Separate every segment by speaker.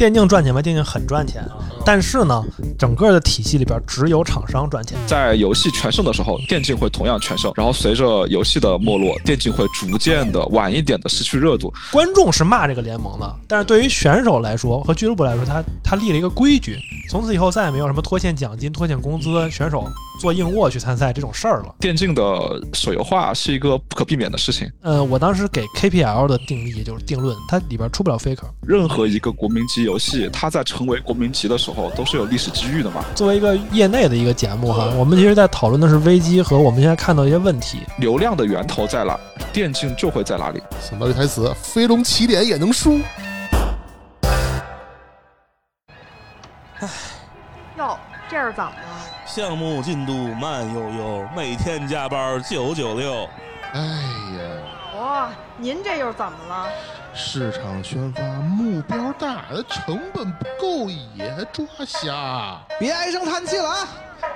Speaker 1: 电竞赚钱吧，电竞很赚钱，但是呢，整个的体系里边只有厂商赚钱。
Speaker 2: 在游戏全盛的时候，电竞会同样全盛，然后随着游戏的没落，电竞会逐渐的晚一点的失去热度。
Speaker 1: 观众是骂这个联盟的，但是对于选手来说和俱乐部来说，他他立了一个规矩，从此以后再也没有什么拖欠奖金、拖欠工资、选手做硬卧去参赛这种事儿了。
Speaker 2: 电竞的手游化是一个不可避免的事情。
Speaker 1: 呃，我当时给 KPL 的定义就是定论，它里边出不了 faker。
Speaker 2: 任何一个国民级游戏，它在成为国民级的时候，都是有历史机遇的嘛。
Speaker 1: 作为一个业内的一个节目哈，我们其实在讨论的是危机和我们现在看到的一些问题。
Speaker 2: 流量的源头在哪，电竞就会在哪里。
Speaker 3: 想到这台词，飞龙起点也能输。
Speaker 4: 哟，这是怎么了？
Speaker 5: 项目进度慢悠悠，每天加班九九六。
Speaker 3: 哎呀，
Speaker 4: 哇，哦您这又怎么了？
Speaker 3: 市场宣发目标大，成本不够也抓瞎。
Speaker 6: 别唉声叹气了啊！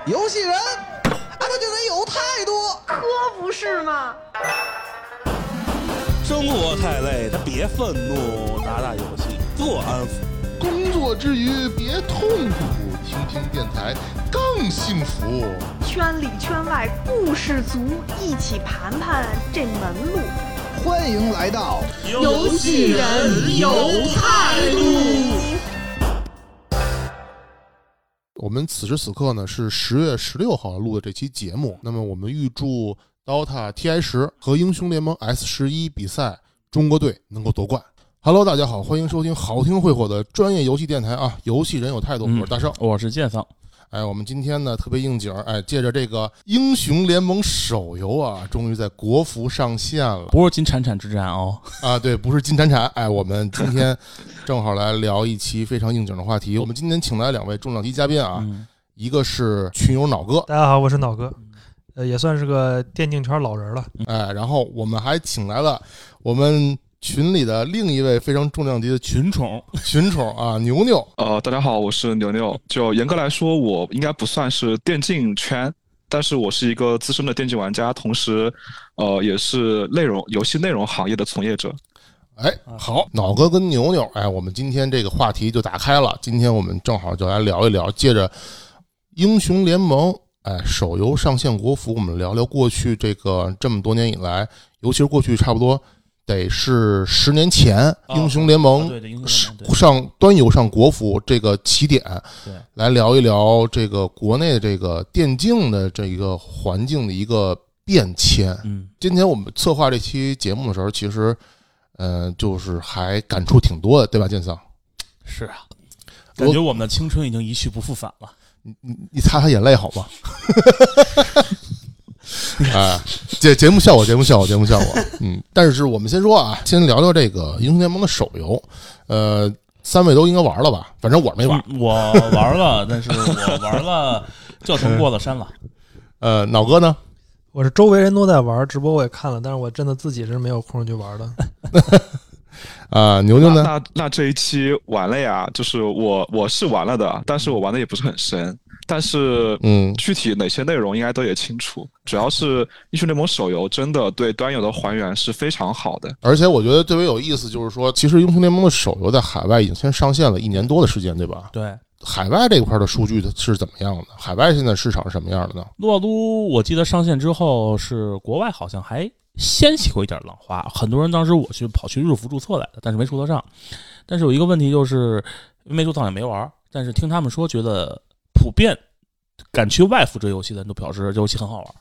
Speaker 6: 游戏人啊，他就得有态度。
Speaker 4: 可不是嘛！
Speaker 5: 生活太累，他别愤怒，打打游戏，做安抚。
Speaker 3: 工作之余别痛苦，听听电台更幸福。
Speaker 4: 圈里圈外故事足，一起盘盘这门路。
Speaker 6: 欢迎来到
Speaker 5: 游戏人有态度。
Speaker 3: 我们此时此刻呢是十月十六号录的这期节目，那么我们预祝 DOTA TI 十和英雄联盟 S 十一比赛中国队能够夺冠。Hello，大家好，欢迎收听好听会火的专业游戏电台啊，游戏人有态度，我是大圣。
Speaker 7: 嗯我是建桑。
Speaker 3: 哎，我们今天呢特别应景儿，哎，借着这个英雄联盟手游啊，终于在国服上线了
Speaker 7: 不是金铲铲之战哦，
Speaker 3: 啊！对，不是金铲铲，哎，我们今天正好来聊一期非常应景的话题。我们今天请来两位重量级嘉宾啊，
Speaker 7: 嗯
Speaker 3: 一个是群友脑哥，
Speaker 1: 大家好，我是脑哥，呃，也算是个电竞圈老人了。
Speaker 3: 哎，然后我们还请来了我们群里的另一位非常重量级的群
Speaker 7: 群宠
Speaker 3: 群宠啊，牛牛。
Speaker 2: 呃，大家好，我是牛牛。就严格来说，我应该不算是电竞圈，但是我是一个资深的电竞玩家，同时，呃，也是内容游戏内容行业的从业者。
Speaker 3: 哎，
Speaker 7: 啊
Speaker 3: 好，脑哥跟牛牛，哎，我们今天这个话题就打开了。今天我们正好就来聊一聊，借着《英雄联盟》哎手游上线国服，我们聊聊过去这个这么多年以来，尤其是过去差不多得是十年前，
Speaker 7: 哦
Speaker 3: 英雄联
Speaker 7: 啊
Speaker 3: 盟
Speaker 7: 对对英雄
Speaker 3: 是
Speaker 7: 联盟
Speaker 3: 上端游上国服这个起点，
Speaker 7: 对
Speaker 3: 来聊一聊这个国内这个电竞的这一个环境的一个变迁。
Speaker 7: 嗯，
Speaker 3: 今天我们策划这期节目的时候，其实，呃，就是还感触挺多的，对吧，建桑？
Speaker 7: 是啊，
Speaker 3: 我
Speaker 7: 感觉我们的青春已经一去不复返了。
Speaker 3: 你你擦擦眼泪好吗？ 哎，节节目效果，节目效果，节目效果。嗯，但是我们先说啊，先聊聊这个英雄联盟的手游。呃，三位都应该玩了吧？反正我没玩。
Speaker 7: 嗯我玩了，但是我玩了，教程过了山了。嗯
Speaker 3: 呃，脑哥呢？
Speaker 1: 我是周围人都在玩直播，我也看了，但是我真的自己是没有空去玩的。
Speaker 3: 啊、牛牛
Speaker 2: 那
Speaker 3: 呢？
Speaker 2: 那那这一期完了呀，就是我我是完了的，但是我玩的也不是很深，但是
Speaker 3: 嗯，
Speaker 2: 具体哪些内容应该都也清楚。主要是英雄联盟手游真的对端游的还原是非常好的。
Speaker 3: 而且我觉得特别有意思，就是说，其实英雄联盟的手游在海外已经先上线了一年多的时间，对吧？
Speaker 7: 对，
Speaker 3: 海外这块的数据是怎么样的？海外现在市场是什么样的呢？
Speaker 7: 撸啊撸，我记得上线之后是国外好像还掀起过一点浪花，很多人当时我去跑去日服注册来的，但是没注册上。但是有一个问题就是没注册上也没玩儿，但是听他们说，觉得普遍敢去外服这游戏的人都表示这游戏很好玩儿。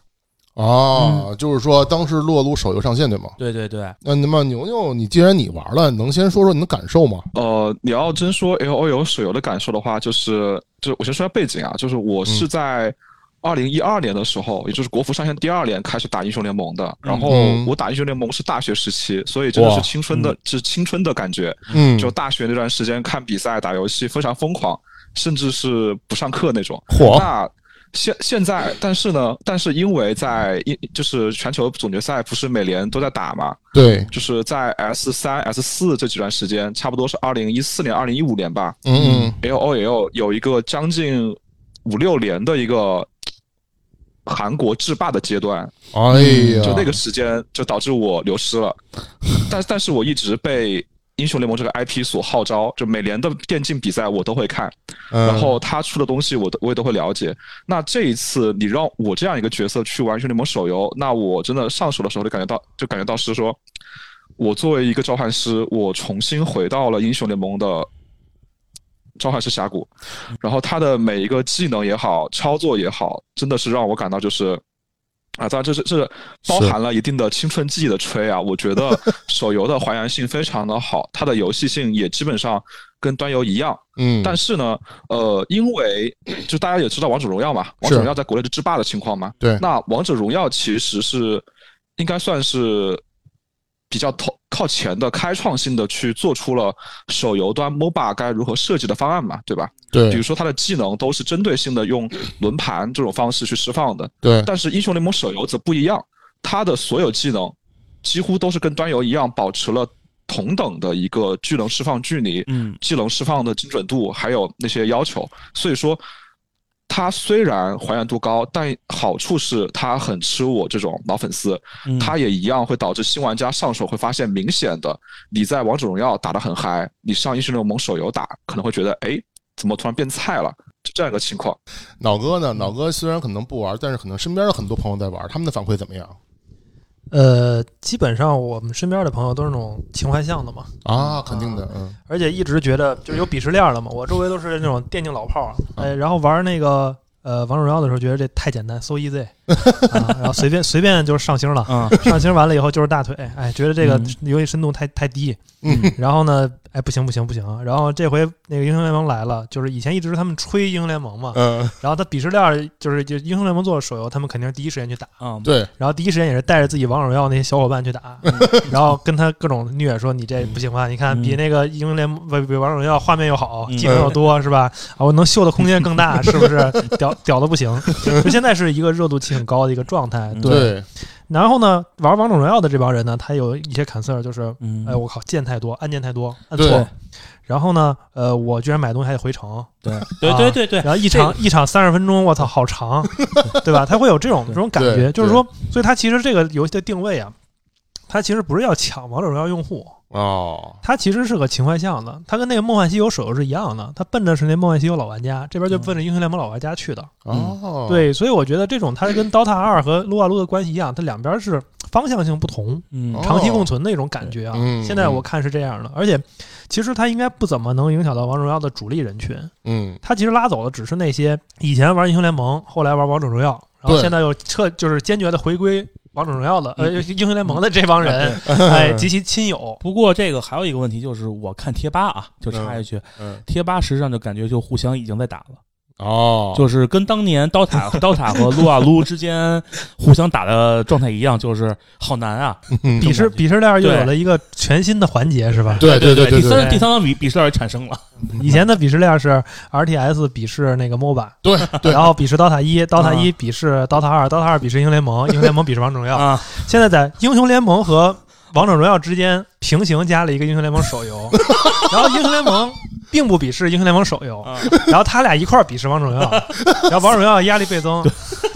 Speaker 3: 哦，
Speaker 2: 嗯
Speaker 3: 就是说当时撸啊撸手游上线对吗？
Speaker 7: 对对对，
Speaker 3: 那那么牛牛，你既然你玩了，能先说说你的感受吗？
Speaker 2: 呃，你要真说 L O L 手游的感受的话，就是就我先说下背景啊，就是我
Speaker 3: 嗯
Speaker 2: 是在二零一二年的时候，也就是国服上线第二年开始打英雄联盟的。然后
Speaker 3: 嗯
Speaker 2: 我打英雄联盟是大学时期，所以真的
Speaker 3: 哇
Speaker 2: 是青春的，是青春的感觉。
Speaker 3: 嗯
Speaker 2: 就大学那段时间看比赛、打游戏非常疯狂，甚至是不上课那种。
Speaker 3: 嚯
Speaker 2: 那现现在，但是呢，但是因为在一就是全球总决赛不是每年都在打嘛，
Speaker 3: 对，
Speaker 2: 就是在 S 三、S 四这几段时间，差不多是二零一四年、二零一五年吧
Speaker 3: 嗯嗯
Speaker 2: ，L O L 有一个将近五六年的一个韩国制霸的阶段，
Speaker 3: 哎呀，
Speaker 2: 就那个时间就导致我流失了，但但是我一直被英雄联盟这个 IP 所号召，就每年的电竞比赛我都会看，
Speaker 3: 嗯
Speaker 2: 然后他出的东西我都我也都会了解。那这一次你让我这样一个角色去玩英雄联盟手游，那我真的上手的时候就感觉到，就感觉到是说，我作为一个召唤师，我重新回到了英雄联盟的召唤师峡谷，然后他的每一个技能也好，操作也好，真的是让我感到就是。啊，当然这是这是包
Speaker 3: 是
Speaker 2: 含了一定的青春记忆的吹啊，我觉得手游的还原性非常的好，它的游戏性也基本上跟端游一样，
Speaker 3: 嗯，
Speaker 2: 但
Speaker 3: 是
Speaker 2: 是呢，呃，因为就大家也知道王者荣耀嘛，王者荣耀在国内是制霸的情况嘛。
Speaker 3: 对
Speaker 2: 那王者荣耀其实是应该算是比较头靠前的开创性的去做出了手游端 MOBA 该如何设计的方案嘛，对吧？比
Speaker 3: 对
Speaker 2: 如说它的技能都是针对性的用轮盘这种方式去释放的，
Speaker 3: 对
Speaker 2: 但是英雄联盟手游则不一样，它的所有技能几乎都是跟端游一样保持了同等的一个技能释放距离，
Speaker 7: 嗯，
Speaker 2: 技能释放的精准度，还有那些要求。所以说，它虽然还原度高，但好处是它很吃我这种老粉丝，
Speaker 7: 嗯
Speaker 2: 它也一样会导致新玩家上手会发现明显的，你在王者荣耀打得很嗨，你上英雄联盟手游打可能会觉得，哎，怎么突然变菜了？就这样一个情况。
Speaker 3: 脑哥呢？脑哥虽然可能不玩，但是可能身边的很多朋友在玩，他们的反馈怎么样
Speaker 1: 呃，基本上我们身边的朋友都是那种情怀向的嘛，
Speaker 3: 啊？肯定的，嗯
Speaker 1: 而且一直觉得就是有鄙视链了嘛。我周围都是那种电竞老炮儿，
Speaker 3: 嗯
Speaker 1: 哎，然后玩那个呃王者荣耀的时候，觉得这太简单，so easy，、啊、然后随便随便就是上星了，
Speaker 7: 啊，
Speaker 1: 上星完了以后就是大腿，哎，觉得这个
Speaker 7: 嗯
Speaker 1: 游戏深度太太低，
Speaker 7: 嗯
Speaker 1: 然后呢，哎不行不行不行，然后这回那个英雄联盟来了，就是以前一直他们吹英雄联盟嘛，
Speaker 3: 嗯，
Speaker 1: 然后他鄙视链儿就是就英雄联盟做的手游，他们肯定是第一时间去打。
Speaker 7: 啊，
Speaker 3: 对，
Speaker 1: 然后第一时间也是带着自己王者荣耀那些小伙伴去 打，然后跟他各种虐说你这不行啊吧？你看
Speaker 7: 嗯
Speaker 1: 比那个英雄联盟不比王者荣耀画面又好，
Speaker 7: 嗯
Speaker 1: 技能又多是吧？啊，我能秀的空间更大，是不是？屌屌的不 行，就现在是一个热度期很高的一个状态。
Speaker 7: 嗯
Speaker 1: 对，
Speaker 3: 对，
Speaker 1: 然后呢，玩王者荣耀的这帮人呢，他有一些 concern 就是，
Speaker 7: 嗯，
Speaker 1: 哎我靠，键太多，按键太多，按
Speaker 3: 对
Speaker 1: 错。然后呢，呃，我居然买东西还得回城，
Speaker 7: 对对对对对，
Speaker 1: 然后一场一场三十分钟，我操，好长，对吧？他会有这种这种感
Speaker 3: 对
Speaker 1: 觉，就是说，所以它其实这个游戏的定位啊，它其实不是要抢王者荣耀用户，
Speaker 3: 哦，
Speaker 1: 它其实是个情怀向的，它跟那个梦幻西游手游是一样的，它奔着是那梦幻西游老玩家，这边就奔着英雄联盟老玩家去的。
Speaker 3: 嗯
Speaker 2: 嗯
Speaker 3: 哦，，
Speaker 1: 对，所以我觉得这种它跟 DOTA 二和撸啊撸的关系一样，它两边是方向性不同，
Speaker 7: 嗯
Speaker 3: 哦
Speaker 1: 长期共存的一种感觉啊。
Speaker 3: 嗯
Speaker 1: 现在我看是这样的，而且其实它应该不怎么能影响到王者荣耀的主力人群。
Speaker 3: 嗯，
Speaker 1: 他其实拉走的只是那些以前玩英雄联盟，后来玩王者荣耀，然后
Speaker 3: 对
Speaker 1: 现在又彻就是坚决的回归王者荣耀的呃
Speaker 7: 嗯
Speaker 1: 英雄联盟的这帮人，
Speaker 3: 嗯
Speaker 1: 哎及其亲友。
Speaker 7: 不过这个还有一个问题就是，我看贴吧啊，就插一句，
Speaker 3: 嗯，
Speaker 7: 贴吧实际上就感觉就互相已经在打了，
Speaker 3: 哦，
Speaker 7: 就是跟当年刀 塔、刀塔和撸啊撸之间互相打的状态一样，就是好难啊。
Speaker 3: 嗯
Speaker 1: 鄙视鄙视链又有了一个全新的环节，是吧？
Speaker 3: 对对对对
Speaker 7: 第三
Speaker 3: 对
Speaker 7: 第三场比比试也产生了，
Speaker 1: 以前的鄙视链是 RTS 鄙视那个 MOBA，
Speaker 3: 对对嗯
Speaker 1: 然后鄙视 DOTA 一，DOTA 一鄙视 DOTA 二，DOTA 二鄙视英雄联盟，英雄联盟鄙视王者荣耀。
Speaker 7: 啊，
Speaker 1: 现在在英雄联盟和王者荣耀之间平行加了一个英雄联盟手 游，然后英雄联盟并不鄙视英雄联盟手游，
Speaker 7: 啊
Speaker 1: 然后他俩一块儿鄙视王者荣 耀，然后王者荣耀压力倍增，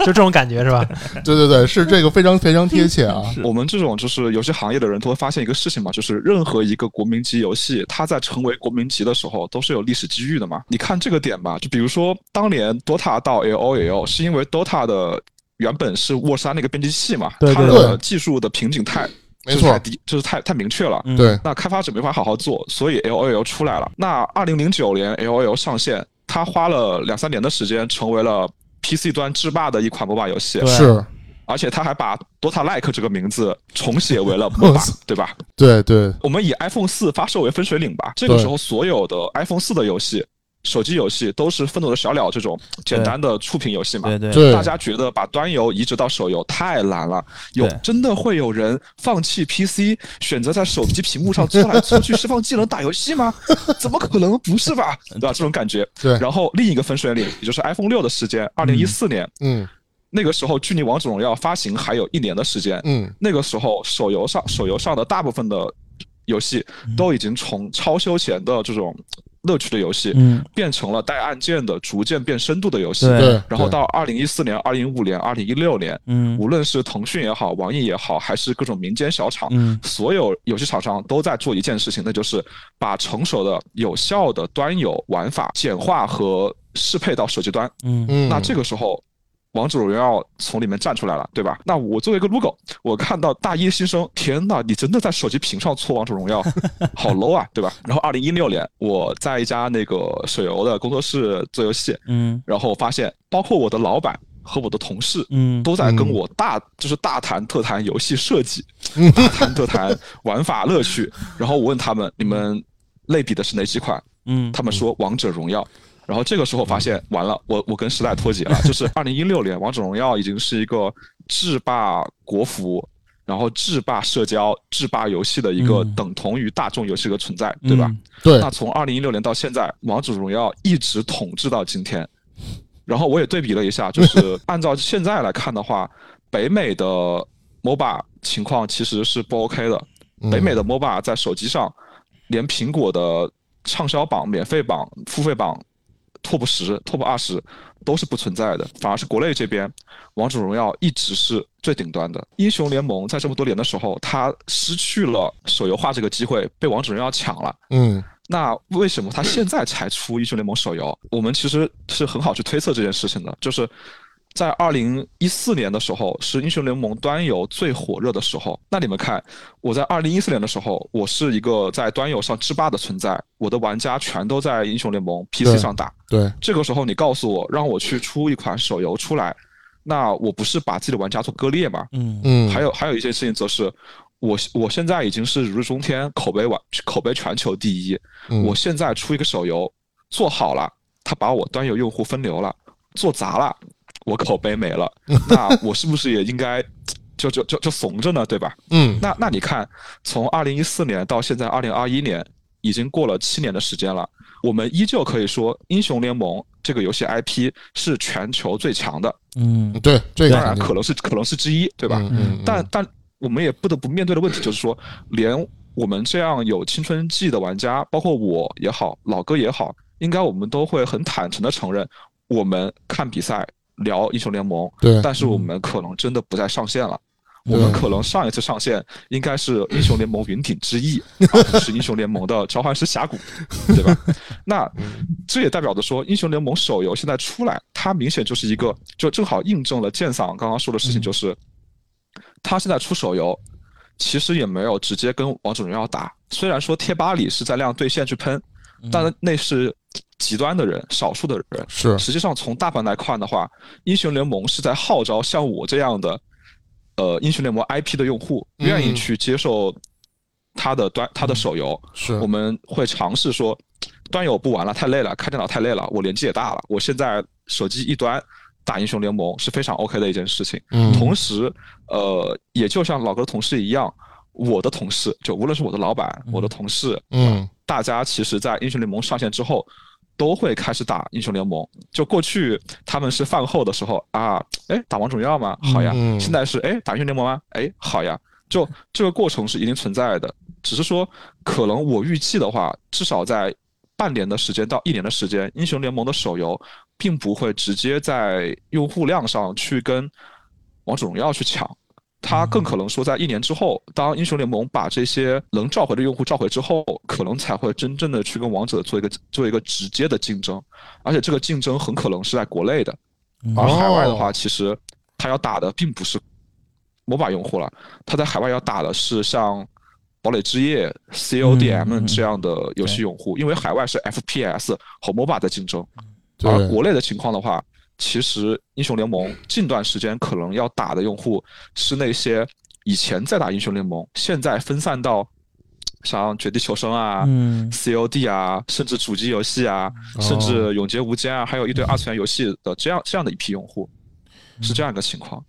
Speaker 1: 就这种感觉是吧？
Speaker 3: 对对对，是这个非常非常贴切啊，
Speaker 2: 我们这种 就是游戏行业的人都会发现一个事情嘛，就是任何一个国民级游戏，它在成为国民级的时候，都是有历史机遇的嘛。你看这个点吧，就比如说当年 DOTA 到 LOL 是因为 DOTA 的。原本是沃沙那个编辑器嘛，
Speaker 1: 对
Speaker 2: 它
Speaker 1: 对
Speaker 2: 的技术的瓶颈太，
Speaker 3: 没
Speaker 2: 就是太
Speaker 3: 错，
Speaker 2: 低，就是太太明确了。
Speaker 7: 嗯
Speaker 3: 对，
Speaker 2: 那开发者没法好好做，所以 L O L 出来了。那二零零九年 L O L 上线，它花了两三年的时间，成为了 P C 端制霸的一款 MOBA 游戏，
Speaker 7: 对
Speaker 3: 是，
Speaker 2: 而且它还把 Dota Like 这个名字重写为 了
Speaker 3: 我
Speaker 2: MOBA，
Speaker 3: 操
Speaker 2: 对吧？
Speaker 3: 对对，
Speaker 2: 我们以 iPhone 四发售为分水岭吧。这个
Speaker 3: 对
Speaker 2: 时候，所有的 iPhone 四的游戏、手机游戏都是愤怒的小鸟这种简单的触屏游戏嘛。
Speaker 7: 对对，
Speaker 3: 对，
Speaker 2: 大家觉得把端游移植到手游太难了，有
Speaker 7: 对
Speaker 2: 真的会有人放弃 PC，选择在手机屏幕上搓来搓去释放技能打游戏 吗？怎么可能不是吧？对吧？这种感觉。
Speaker 3: 对，
Speaker 2: 然后另一个分水岭，也就是 iPhone 六的时间，二零一四年、
Speaker 3: 嗯
Speaker 2: 那个时候，距离王者荣耀发行还有一年的时间。
Speaker 3: 嗯，
Speaker 2: 那个时候，手
Speaker 7: 嗯
Speaker 2: 游上手游上的大部分的游戏都已经从超休闲的这种乐趣的游戏，
Speaker 7: 嗯，
Speaker 2: 变成了带按键的，逐渐变深度的游戏。
Speaker 7: 对
Speaker 3: 对，
Speaker 2: 然后
Speaker 3: 对
Speaker 2: 到二零一四年、二零一五年、二零一六年，
Speaker 7: 嗯
Speaker 2: 无论是腾讯也好，网易也好，还是各种民间小厂，
Speaker 7: 嗯
Speaker 2: 所有游戏厂商都在做一件事情，那就是把成熟的、有效的端游玩法简化和适配到手机端。
Speaker 7: 嗯
Speaker 3: 嗯，
Speaker 2: 那这
Speaker 3: 个
Speaker 2: 个时候，王者荣耀从里面站出来了，对吧？那我作为一个 logo，我看到大一新生，天呐，你真的在手机屏上搓王者荣耀，好 low 啊，对吧？然后二零一六年，我在一家那个手游的工作室做游戏，
Speaker 7: 嗯
Speaker 2: 然后发现，包括我的老板和我的同事，
Speaker 7: 嗯
Speaker 2: 都在跟
Speaker 3: 嗯
Speaker 2: 我大就是大谈特谈游戏设 计
Speaker 3: 嗯，
Speaker 2: 大谈特谈玩法乐趣。然后我问他们，你们类比的是哪几款？
Speaker 7: 嗯
Speaker 2: 他们说《王者荣耀》。然后这个时候发现，完了，我我跟时代脱节了。 就是二零一六年，《王者荣耀》已经是一个制霸国服，然后制霸社交、制霸游戏的一个
Speaker 7: 嗯
Speaker 2: 等同于大众游戏的存在，对吧？？
Speaker 3: 对
Speaker 2: 那从二零一六年到现在，《王者荣耀》一直统治到今天。然后我也对比了一下，就是 按照现在来看的话，北美的 MOBA 情况其实是不 OK 的。
Speaker 3: 嗯
Speaker 2: 北美的 MOBA 在手机上，连苹果的畅销榜、免费榜、付费榜 top 十、top 二十都是不存在的，反而是国内这边，王者荣耀一直是最顶端的。英雄联盟在这么多年的时候，它失去了手游化这个机会，被王者荣耀抢了。
Speaker 3: 嗯
Speaker 2: 那为什么他现在才出英雄联盟手游？ 我们其实是很好去推测这件事情的，就是在二零一四年的时候是英雄联盟端游最火热的时候。那你们看，我在二零一四年的时候，我是一个在端游上制霸的存在，我的玩家全都在英雄联盟
Speaker 3: 对
Speaker 2: PC 上打。
Speaker 3: 对
Speaker 2: 这个时候你告诉我让我去出一款手游出来，那我不是把自己的玩家做割裂吗？
Speaker 7: 嗯
Speaker 3: 嗯，
Speaker 2: 还有还有一件事情则是，我我现在已经是如日中天，口碑完口碑全球第一。
Speaker 3: 嗯
Speaker 2: 我现在出一个手游做好了，他把我端游用户分流了，做砸了，我口碑没 了，那我是不是也应该就就就就怂着呢？对吧？
Speaker 3: 嗯
Speaker 2: 那那你看，从二零一四年到现在二零二一年，已经过了七年的时间了，我们依旧可以说《英雄联盟》这个游戏 IP 是全球最强的，
Speaker 7: 嗯
Speaker 3: 对这个
Speaker 2: 当然
Speaker 3: 肯定
Speaker 2: 啊可能是可能是之一，对吧？
Speaker 3: 嗯嗯，嗯
Speaker 2: 但但我们也不得不面对的问题就是说，连我们这样有青春记忆的玩家，包括我也好，老哥也好，应该我们都会很坦诚的承认，我们看比赛聊英雄联盟，
Speaker 3: 对
Speaker 2: 但是我们可能真的不再上线了。我们可能上一次上线应该是英雄联盟云顶之弈，而不是英雄联盟的召唤师峡谷， 对吧？那这也代表着说，英雄联盟手游现在出来，它明显就是一个，就正好印证了剑桑刚刚说的事情，就是它现在出手游，其实也没有直接跟王者荣耀打。虽然说贴吧里是在亮对线去喷，
Speaker 7: 嗯
Speaker 2: 但那是极端的人，少数的人。
Speaker 3: 是
Speaker 2: 实际上，从大盘来看的话，英雄联盟是在号召像我这样的，呃，英雄联盟 IP 的用户
Speaker 3: 嗯
Speaker 2: 愿意去接受它的端它的手游。
Speaker 3: 是
Speaker 2: 我们会尝试说，端游不玩了，太累了，开电脑太累了，我年纪也大了，我现在手机一端打英雄联盟是非常 OK 的一件事情。
Speaker 3: 嗯
Speaker 2: 同时，呃，也就像老哥的同事一样，我的同事就无论是我的老板、我的同事，
Speaker 3: 嗯
Speaker 2: 大家其实，在英雄联盟上线之后，都会开始打英雄联盟。就过去他们是饭后的时候啊，哎，打王者荣耀吗？好呀。
Speaker 3: 嗯
Speaker 2: 现在是哎，打英雄联盟吗？哎，好呀。就这个过程是一定存在的，只是说可能我预计的话，至少在半年的时间到一年的时间，英雄联盟的手游并不会直接在用户量上去跟王者荣耀去抢。它更
Speaker 7: 嗯
Speaker 2: 可能说，在一年之后，当英雄联盟把这些能召回的用户召回之后，可能才会真正的去跟王者做一个做一个直接的竞争，而且这个竞争很可能是在国内的，
Speaker 7: 嗯
Speaker 2: 而海外的话，其实它要打的并不是 MOBA 用户了，它在海外要打的是像堡垒之夜、
Speaker 7: 嗯嗯
Speaker 2: CODM
Speaker 7: 嗯
Speaker 2: 这样的游戏用户，因为海外是 FPS 和 MOBA 在竞争，
Speaker 3: 对
Speaker 2: 而啊国内的情况的话，其实英雄联盟近段时间可能要打的用户是那些以前在打英雄联盟，现在分散到像绝地求生啊、
Speaker 7: 嗯
Speaker 2: COD 啊，甚至主机游戏啊，
Speaker 1: 哦
Speaker 2: 甚至永劫无间啊，还有一堆二次元游戏的这样这样的一批用户，
Speaker 1: 嗯
Speaker 2: 是这样一个情况。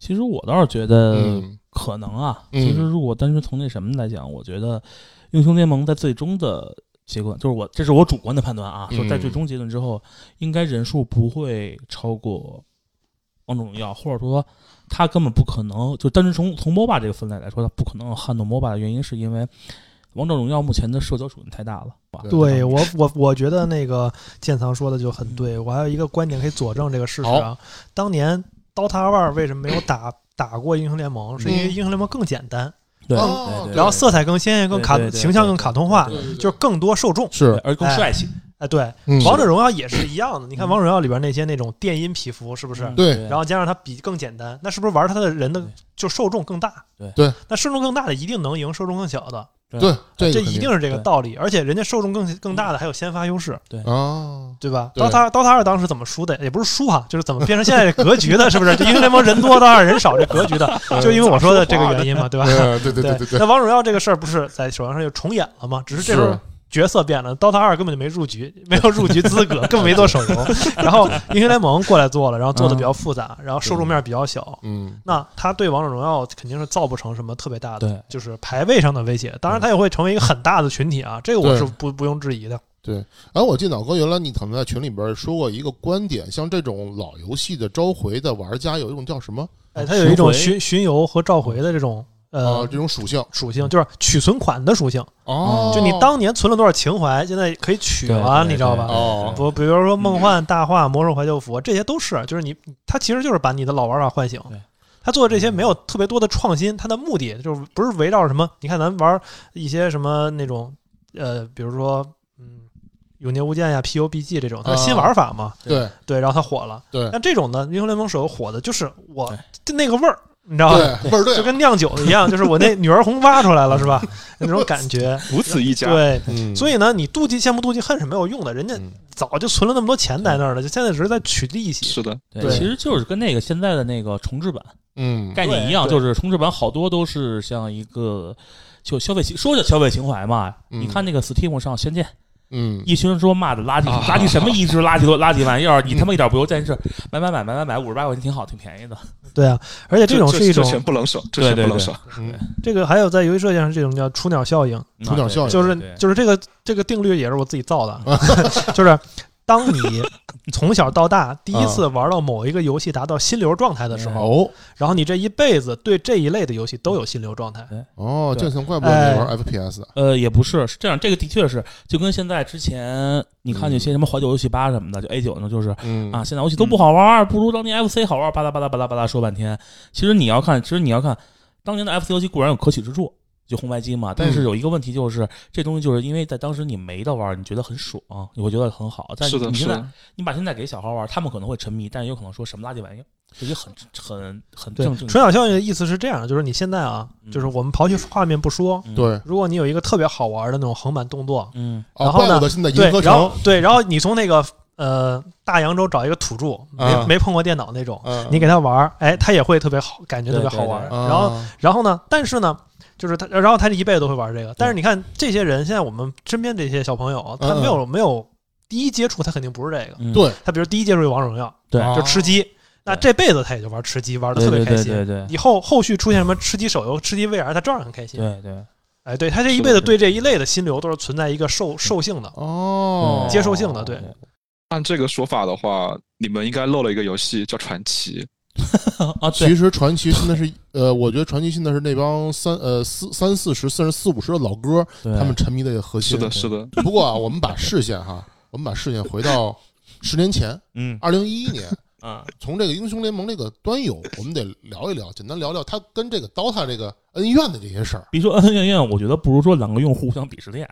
Speaker 7: 其实我倒是觉得
Speaker 3: 嗯
Speaker 7: 可能啊，
Speaker 3: 嗯
Speaker 7: 其实如果单纯从那什么来讲，我觉得英雄联盟在最终的结果，就是我这是我主观的判断啊，
Speaker 3: 嗯
Speaker 7: 说在最终结论之后，应该人数不会超过王者荣耀，或者说它根本不可能，就单纯从从 MOBA 这个分类来说，它不可能撼动 MOBA 的原因，是因为王者荣耀目前的社交属性太大了。哇
Speaker 3: 对
Speaker 1: 对我，我我觉得那个建仓说的就很对。我还有一个观点可以佐证这个事实啊。当年《DOTA 二》为什么没有 打打过《英雄联盟》，是因为《英雄联盟》更简单，
Speaker 7: 对
Speaker 3: 哦
Speaker 7: 对对
Speaker 1: 然后色彩更鲜艳、更卡
Speaker 7: 对对对对
Speaker 1: 形象更卡通化
Speaker 7: 对，
Speaker 2: 嗯
Speaker 7: 对
Speaker 1: 就是更多受众。
Speaker 7: 对
Speaker 3: 是，
Speaker 7: 而更帅气，
Speaker 1: 哎，对，
Speaker 3: 嗯
Speaker 1: 《王者荣耀》也是一样的。你看《
Speaker 7: 嗯
Speaker 1: 王者荣耀》里边那些那种电音皮肤，是不是？
Speaker 7: 嗯
Speaker 3: 对
Speaker 1: 然后加上它比更简单，那是不是玩它的人的
Speaker 7: 对
Speaker 1: 就受众更大？
Speaker 7: 对
Speaker 3: 对，
Speaker 1: 那受众更大的一定能赢受众更小的，
Speaker 3: 对，这
Speaker 1: 这
Speaker 3: 个肯
Speaker 1: 一定是这个
Speaker 7: 对
Speaker 1: 道理。而且人家受众更更大的还有先发优势，
Speaker 3: 啊，
Speaker 1: 对吧？
Speaker 3: 对
Speaker 1: 刀塔刀塔二当时怎么输的？也不是输哈，就是怎么变成现在这格局的，是不是？这英雄联盟人多，刀塔人少，这格局的，就因为我说的这个原因嘛，对吧？
Speaker 3: 对对对对对
Speaker 1: 那王者荣耀这个事儿不是在手游上又重演了吗？只是这时候
Speaker 3: 是
Speaker 1: 角色变了，DOTA 二根本就没入局，没有入局资格，更没做手游。 然后英雄联盟过来做了，然后做的
Speaker 7: 嗯
Speaker 1: 比较复杂，然后受众面比较小。
Speaker 3: 嗯，
Speaker 1: 那他对王者荣耀肯定是造不成什么特别大的
Speaker 7: 对，
Speaker 1: 就是排位上的威胁。当然，他也会成为一个很大的群体啊，这个我
Speaker 3: 对
Speaker 1: 是不不用质疑的。
Speaker 3: 哎，我记得老哥原来你可能在群里边说过一个观点，像这种老游戏的召回的玩家有一种叫什么
Speaker 1: 哎，它有一种
Speaker 7: 嗯巡哦
Speaker 1: 巡巡游和召回的这种
Speaker 3: 啊
Speaker 1: 呃
Speaker 3: 这种属性
Speaker 1: 属性，就是取存款的属性。
Speaker 3: 哦，
Speaker 1: 就你当年存了多少情怀，现在可以取了，
Speaker 7: 对
Speaker 1: 你知道吧？
Speaker 7: 对对
Speaker 3: 哦
Speaker 1: 不，比如说梦幻、大话、魔兽怀旧服，这些都是，就是你，它其实就是把你的老玩法唤醒
Speaker 7: 对。
Speaker 1: 他做的这些没有特别多的创新，它的目的就是不是围绕什么？你看咱玩一些什么那种，呃，比如说，嗯，永劫无间呀、PUBG 这种，它是新
Speaker 3: 啊
Speaker 1: 玩法嘛，
Speaker 3: 对
Speaker 1: 对，然后它火了。
Speaker 3: 对
Speaker 1: 但这种呢，英雄联盟手游火的就是我
Speaker 7: 对
Speaker 1: 就那个味儿，你知道吧？
Speaker 3: 哦对 味儿
Speaker 1: 就
Speaker 3: 对，
Speaker 1: 跟酿酒的一样，就是我那女儿红挖出来了，是 吧？那种感觉，
Speaker 2: 无此一家。
Speaker 1: 对。
Speaker 3: 嗯
Speaker 1: 所以呢，你妒忌、羡慕、妒忌、恨是没有用的，人家
Speaker 3: 嗯
Speaker 1: 早就存了那么多钱在那儿了，就现在只是在取利息。
Speaker 2: 是的，
Speaker 7: 对
Speaker 1: 对
Speaker 7: 其实就是跟那个现在的那个重置版
Speaker 3: 嗯
Speaker 7: 概念一样，
Speaker 1: 对对
Speaker 7: 就是重置版好多都是像一个就消费情，说叫消费情怀嘛。
Speaker 3: 嗯
Speaker 7: 你看那个 Steam 上《仙剑》，
Speaker 3: 嗯
Speaker 7: 一群人说骂的垃圾
Speaker 2: 啊
Speaker 7: 垃圾什么一只垃圾多垃圾玩意儿，你他妈一点不由见识，买买买买买买，五十八块钱挺好，挺便宜的。
Speaker 1: 对啊，而且这种是一种
Speaker 2: 钱不能省，这
Speaker 7: 对
Speaker 2: 钱
Speaker 7: 对
Speaker 2: 不能
Speaker 7: 对
Speaker 2: 省。
Speaker 3: 嗯
Speaker 1: 这个还有在游戏设计上这种叫雏鸟效应，
Speaker 3: 雏鸟效应
Speaker 1: 就
Speaker 7: 啊对
Speaker 1: 是就是这个这个定律也是我自己造的， 就是当你从小到大第一次玩到某一个游戏达到心流状态的时候，
Speaker 3: 哦
Speaker 1: 然后你这一辈子对这一类的游戏都有心流状态。
Speaker 3: 哦，这层怪不得你玩 FPS
Speaker 7: 呃，也不是，是这样，这个的确是就跟现在之前你看有些什么怀旧游戏吧什么的，就 A 九呢，就是
Speaker 3: 嗯
Speaker 7: 啊，现在游戏都不好玩儿，不如当年 FC 好玩儿，巴拉巴拉巴拉巴拉说半天。其实你要看，其实你要看，当年的 FC 游戏固然有可取之处，就红白机嘛，但是有一个问题就是，这东西就是因为在当时你没得玩儿，你觉得很爽，你会觉得很好。但
Speaker 2: 是的，
Speaker 7: 你
Speaker 2: 是
Speaker 7: 现在
Speaker 2: 的，
Speaker 7: 你把现在给小孩玩儿，他们可能会沉迷，但是有可能说什么垃圾玩意儿，这也很很很
Speaker 1: 对
Speaker 7: 正，正
Speaker 1: 雏鸟效应的意思是这样，就是你现在啊，
Speaker 3: 嗯
Speaker 1: 就是我们刨去画面不说，
Speaker 7: 嗯
Speaker 3: 对，啊
Speaker 1: 如果你有一个特别好玩的那种横版动作，
Speaker 7: 嗯
Speaker 3: 哦，
Speaker 1: 然后
Speaker 3: 怪
Speaker 1: 呢
Speaker 3: 不得现在
Speaker 1: 对
Speaker 3: 银河，
Speaker 1: 然后
Speaker 3: 城，
Speaker 1: 对，然后你从那个呃大洋洲找一个土著，没、
Speaker 3: 啊
Speaker 1: 没碰过电脑那种，
Speaker 3: 嗯
Speaker 1: 你给他玩儿，哎，他也会特别好，感觉特别
Speaker 7: 对对
Speaker 1: 好玩儿。
Speaker 7: 对
Speaker 3: 啊
Speaker 1: 然后然后呢，但是呢。就是他，然后他一辈子都会玩这个。但是你看这些人，现在我们身边这些小朋友，他
Speaker 3: 嗯
Speaker 1: 没有没有第一接触，他肯定不是这个。
Speaker 7: 嗯
Speaker 3: 对
Speaker 1: 他比如第一接触就王者荣耀，
Speaker 7: 对
Speaker 3: 哦
Speaker 1: 就吃鸡，那这辈子他也就玩吃鸡，玩的
Speaker 7: 对
Speaker 1: 啊特别
Speaker 7: 对
Speaker 1: 开
Speaker 7: 对
Speaker 1: 心。
Speaker 7: 对对
Speaker 1: 以后后续出现什么吃鸡手游、吃鸡 VR，他照样很开心。
Speaker 7: 对对，
Speaker 1: 哎，对他这一辈子对这一类的心流都是存在一个受受性的。
Speaker 3: 哦
Speaker 1: 接受性的对
Speaker 7: 啊
Speaker 2: 按这个说法的话，你们应该漏了一个游戏叫《传奇》，
Speaker 7: 啊，对
Speaker 3: 其实传奇现在是，呃，我觉得传奇现在是那帮三呃四三四十、甚至四五十的老哥，
Speaker 7: 对，
Speaker 3: 他们沉迷的核
Speaker 2: 是
Speaker 3: 心。
Speaker 2: 的，是的，
Speaker 3: 不过啊，我们把视线哈， 我们把视线回到十年前，
Speaker 7: 嗯
Speaker 3: 二零一一年，
Speaker 7: 啊
Speaker 3: 从这个英雄联盟这个端游，我们得聊一聊，简单聊聊它跟这个 DOTA 这个恩怨的这些事儿。
Speaker 7: 别说 恩恩怨怨，我觉得不如说两个用户互相鄙视链。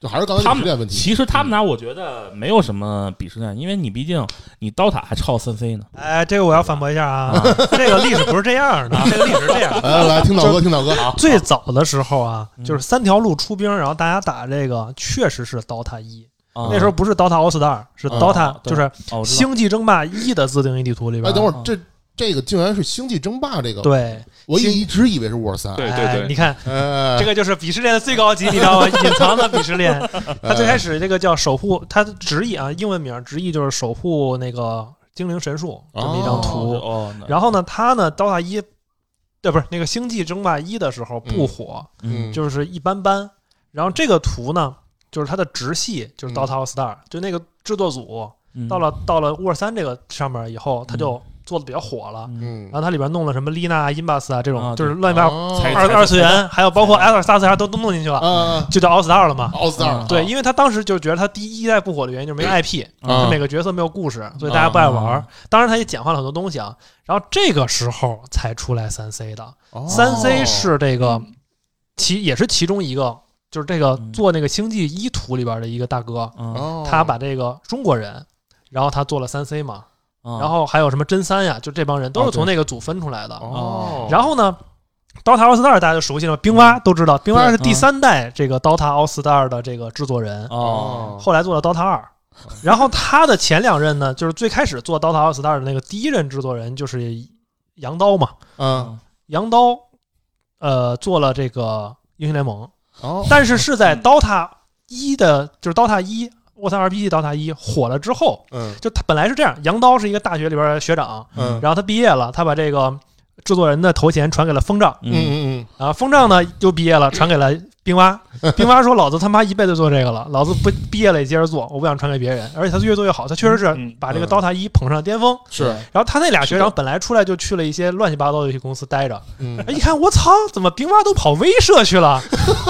Speaker 3: 就还是刚才
Speaker 7: 他
Speaker 3: 那个时
Speaker 7: 们
Speaker 3: 间问题，
Speaker 7: 其实他们俩我觉得没有什么鄙视链，因为你毕竟你刀塔还超三 C 呢。
Speaker 1: 哎，这个我要反驳一下 啊，这个历史不是这样的，这个历史是这样的。
Speaker 3: 来哎来来，听导哥，听导哥，
Speaker 1: 最早的时候啊，
Speaker 7: 嗯
Speaker 1: 就是三条路出兵，然后大家打这个，确实是 DOTA 一。
Speaker 7: 啊
Speaker 1: 那时候不是 DOTA All Star，是
Speaker 3: 啊
Speaker 1: DOTA，
Speaker 7: 对
Speaker 1: 就是《
Speaker 7: 嗯哦，我知道
Speaker 1: 星际争霸一》的自定义地图里
Speaker 3: 哎，
Speaker 1: 边。
Speaker 3: 等会儿
Speaker 7: 啊
Speaker 3: 这这个竟然是星际争霸这个，
Speaker 1: 对，
Speaker 3: 我
Speaker 1: 星
Speaker 3: 一直以为是 War 三，
Speaker 2: 对
Speaker 1: 哎
Speaker 2: 对
Speaker 1: 你
Speaker 2: 对，
Speaker 1: 看
Speaker 7: 嗯
Speaker 3: 呃，
Speaker 1: 这个就是鄙视链的最高级，你知道吗？隐藏的鄙视链。
Speaker 3: 哎
Speaker 1: 它 最开始这个叫守护，它的直译啊，英文名直译就是守护那个精灵神树这么一张图。
Speaker 7: 哦，那
Speaker 1: 然后呢，它呢，DOTA 一。对，不是那个《星际争霸一》的时候不
Speaker 3: 嗯
Speaker 1: 火，
Speaker 7: 嗯
Speaker 3: 嗯，
Speaker 1: 就是一般般。然后这个图呢，就是它的直系就是
Speaker 3: 嗯
Speaker 1: Dota All Star，、就那个制作组
Speaker 7: 嗯
Speaker 1: 到了到了 War 三这个上面以后，它就做的比较火了。
Speaker 3: 嗯
Speaker 7: 嗯，
Speaker 3: 哦
Speaker 1: 然后它里边弄了什么丽娜、i 巴斯啊这种，
Speaker 7: 啊
Speaker 1: 就是
Speaker 7: 对
Speaker 1: 乱七八糟
Speaker 7: 才
Speaker 1: 二二次元，还有包括 X 萨斯啥都都弄进去了，
Speaker 3: 啊，
Speaker 1: 就叫 All Star 了嘛。
Speaker 3: 奥斯达
Speaker 7: 啊
Speaker 1: 对，因为他当时就觉得他第一代不火的原因就是没 IP，
Speaker 3: 啊
Speaker 1: 就每个角色没有故事，所以大家不爱玩儿
Speaker 7: 啊。
Speaker 1: 当然，他也简化了很多东西啊。然后这个时候才出来三 C 的，
Speaker 3: 哦
Speaker 7: 哦
Speaker 1: 三 C 是这个其也是其中一个，就是这个
Speaker 7: 嗯
Speaker 1: 做那个《星际一图》里边的一个大哥，
Speaker 7: 嗯，
Speaker 3: 哦
Speaker 1: 他把这个中国人，然后他做了三 C 嘛，然
Speaker 7: 然
Speaker 1: 后还有什么真三呀，就这帮人都
Speaker 7: 哦
Speaker 1: 是
Speaker 7: 对
Speaker 1: 从那个组分出来的。
Speaker 3: 哦，
Speaker 1: 然后呢，DOTA All Star 大家就熟悉了，冰蛙都知道，冰蛙是
Speaker 7: 嗯
Speaker 1: 第三代这个 DOTA All Star 的这个制作人，
Speaker 7: 哦，
Speaker 1: 后来做了 DOTA 二。然后他的前两任呢，就是最开始做 DOTA All Star 的那个第一任制作人就是杨刀嘛，
Speaker 3: 嗯，
Speaker 1: 杨刀，呃，做了这个英雄联盟，
Speaker 3: 哦，
Speaker 1: 但是是在
Speaker 5: 嗯
Speaker 1: DOTA 一的，就是 DOTA 一。沃森 RPG DOTA 一火了之后，
Speaker 3: 嗯
Speaker 1: 就他本来是这样，杨刀是一个大学里边的学长，
Speaker 3: 嗯
Speaker 1: 然后他毕业了，他把这个制作人的头衔传给了风丈，
Speaker 3: 嗯嗯
Speaker 1: 啊，风丈呢又毕业了，传给了冰蛙。冰蛙说：“老子他妈一辈子做这个了，老子不毕业了也接着做，我不想传给别人。”而且他越做越好，他确实
Speaker 2: 嗯
Speaker 1: 是
Speaker 2: 嗯
Speaker 1: 把这个
Speaker 3: 嗯
Speaker 1: DOTA 一捧上了巅峰。
Speaker 3: 是
Speaker 1: 然后他那俩学
Speaker 2: 是
Speaker 1: 长
Speaker 2: 的
Speaker 1: 本来出来就去了一些乱七八糟的游戏公司待着，
Speaker 3: 嗯
Speaker 1: 哎，一看我操，怎么冰蛙都跑威社去了？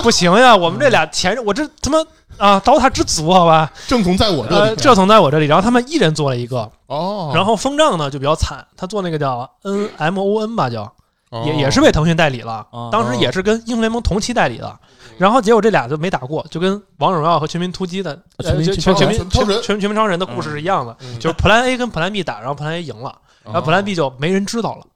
Speaker 1: 不行呀，我们这俩前任，我这他妈啊，DOTA 之族好吧？
Speaker 3: 正统在我这
Speaker 1: 呃，
Speaker 3: 里，
Speaker 1: 这从在我这里，然后他们一人做了一个，
Speaker 3: 哦，
Speaker 1: 然后风丈呢就比较惨，他做那个叫 N M O N 吧，叫
Speaker 3: 后
Speaker 1: 也也是被腾讯代理了
Speaker 7: 哦，
Speaker 1: 当时也是跟英雄联盟同期代理的，
Speaker 3: 嗯
Speaker 1: 然后结果这俩就没打过，就跟王者荣耀和全民突击的呃
Speaker 7: 全民
Speaker 1: 就
Speaker 7: 全
Speaker 1: 全
Speaker 7: 民
Speaker 1: 全民
Speaker 3: 全超人
Speaker 1: 全
Speaker 3: 嗯
Speaker 1: 全全民超人的故事是一样的，就是啊 Plan A 跟 Plan B 打，然后 Plan A 赢了，然后 Plan B 就没人知道了。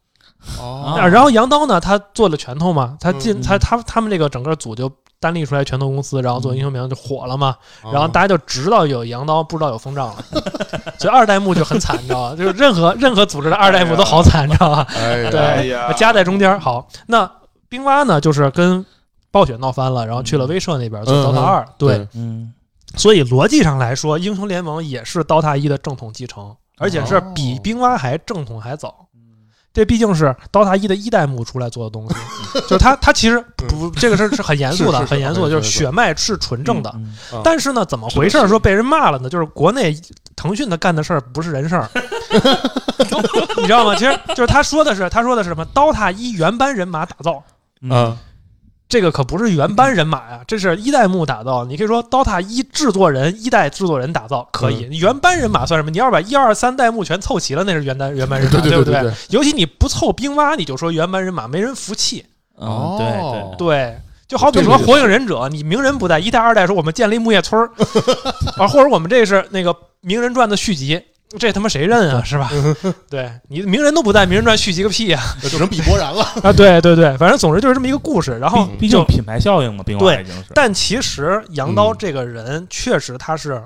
Speaker 3: 哦
Speaker 7: 啊
Speaker 1: 然后杨刀呢，他做了拳头嘛，他
Speaker 7: 嗯
Speaker 1: 进他他他们这个整个组就单立出来拳头公司，然后做英雄联盟就火了嘛，
Speaker 3: 哦
Speaker 1: 然后大家就知道有羊刀，不知道有风杖了， 所以二代目就很惨，你知道吧？就是任何任何组织的二代目都好惨，你知道吧？
Speaker 3: 哎
Speaker 5: 哎
Speaker 3: 呀
Speaker 1: 对
Speaker 5: 呀，
Speaker 1: 夹在中间。好，那冰蛙呢，就是跟暴雪闹翻了，然后去了威社那边做
Speaker 3: 嗯
Speaker 1: DOTA 二，对，
Speaker 7: 嗯
Speaker 1: 所以逻辑上来说，英雄联盟也是 DOTA 一的正统继承，而且是比
Speaker 3: 哦
Speaker 1: 冰蛙还正统还早。这毕竟是 DOTA 一的一代目出来做的东西，就是它它其实不，这个事儿是很严肃
Speaker 3: 是
Speaker 1: 的，
Speaker 3: 是是
Speaker 1: 很严肃的，
Speaker 3: 很
Speaker 1: 就
Speaker 3: 严肃
Speaker 1: 是血脉是纯正的。
Speaker 7: 嗯
Speaker 1: 但是呢，怎么回事儿？说被人骂了呢？就是国内腾讯他干的事儿不是人事儿， 你知道吗？其实就是他说的是，他说的是什么？DOTA 一原班人马打造，
Speaker 3: 嗯
Speaker 1: 这个可不是原班人马呀、这是一代目打造。你可以说 DOTA 一制作人、一代制作人打造可
Speaker 3: 嗯
Speaker 1: 以，原班人马算什么？你要把一二三代目全凑齐了，那是原单原班人马，
Speaker 3: 对对
Speaker 1: 不
Speaker 3: 对对，
Speaker 1: 尤其你不凑冰蛙，你就说原班人马，没人服气。
Speaker 7: 嗯对
Speaker 3: 哦
Speaker 7: 对，
Speaker 1: 对，就好比说《火影忍者》，你鸣人不在，一代、二代说我们建立木叶村 儿，啊，或者我们这是那个《鸣人传》的续集，这他妈谁认
Speaker 3: 嗯
Speaker 1: 啊，是吧？对你鸣人都不在，《鸣人传》续集个 屁呀、
Speaker 3: 只能比伯然了，
Speaker 1: 啊！对对对，反正总之就是这么一个故事。然后
Speaker 7: 毕毕竟品牌效应嘛，冰
Speaker 1: 对
Speaker 7: 王已经是，
Speaker 1: 但其实杨刀
Speaker 3: 嗯
Speaker 1: 这个人确实他是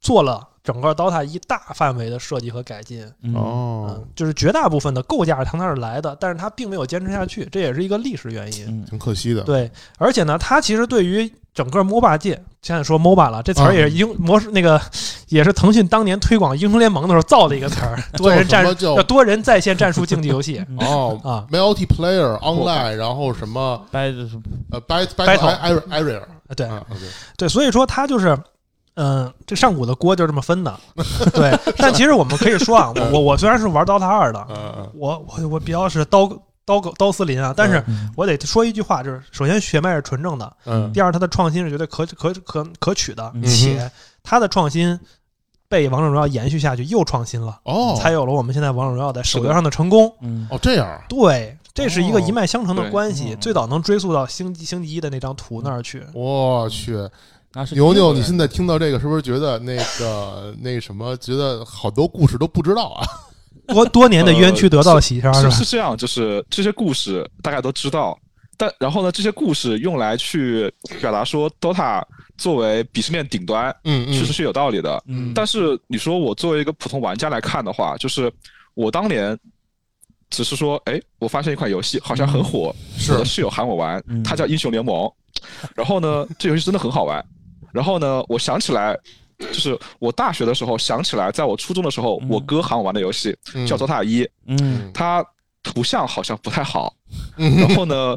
Speaker 1: 做了整个 DOTA 一大范围的设计和改进，
Speaker 7: 嗯
Speaker 3: 哦
Speaker 1: 嗯，，就是绝大部分的构架是从那儿来的，但是他并没有坚持下去，这也是一个历史原因。
Speaker 7: 嗯
Speaker 3: 挺可惜的，
Speaker 1: 对，而且呢，它其实对于整个 MOBA 界，现在说 MOBA 了，这词儿
Speaker 3: 嗯
Speaker 1: 也是英模式那个，也是腾讯当年推广英雄联盟的时候造的一个词 儿，多人
Speaker 3: 叫
Speaker 1: 战
Speaker 3: 什么 叫
Speaker 1: 叫多人在线战术竞技游戏
Speaker 3: 哦
Speaker 1: 啊。
Speaker 3: ，multiplayer online，然后什么
Speaker 7: 掰的是
Speaker 3: 呃 battle
Speaker 1: Battle
Speaker 3: battle area
Speaker 1: 对
Speaker 3: 啊，OK，
Speaker 1: 对，所以说它就是，嗯、这上古的锅就这么分的。对，但其实我们可以说啊，我我我虽然是玩 DOTA 二的，
Speaker 3: 嗯
Speaker 1: 我我我比较是刀刀刀斯林啊，但是
Speaker 7: 嗯
Speaker 1: 我得说一句话，就是首先血脉是纯正的，
Speaker 3: 嗯
Speaker 1: 第二，它的创新是绝对可可可可取的，
Speaker 7: 嗯
Speaker 1: 且它的创新被王者荣耀延续下去，又创新了，
Speaker 3: 哦，
Speaker 1: 才有了我们现在王者荣耀在手
Speaker 2: 是
Speaker 1: 游
Speaker 2: 的
Speaker 1: 上的成功。
Speaker 7: 嗯
Speaker 3: 哦这样，
Speaker 1: 对，这是一个
Speaker 3: 哦
Speaker 1: 一脉相承的
Speaker 2: 对
Speaker 1: 关系，
Speaker 7: 嗯
Speaker 1: 最早能追溯到星际星际一的那张图那儿去。
Speaker 3: 我去，
Speaker 7: 那是
Speaker 3: 牛牛，你
Speaker 7: 是
Speaker 3: 现在听到这个是不是觉得那个那什么，觉得好多故事都不知道啊？
Speaker 1: 多多年的冤屈得到了洗刷，
Speaker 2: 是
Speaker 1: 吧？
Speaker 2: 是这样，就是这些故事大概都知道，但然后呢，这些故事用来去表达说 DOTA 作为鄙视链顶端，
Speaker 3: 嗯
Speaker 2: 确实是有道理的。
Speaker 7: 嗯
Speaker 2: 但是你说我作为一个普通玩家来看的话，就是我当年只是说，哎，我发现一款游戏好像很火，
Speaker 3: 嗯是
Speaker 2: 我的室友喊我玩
Speaker 7: 嗯，
Speaker 2: 它叫英雄联盟。然后呢，这游戏真的很好玩。然后呢，我想起来，就是我大学的时候想起来，在我初中的时候，
Speaker 7: 嗯
Speaker 2: 我哥喊我玩的游戏
Speaker 3: 嗯
Speaker 2: 叫《DOTA 一》，
Speaker 7: 嗯
Speaker 2: 它图像好像不太好。
Speaker 3: 嗯
Speaker 2: 然后呢，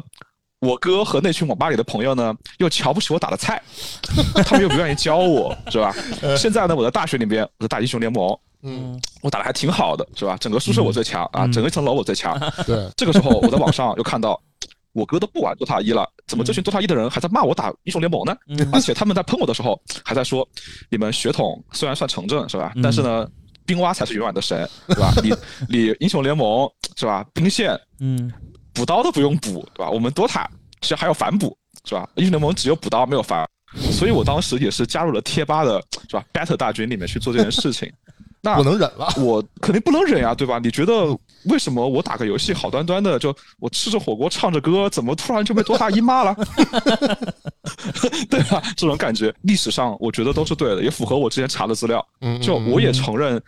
Speaker 2: 我哥和那群网吧里的朋友呢，又瞧不起我打的菜， 他们又不愿意教我，是吧？
Speaker 7: 嗯
Speaker 2: 现在呢，我在大学里边，我在打英雄联盟，
Speaker 3: 嗯，
Speaker 2: 我打的还挺好的，是吧？整个宿舍我最强啊，
Speaker 7: 嗯
Speaker 2: 整个一层楼我最 强。
Speaker 3: 嗯 对，
Speaker 2: 这个时候，我在网上又看到。我哥都不玩 DOTA 一了，怎么这
Speaker 7: 嗯
Speaker 2: 群 DOTA 一的人还在骂我打英雄联盟呢？而且他们在喷我的时候，还在说你们血统虽然算城镇是吧，
Speaker 7: 嗯
Speaker 2: 但是呢，冰蛙才是永远的神，是吧？ 你你英雄联盟是吧？兵线
Speaker 7: 嗯
Speaker 2: 补刀都不用补，对吧？我们 DOTA 其实还有反补，是吧？英雄联盟只有补刀没有反，所以我当时也是加入了贴吧的，是吧？Battle 大军里面去做这件事情。 那
Speaker 3: 不能忍了。
Speaker 2: 我肯定不能忍呀、对吧？你觉得为什么我打个游戏好端端的，就我吃着火锅唱着歌，怎么突然就被多大姨骂了？ 对吧？这种感觉，历史上我觉得都是对的，也符合我之前查的资料。
Speaker 3: 嗯，
Speaker 2: 就
Speaker 3: 嗯
Speaker 2: 我也承认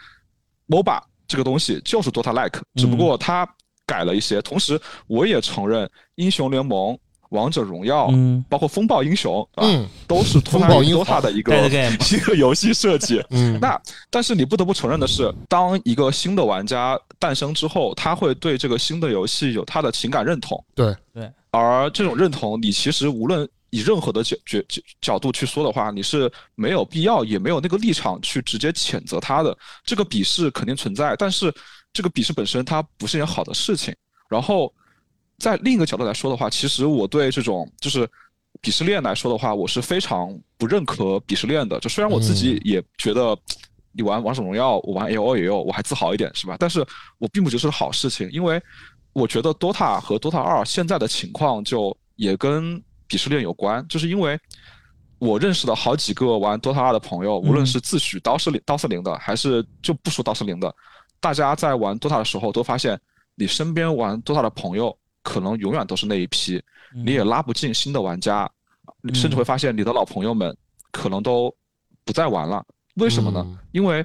Speaker 2: ，MOBA 这个东西就是 DOTA like，只不
Speaker 3: 嗯
Speaker 2: 过它改了一些。同时，我也承认英雄联盟、王者荣
Speaker 1: 哦
Speaker 2: 耀，
Speaker 7: 嗯
Speaker 2: 包括风暴英雄啊，
Speaker 3: 嗯
Speaker 2: 都是脱
Speaker 3: 风
Speaker 2: 胎
Speaker 3: 暴
Speaker 2: 于
Speaker 3: 英雄
Speaker 2: DOTA 的一个
Speaker 7: Dead game
Speaker 2: 一个游戏设计。
Speaker 3: 嗯，
Speaker 2: 那但是你不得不承认的是，当一个新的玩家诞生之后，他会对这个新的游戏有他的情感认同，
Speaker 3: 对
Speaker 7: 对，
Speaker 2: 而这种认同，你其实无论以任何的角角角角度去说的话，你是没有必要，也没有那个立场去直接谴责他的。这个鄙视肯定存在，但是这个鄙视本身它不是一件好的事情。然后，在另一个角度来说的话，其实我对这种就是鄙视链来说的话，我是非常不认可鄙视链的。就虽然我自己也觉得你玩王者荣耀，我玩 A O A O，我还自豪一点是吧？但是我并不觉得是好事情，因为我觉得 DOTA 和 DOTA 二现在的情况就也跟鄙视链有关，就是因为。我认识的好几个玩 DOTA 二的朋友，无论是自诩刀四零刀四零的，还是就不说刀四零的，大家在玩 DOTA 的时候都发现，你身边玩 DOTA 的朋友可能永远都是那一批，你也拉不进新的玩家，
Speaker 7: 嗯
Speaker 2: 甚至会发现你的老朋友们可能都不再玩了。为什么呢？
Speaker 3: 嗯
Speaker 2: 因为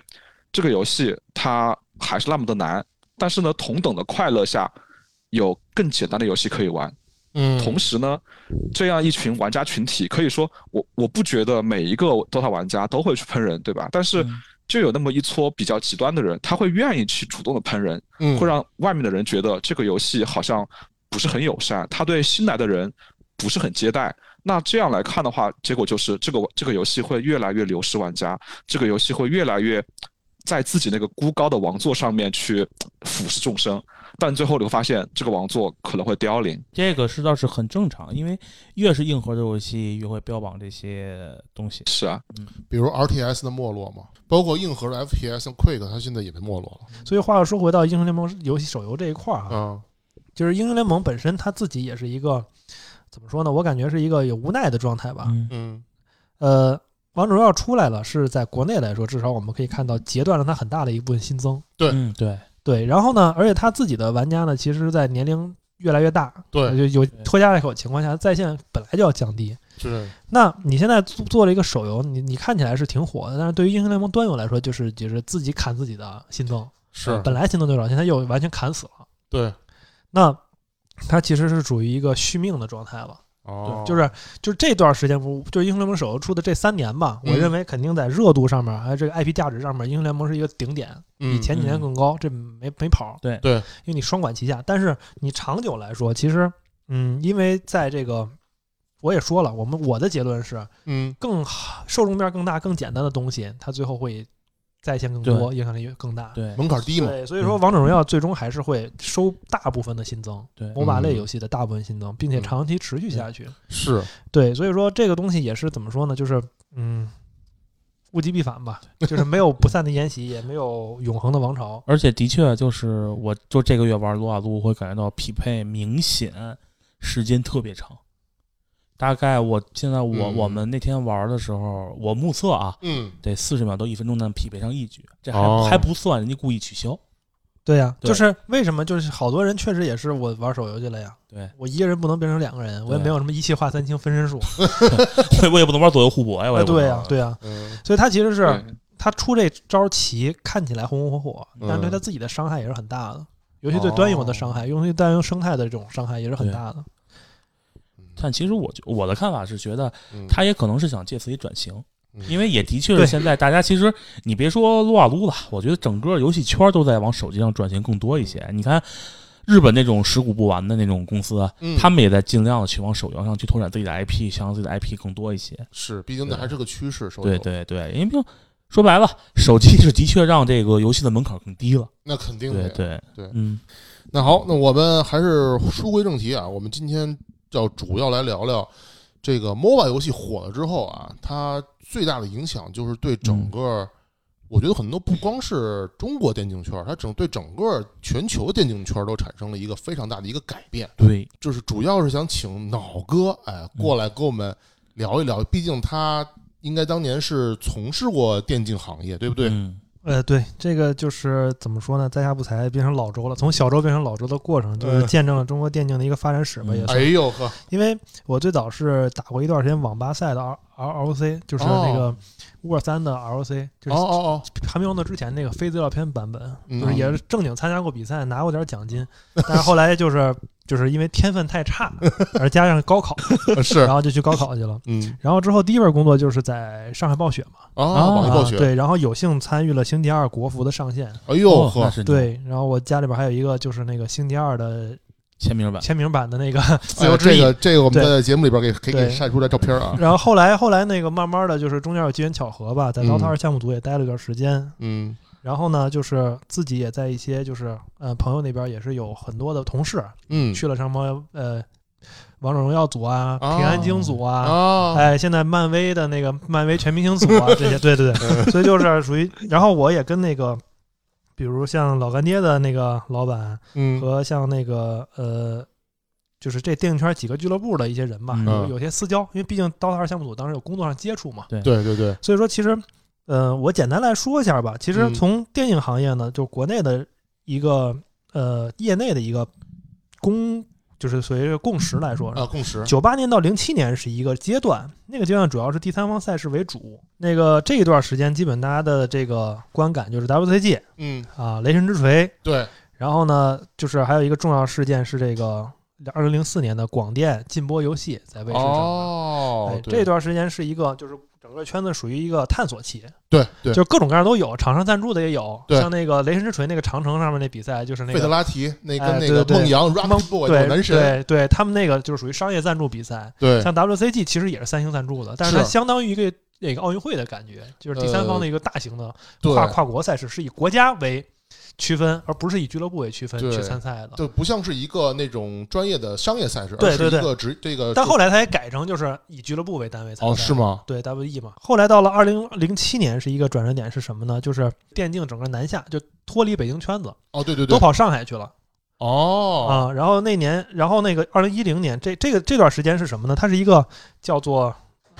Speaker 2: 这个游戏它还是那么的难，但是呢，同等的快乐下，有更简单的游戏可以玩。
Speaker 3: 嗯，
Speaker 2: 同时呢，这样一群玩家群体，可以说我我不觉得每一个 DOTA 玩家都会去喷人，对吧？但是
Speaker 7: 嗯
Speaker 2: 就有那么一撮比较极端的人，他会愿意去主动的喷人，
Speaker 3: 嗯
Speaker 2: 会让外面的人觉得这个游戏好像不是很友善，他对新来的人不是很接待。那这样来看的话，结果就是这个这个游戏会越来越流失玩家，这个游戏会越来越在自己那个孤高的王座上面去俯视众生，但最后你会发现这个王座可能会凋零。
Speaker 7: 这个是倒是很正常，因为越是硬核的游戏，越会标榜这些东西。
Speaker 2: 是啊，
Speaker 3: 比如 R T S 的没落嘛，包括硬核的 F P S Quick，它现在也被没落了。
Speaker 1: 所以话又说回到英雄联盟游戏手游这一块儿啊，
Speaker 3: 嗯
Speaker 1: 就是英雄联盟本身它自己也是一个怎么说呢？我感觉是一个有无奈的状态吧。
Speaker 7: 嗯
Speaker 3: 嗯
Speaker 1: 呃，王者荣耀出来了，是在国内来说，至少我们可以看到截断了它很大的一部分新增。
Speaker 3: 对
Speaker 7: 嗯对，
Speaker 1: 对，然后呢，而且它自己的玩家呢，其实在年龄越来越大，
Speaker 3: 对
Speaker 1: 就有拖家带口的情况下，在线本来就要降低。
Speaker 3: 是
Speaker 1: 那你现在做做了一个手游，你你看起来是挺火的，但是对于英雄联盟端游来说，就是就是自己砍自己的新增，
Speaker 3: 是，
Speaker 1: 本来新增就少，现在又完全砍死了。
Speaker 3: 对，
Speaker 1: 那它其实是处于一个续命的状态了，
Speaker 3: 哦，
Speaker 1: 就是就是这段时间不就是英雄联盟手游出的这三年吧，
Speaker 3: 嗯
Speaker 1: 我认为肯定在热度上面还有哎这个 IP 价值上面，英雄联盟是一个顶点，比
Speaker 3: 嗯
Speaker 1: 前几年更高，这没没跑。
Speaker 7: 对
Speaker 3: 对
Speaker 1: 因为你双管齐下，但是你长久来说，其实嗯，因为在这个我也说了，我们我的结论是，
Speaker 3: 嗯
Speaker 1: 更好受众面更大、更简单的东西，它最后会在线更多，影响力更大。
Speaker 7: 对
Speaker 3: 门槛低嘛，嗯
Speaker 1: 对，所以说王者荣耀最终还是会收大部分的新增
Speaker 7: 对，
Speaker 1: ，MOBA 类游戏的大部分新增，并且长期持续下去。
Speaker 3: 是
Speaker 1: 对，所以说这个东西也是怎么说呢？就是嗯，物极必反 吧，就是没有不散的宴席，也没有永恒的王朝。
Speaker 7: 而且的确就是我就这个月玩撸啊撸，会感觉到匹配明显时间特别长。大概我现在我、
Speaker 3: 嗯
Speaker 7: 我们那天玩的时候，我目测啊，
Speaker 3: 嗯
Speaker 7: 得四十秒到一分钟能匹配上一局，这还、
Speaker 3: 哦
Speaker 7: 还不算人家故意取消。
Speaker 1: 对呀、
Speaker 7: 对
Speaker 1: 就是为什么就是好多人确实也是我玩手游去了呀，
Speaker 7: 对
Speaker 1: 我一个人不能变成两个人，我也
Speaker 7: 对
Speaker 1: 没有什么一气化三清分身术。
Speaker 7: 我我也不能玩左右互搏呀，
Speaker 3: 啊
Speaker 7: 我也不能
Speaker 1: 对呀、
Speaker 7: 玩
Speaker 1: 对呀、
Speaker 3: 嗯
Speaker 1: 所以他其实是
Speaker 2: 对
Speaker 1: 他出这招棋看起来红红火火，
Speaker 3: 嗯
Speaker 1: 但是对他自己的伤害也是很大的，尤其对端游的伤害，尤其对端游生态的这种伤害也是很大的。
Speaker 7: 但其实我觉我的看法是觉得
Speaker 3: 嗯
Speaker 7: 他也可能是想借此一转型，
Speaker 3: 嗯
Speaker 7: 因为也的确是
Speaker 1: 对
Speaker 7: 现在大家其实你别说撸啊撸了，我觉得整个游戏圈都在往手机上转型更多一些。你看。日本那种食古不完的那种公司，啊
Speaker 3: 嗯
Speaker 7: 他们也在尽量的去往手游上去拓展自己的 IP，想让自己的 IP 更多一些。
Speaker 3: 是，毕竟那还是个趋势，手游
Speaker 7: 对，对对，因为毕竟说白了，手机是的确让这个游戏的门槛更低了。
Speaker 3: 那肯定的
Speaker 7: 对
Speaker 3: 呀。
Speaker 7: 对
Speaker 3: 对
Speaker 7: 嗯，
Speaker 3: 那好，那我们还是书归正题啊，我们今天要主要来聊聊这个 MOBA 游戏火了之后啊，它最大的影响就是对
Speaker 1: 嗯
Speaker 3: 整个，我觉得很多不光是中国电竞圈，它整对整个全球电竞圈都产生了一个非常大的一个改变。
Speaker 7: 对，
Speaker 3: 就是主要是想请脑哥哎过
Speaker 1: 嗯
Speaker 3: 来跟我们聊一聊，毕竟他应该当年是从事过电竞行业，对不对？
Speaker 7: 嗯
Speaker 1: 呃，对，这个就是怎么说呢？在下不才变成老周了，从小周变成老周的过程，就是
Speaker 3: 嗯
Speaker 1: 见证了中国电竞的一个发展史吧，
Speaker 7: 嗯
Speaker 1: 也
Speaker 3: 哎
Speaker 1: 是。
Speaker 3: 呦呵，
Speaker 1: 因为我最早是打过一段时间网吧赛的 R R O C，就是那个乌尔三的 R O C，就
Speaker 3: 哦
Speaker 1: 是
Speaker 3: 哦
Speaker 1: 还没有那之前那个非资料片版本，
Speaker 3: 嗯
Speaker 1: 就是也是正经参加过比赛，拿过点奖金，但是后来就是就是因为天分太差，而加上高考，
Speaker 3: 哦，是
Speaker 1: 然，后就去高考去了。
Speaker 3: 嗯，
Speaker 1: 然后之后第一份工作就是在上海暴雪嘛，
Speaker 3: 啊，网易暴雪，
Speaker 1: 啊对，然后有幸参与了星期二国服的上线，
Speaker 3: 哎呦
Speaker 7: 哦那
Speaker 3: 呵，
Speaker 7: 是你
Speaker 1: 对，然后我家里边还有一个就是那个星期二的
Speaker 7: 签名版。
Speaker 1: 签名版的那个自
Speaker 3: 哎
Speaker 1: 由
Speaker 3: 呦
Speaker 1: 之
Speaker 3: 这
Speaker 1: 翼。
Speaker 3: 个这个我们
Speaker 1: 对
Speaker 3: 在节目里边给可以给
Speaker 1: 对
Speaker 3: 晒出来照片啊，
Speaker 1: 然后后来后来那个慢慢的就是中间有机缘巧合吧，在
Speaker 3: 嗯
Speaker 1: DOTA 二项目组也待了一段时间，
Speaker 3: 嗯
Speaker 1: 然后呢就是自己也在一些就是呃朋友那边也是有很多的同事
Speaker 3: 嗯
Speaker 1: 去了什么呃王者荣耀组啊、
Speaker 3: 哦
Speaker 1: 平安京组啊，
Speaker 3: 啊，
Speaker 1: 哎，现在漫威的那个漫威全明星组啊，这些， 对对对，所以就是属于，然后我也跟那个，比如像老干爹的那个老板
Speaker 3: 嗯
Speaker 1: 和像那个呃，就是这电影圈几个俱乐部的一些人吧，
Speaker 7: 嗯
Speaker 1: 有有些私交，因为毕竟 DOTA 二项目组当时有工作上接触嘛，
Speaker 3: 对对对，
Speaker 1: 所以说其实，呃，我简单来说一下吧，其实
Speaker 3: 嗯
Speaker 1: 从电影行业呢，就国内的一个呃业内的一个公，就是所谓的共识来说，
Speaker 3: 啊，
Speaker 7: 哦
Speaker 3: 共识，
Speaker 1: 九八年到零七年是一个阶段，那个阶段主要是第三方赛事为主。那个这一段时间，基本大家的这个观感就是 WCG
Speaker 3: 嗯，
Speaker 1: 啊，雷神之锤，
Speaker 3: 对，
Speaker 1: 然后呢，就是还有一个重要事件是这个二零零四年的广电禁播游戏在卫视上的。
Speaker 3: 哦
Speaker 1: 哎，，
Speaker 3: 对
Speaker 1: 这段时间是一个就是。整个圈子属于一个探索期，
Speaker 3: 对对，
Speaker 1: 就各种各样都有，厂商赞助的也有，
Speaker 3: 对
Speaker 1: 像那个《雷神之锤》那个长城上面那比赛，就是那
Speaker 3: 费德
Speaker 1: 个
Speaker 3: 拉提那跟
Speaker 1: 哎
Speaker 3: 那
Speaker 1: 对
Speaker 3: 个
Speaker 1: 对
Speaker 3: 孟阳 Rock Boy
Speaker 1: 对
Speaker 3: 男
Speaker 1: 对
Speaker 3: 神，
Speaker 1: 对，他们那个就是属于商业赞助比赛，
Speaker 3: 对，
Speaker 1: 像 WCG 其实也是三星赞助的，但是它
Speaker 3: 是呃
Speaker 1: 相当于一个那个奥运会的感觉，就是第三方的一个大型的
Speaker 3: 对
Speaker 1: 跨跨国赛事，是以国家为区分，而不是以俱乐部为区分
Speaker 3: 对
Speaker 1: 去参赛的。
Speaker 3: 就不像是一个那种专业的商业赛事，
Speaker 1: 对对
Speaker 3: 而是一
Speaker 1: 对
Speaker 3: 个职这个。
Speaker 1: 但后来它也改成就是以俱乐部为单位参赛。
Speaker 3: 呃哦，是？吗？
Speaker 1: 对 WE 嘛，后来到了二零零七年是一个转折点，是什么呢？就是电竞整个南下，就脱离北京圈子，
Speaker 3: 哦，对对对
Speaker 1: 都，跑上海去了
Speaker 3: 哦，
Speaker 1: 啊。然后那年，然后那个二零一零年，这这个这段时间是什么呢？它是一个叫做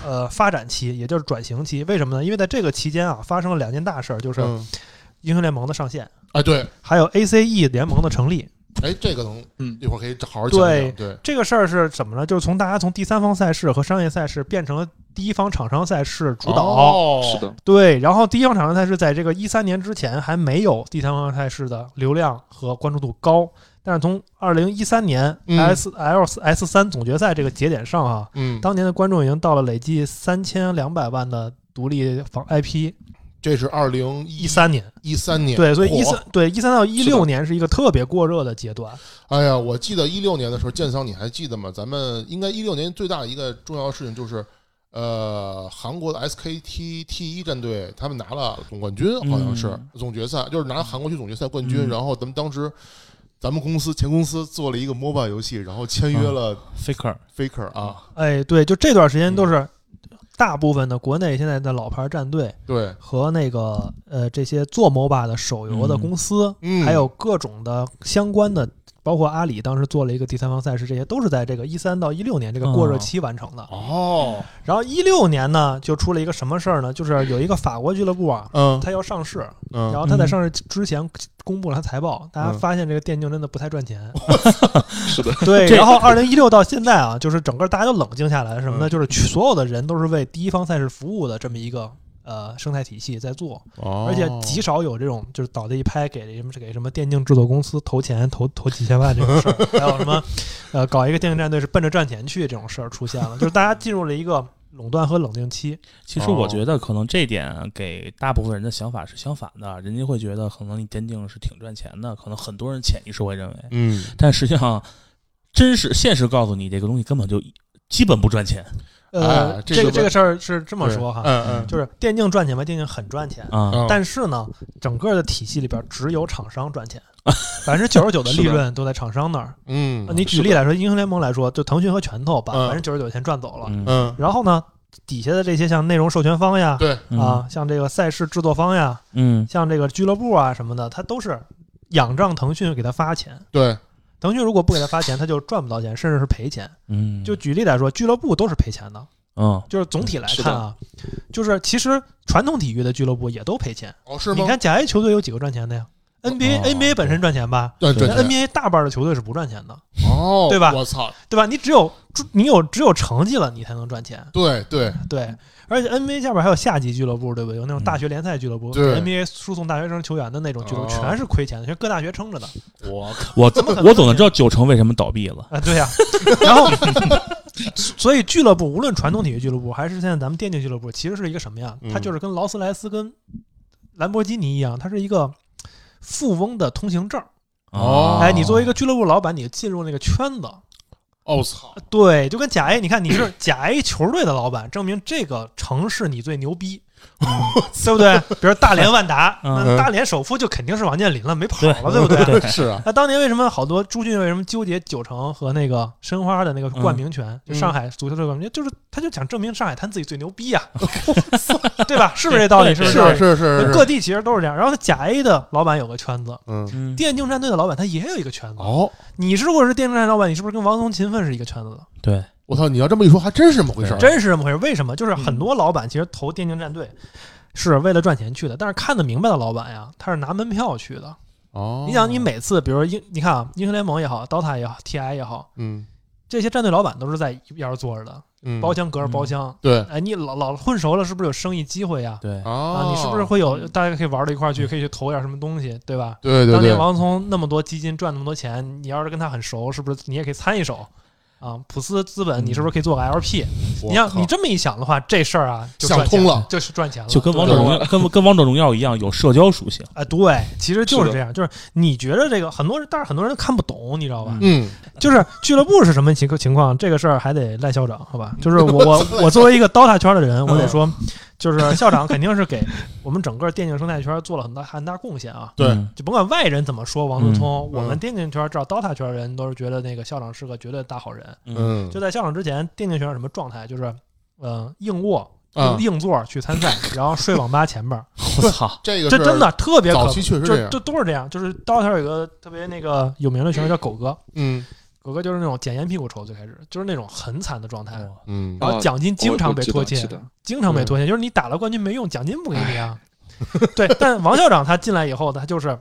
Speaker 1: 呃发展期，也就是转型期。为什么呢？因为在这个期间啊，发生了两件大事儿，就是
Speaker 3: 嗯，
Speaker 1: 英雄联盟的上线，
Speaker 3: 哎，对，
Speaker 1: 还有 ACE 联盟的成立。
Speaker 3: 哎，这个能，
Speaker 2: 嗯
Speaker 3: 一会儿可以好好讲讲。
Speaker 1: 对
Speaker 3: 对，
Speaker 1: 这个事儿是怎么呢？就是从大家从第三方赛事和商业赛事变成了第一方厂商赛事主导。
Speaker 3: 哦
Speaker 2: 是，的，
Speaker 1: 对，然后第一方厂商赛事在这个一三年之前还没有第三方赛事的流量和关注度高，但是从二零一三年
Speaker 3: 嗯
Speaker 1: S L S 三总决赛这个节点上啊，
Speaker 3: 嗯，
Speaker 1: 当年的观众已经到了累计三千两百万的独立房 IP。
Speaker 3: 这是二零一
Speaker 1: 一三年，
Speaker 3: 一三年，
Speaker 1: 对，所以一
Speaker 3: 火
Speaker 1: 三对一三到一
Speaker 2: 是的
Speaker 1: 六年是一个特别过热的阶段。
Speaker 3: 哎呀，我记得一六年的时候，建桑你还记得吗？咱们应该一六年最大的一个重要的事情就是，呃，韩国的 SKT T 一战队他们拿了总冠军，好像是、
Speaker 7: 嗯
Speaker 3: 总决赛，就是拿韩国区总决赛冠军。
Speaker 7: 嗯
Speaker 3: 然后咱们当时，咱们公司前公司做了一个 MOBA 游戏，然后签约
Speaker 1: 嗯
Speaker 3: 了
Speaker 7: Faker，
Speaker 3: Faker 啊，
Speaker 1: 哎，对，就这段时间都是大部分的国内现在的老牌战队
Speaker 3: 对，
Speaker 1: 和那个呃这些做 MOBA 的手游的公司，
Speaker 3: 嗯，
Speaker 1: 还有各种的相关的，包括阿里当时做了一个第三方赛事，这些都是在这个一三到一六年
Speaker 3: 嗯
Speaker 1: 这个过热期完成的。
Speaker 3: 哦，
Speaker 1: 然后一六年呢，就出了一个什么事儿呢？就是有一个法国俱乐部啊。
Speaker 3: 嗯
Speaker 1: 它要上市，然
Speaker 3: 嗯，
Speaker 1: 后它在上市之前公布了它财报，大家发现这个电竞真的不太赚 钱。
Speaker 2: 是的，
Speaker 1: 对，
Speaker 7: 这
Speaker 1: 然后二零一六到现在啊，就是整个大家都冷静下来，什么
Speaker 3: 嗯
Speaker 1: 呢？就是去所有的人都是为第一方赛事服务的这么一个呃生态体系在做，
Speaker 3: 哦
Speaker 1: 而且极少有这种就是倒地一拍给什么给什么电竞制作公司投钱投投几千万这种事儿，还有什么呃搞一个电竞战队是奔着赚钱去这种事儿出现了，就是大家进入了一个垄断和冷静期。
Speaker 7: 其
Speaker 1: 哦
Speaker 7: 实我觉得可能这点给大部分人的想法是相反的，人家会觉得可能你电竞是挺赚钱的，可能很多人潜意识会认为，
Speaker 3: 嗯，
Speaker 7: 但实际上，真实现实告诉你，这个东西根本就基本不赚钱
Speaker 1: 呃，
Speaker 3: 哎这
Speaker 1: 这
Speaker 3: 个
Speaker 1: 个这个事儿是这么说哈，
Speaker 3: 嗯嗯，
Speaker 1: 就是电竞赚钱吧，电竞很赚钱，
Speaker 7: 啊。
Speaker 3: 嗯
Speaker 1: 但是呢，整个的体系里边只有厂商赚 钱，百分之九十九的利润都在厂商那儿。
Speaker 3: 嗯
Speaker 1: 你举例来说，英雄联盟来说，就腾讯和拳头把
Speaker 3: 嗯
Speaker 1: 百分之九十九的钱赚走了，
Speaker 7: 嗯
Speaker 3: 嗯，
Speaker 1: 然后呢，底下的这些像内容授权方呀，
Speaker 3: 对，
Speaker 1: 啊，，像这个赛事制作方呀，
Speaker 7: 嗯
Speaker 1: 像这个俱乐部啊什么的，它都是仰仗腾讯给他发钱。
Speaker 3: 对，
Speaker 1: 腾讯如果不给他发钱，他就赚不到钱，甚至是赔钱。
Speaker 7: 嗯，
Speaker 1: 就举例来说，俱乐部都是赔钱的。
Speaker 7: 嗯
Speaker 1: 就是总体来看啊，
Speaker 3: 嗯
Speaker 1: 就是其实传统体育的俱乐部也都赔钱。
Speaker 3: 哦，是吗？
Speaker 1: 你看甲 A 球队有几个赚钱的呀？NBA、
Speaker 7: 哦
Speaker 1: NBA 本身赚钱吧，
Speaker 3: 对对
Speaker 1: 但 NBA 大半的球队是不赚钱的，
Speaker 3: 哦，
Speaker 1: 对吧
Speaker 3: 我操，
Speaker 1: 对吧？你只有你有只有成绩了，你才能赚钱。
Speaker 3: 对对，
Speaker 1: 对，而且 NBA 下边还有下级俱乐部，对不对？有那种大学联赛俱乐部、
Speaker 3: 嗯对
Speaker 1: n b a 输送大学生球员的那种俱乐部，
Speaker 3: 哦
Speaker 1: 全是亏钱的，全是各大学撑着的
Speaker 7: 我我
Speaker 1: 怎么可能
Speaker 7: 我总能知道九成为什么倒闭了。
Speaker 1: 啊。对呀、 然 后所以俱乐部无论传统体育俱乐部还是现在咱们电竞俱乐部，其实是一个什么呀？它
Speaker 3: 嗯
Speaker 1: 就是跟劳斯莱斯跟兰博基尼一样，它是一个。富翁的通行证，
Speaker 7: 啊
Speaker 3: 哦
Speaker 1: 哎，你作为一个俱乐部老板，你进入那个圈子，
Speaker 3: 哦操，
Speaker 1: 对，就跟甲 A，你看你是甲 A 球队的老板，证明这个城市你最牛逼，对不对？比如大连万达，
Speaker 7: 嗯
Speaker 1: 那大连首富就肯定是王健林了，没跑
Speaker 7: 对
Speaker 1: 了，对不对？
Speaker 7: 对
Speaker 3: 是啊，
Speaker 1: 那当年为什么好多朱俊为什么纠结九城和那个申花的那个冠名权，就上海足球队冠名，就是他就想证明上海滩自己最牛逼呀、对吧？是不是这道理？是不
Speaker 3: 是
Speaker 1: 这道
Speaker 3: 啊
Speaker 1: 理
Speaker 3: 是是是，
Speaker 1: 各地其实都是这样。然后甲 A 的老板有个圈子，
Speaker 3: 嗯，
Speaker 7: 嗯
Speaker 1: 电竞战队的老板他也有一个圈子。
Speaker 3: 哦，
Speaker 1: 你是如果是电竞战队老板，你是不是跟王松勤奋是一个圈子的？
Speaker 7: 对，
Speaker 3: 我操，你要这么一说，还真是这么回事儿，啊
Speaker 1: 真是这么回事。为什么？就是很
Speaker 3: 嗯
Speaker 1: 多老板其实投电竞战队是为了赚钱去的，但是看得明白的老板呀，他是拿门票去的。
Speaker 3: 哦，
Speaker 1: 你想，你每次，比如说英，你看啊，英雄联盟也好，DOTA 也好，TI 也好，
Speaker 3: 嗯
Speaker 1: 这些战队老板都是在一边坐着的，
Speaker 3: 嗯，
Speaker 1: 包厢隔着包厢。
Speaker 3: 对
Speaker 1: 哎，你老老混熟了，是不是有生意机会呀？
Speaker 7: 对，
Speaker 3: 啊
Speaker 1: 啊，你是不是会有大家可以玩到一块儿去，可以去投点什么东西，对吧？
Speaker 3: 对嗯对
Speaker 1: 当年
Speaker 3: 对，
Speaker 1: 王聪那么多基金赚那么多钱，你要是跟他很熟，是不是你也可以参一手？啊，普斯资本，你是不是可以做个 LP？、
Speaker 3: 我
Speaker 1: 你要
Speaker 3: 靠
Speaker 1: 你这么一想的话，这事儿啊，就
Speaker 3: 想
Speaker 1: 赚钱
Speaker 3: 通了
Speaker 1: 就是赚钱了，
Speaker 7: 就跟王者
Speaker 1: 对
Speaker 7: 荣耀跟跟王者荣耀一样，有社交属性。
Speaker 1: 啊，对，其实就是
Speaker 2: 是的
Speaker 1: 这样，就是你觉得这个很多人，但是很多人看不懂，你知道吧？
Speaker 3: 嗯，
Speaker 1: 就是俱乐部是什么情情况，这个事儿还得赖校长，好吧？ 就是我我我作为一个 DOTA 圈的人，我
Speaker 3: 嗯
Speaker 1: 得说，就是校长肯定是给我们整个电竞生态圈做了很大很大贡献啊。
Speaker 3: 对
Speaker 7: 嗯
Speaker 1: 就甭管外人怎么说王思聪，
Speaker 3: 嗯
Speaker 1: 我们
Speaker 3: 嗯
Speaker 1: 电竞圈至少 DOTA 圈的人都是觉得那个校长是个绝对的大好人。
Speaker 3: 嗯，
Speaker 1: 就在校长之前，电竞圈是什么状态？就是呃硬卧。
Speaker 3: 啊
Speaker 1: 硬硬座去参赛，然后睡网吧前 面儿，
Speaker 7: 我操，
Speaker 3: 这个
Speaker 1: 这
Speaker 3: 是
Speaker 1: 真的特别可
Speaker 3: 早
Speaker 1: 怕
Speaker 3: 期确实这
Speaker 1: 就
Speaker 3: 样
Speaker 1: 就都是这样，就是刀头有个特别那个有名的选手叫狗哥，
Speaker 3: 嗯
Speaker 1: 狗哥就是那种捡烟屁股抽，最开始就是那种很惨的状态，
Speaker 3: 嗯，
Speaker 1: 然后奖金经常被拖欠
Speaker 2: 是，的，
Speaker 1: 经常被拖欠，就是你打了冠军没用，奖金不给你啊。
Speaker 3: 哎
Speaker 1: 对，但王校长他进来以后，他就是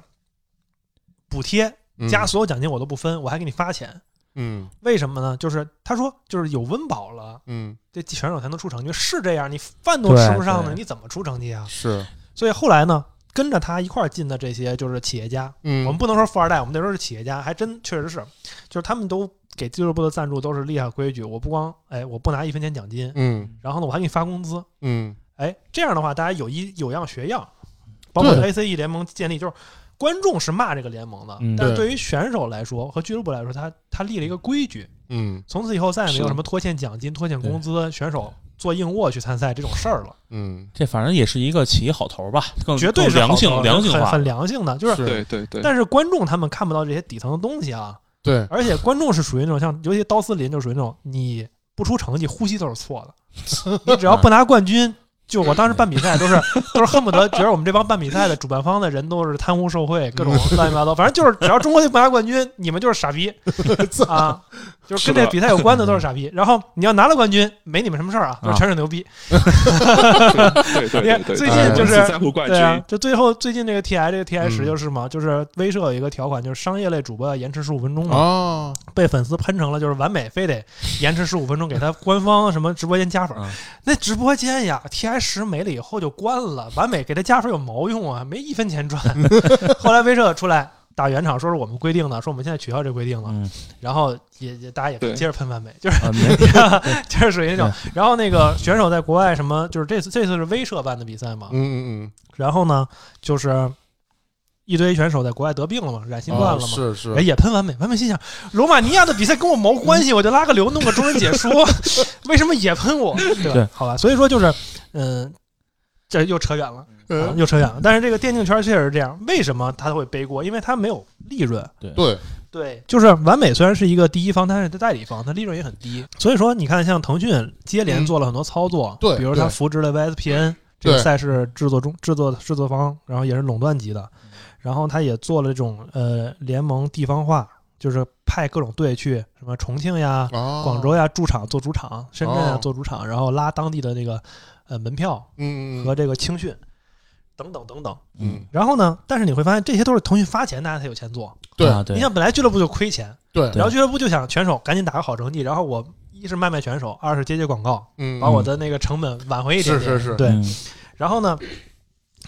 Speaker 1: 补贴
Speaker 3: 嗯
Speaker 1: 加所有奖金我都不分，我还给你发钱，
Speaker 3: 嗯
Speaker 1: 为什么呢？就是他说就是有温饱了，
Speaker 3: 嗯
Speaker 1: 这选手才能出成绩，是这样，你饭都吃不上呢，
Speaker 7: 对对
Speaker 1: 你怎么出成绩啊？
Speaker 3: 是，
Speaker 1: 所以后来呢，跟着他一块儿进的这些就是企业家，
Speaker 3: 嗯，
Speaker 1: 我们不能说富二代，我们那时候是企业家，还真确实是，就是他们都给俱乐部的赞助都是立下规矩，我不光哎我不拿一分钱奖金，
Speaker 3: 嗯
Speaker 1: 然后呢我还给你发工资，
Speaker 3: 嗯
Speaker 1: 哎这样的话大家有一有样学样，包括
Speaker 3: 对
Speaker 1: ACE 联盟建立就是。观众是骂这个联盟的，
Speaker 7: 嗯
Speaker 1: 但是
Speaker 3: 对
Speaker 1: 对于选手来说和俱乐部来说，他他立了一个规矩，
Speaker 3: 嗯
Speaker 1: 从此以后再也没
Speaker 2: 是
Speaker 1: 有
Speaker 2: 的
Speaker 1: 什么拖欠奖金、拖欠工资、选手做硬卧去参赛这种事儿了，
Speaker 3: 嗯，
Speaker 7: 这反正也是一个企业好头儿吧，更
Speaker 1: 绝对
Speaker 7: 更
Speaker 1: 是
Speaker 7: 哦良
Speaker 1: 好
Speaker 7: 性
Speaker 1: 的
Speaker 7: 良性
Speaker 1: 很
Speaker 7: 化
Speaker 1: 很。良性的，就是
Speaker 2: 对对对。
Speaker 1: 但是观众他们看不到这些底层的东西啊，
Speaker 3: 对，
Speaker 1: 而且观众是属于那种像，尤其刀丝林就属于那种你不出成绩，呼吸都是错的，你只要不拿冠军。就我当时办比赛都是都是恨不得觉得我们这帮办比赛的主办方的人都是贪污受贿，各种乱七八糟，反正就是只要中国队不拿冠军，你们就是傻逼啊！就是跟这
Speaker 2: 是的
Speaker 1: 比赛有关的都是傻逼。然后你要拿了冠军，没你们什么事儿啊，就是全是牛逼。
Speaker 2: 对对
Speaker 1: 你看
Speaker 2: 对对，
Speaker 1: 最
Speaker 3: 近就是
Speaker 2: 我们只在乎冠
Speaker 1: 对啊
Speaker 2: 军，，
Speaker 1: 就最后最近这个 TI 这个 TI 十
Speaker 3: 嗯
Speaker 1: 就是嘛，就是威社有一个条款，就是商业类主播要延迟十五分钟嘛。
Speaker 3: 哦，
Speaker 1: 被粉丝喷成了就是完美，非得延迟十五分钟给他官方什么直播间加分儿
Speaker 7: 嗯。
Speaker 1: 那直播间呀，TI 十没了以 后就关了，完美给他加分有毛用啊？没一分钱赚。后来威社出来打圆场，说是我们规定的，说我们现在取消这规定了，
Speaker 7: 嗯，
Speaker 1: 然后也也大家也
Speaker 2: 对
Speaker 1: 接着喷完美，就是
Speaker 7: 啊，没
Speaker 1: 就是属于那种。然后那个选手在国外什么，就是这次这次是威社办的比赛嘛，
Speaker 3: 嗯嗯
Speaker 1: 然后呢就是一堆选手在国外得病了嘛，染
Speaker 3: 嗯，
Speaker 1: 新冠
Speaker 7: 哦
Speaker 1: 了嘛。
Speaker 3: 是是
Speaker 1: 哎人，也喷完美，完美心想，罗马尼亚的比赛跟我毛关系，我就拉个流，弄个中文解说，为什么也喷我？对吧？
Speaker 7: 对
Speaker 1: 好吧，所以说就是，嗯，这又扯远了，
Speaker 3: 嗯
Speaker 1: 啊又扯远了。但是这个电竞圈确实是这样，为什么他会背锅？因为他没有利润。
Speaker 3: 对，
Speaker 1: 对，就是完美虽然是一个第一方，但是它代理方，它利润也很低。所以说，你看像腾讯接连做了很多操作，
Speaker 3: 嗯对
Speaker 1: 比如它
Speaker 3: 对
Speaker 1: 扶植了 VSPN 这个
Speaker 3: 对
Speaker 1: 赛事制作中制作制作方，然后也是垄断级的，然后它也做了这种呃联盟地方化，就是派各种队去什么重庆呀、
Speaker 3: 啊，
Speaker 1: 广州呀驻场做主场，深圳呀
Speaker 3: 哦
Speaker 1: 做主场，然后拉当地的那个呃门票
Speaker 3: 嗯，嗯
Speaker 1: 和这个青训等等等等。
Speaker 3: 嗯，
Speaker 1: 然后呢，但是你会发现这些都是腾讯发钱，大家才有钱做。
Speaker 3: 对
Speaker 7: 啊，对
Speaker 1: 你，想，本来俱乐部就亏钱。
Speaker 3: 对，
Speaker 1: 然后俱乐部就想选手赶紧打个好成绩，然后我一是卖卖选手，二是接接广告，
Speaker 3: 嗯，
Speaker 1: 把我的那个成本挽回一点点。
Speaker 3: 是是是
Speaker 1: 对。
Speaker 7: 嗯
Speaker 1: 然后呢，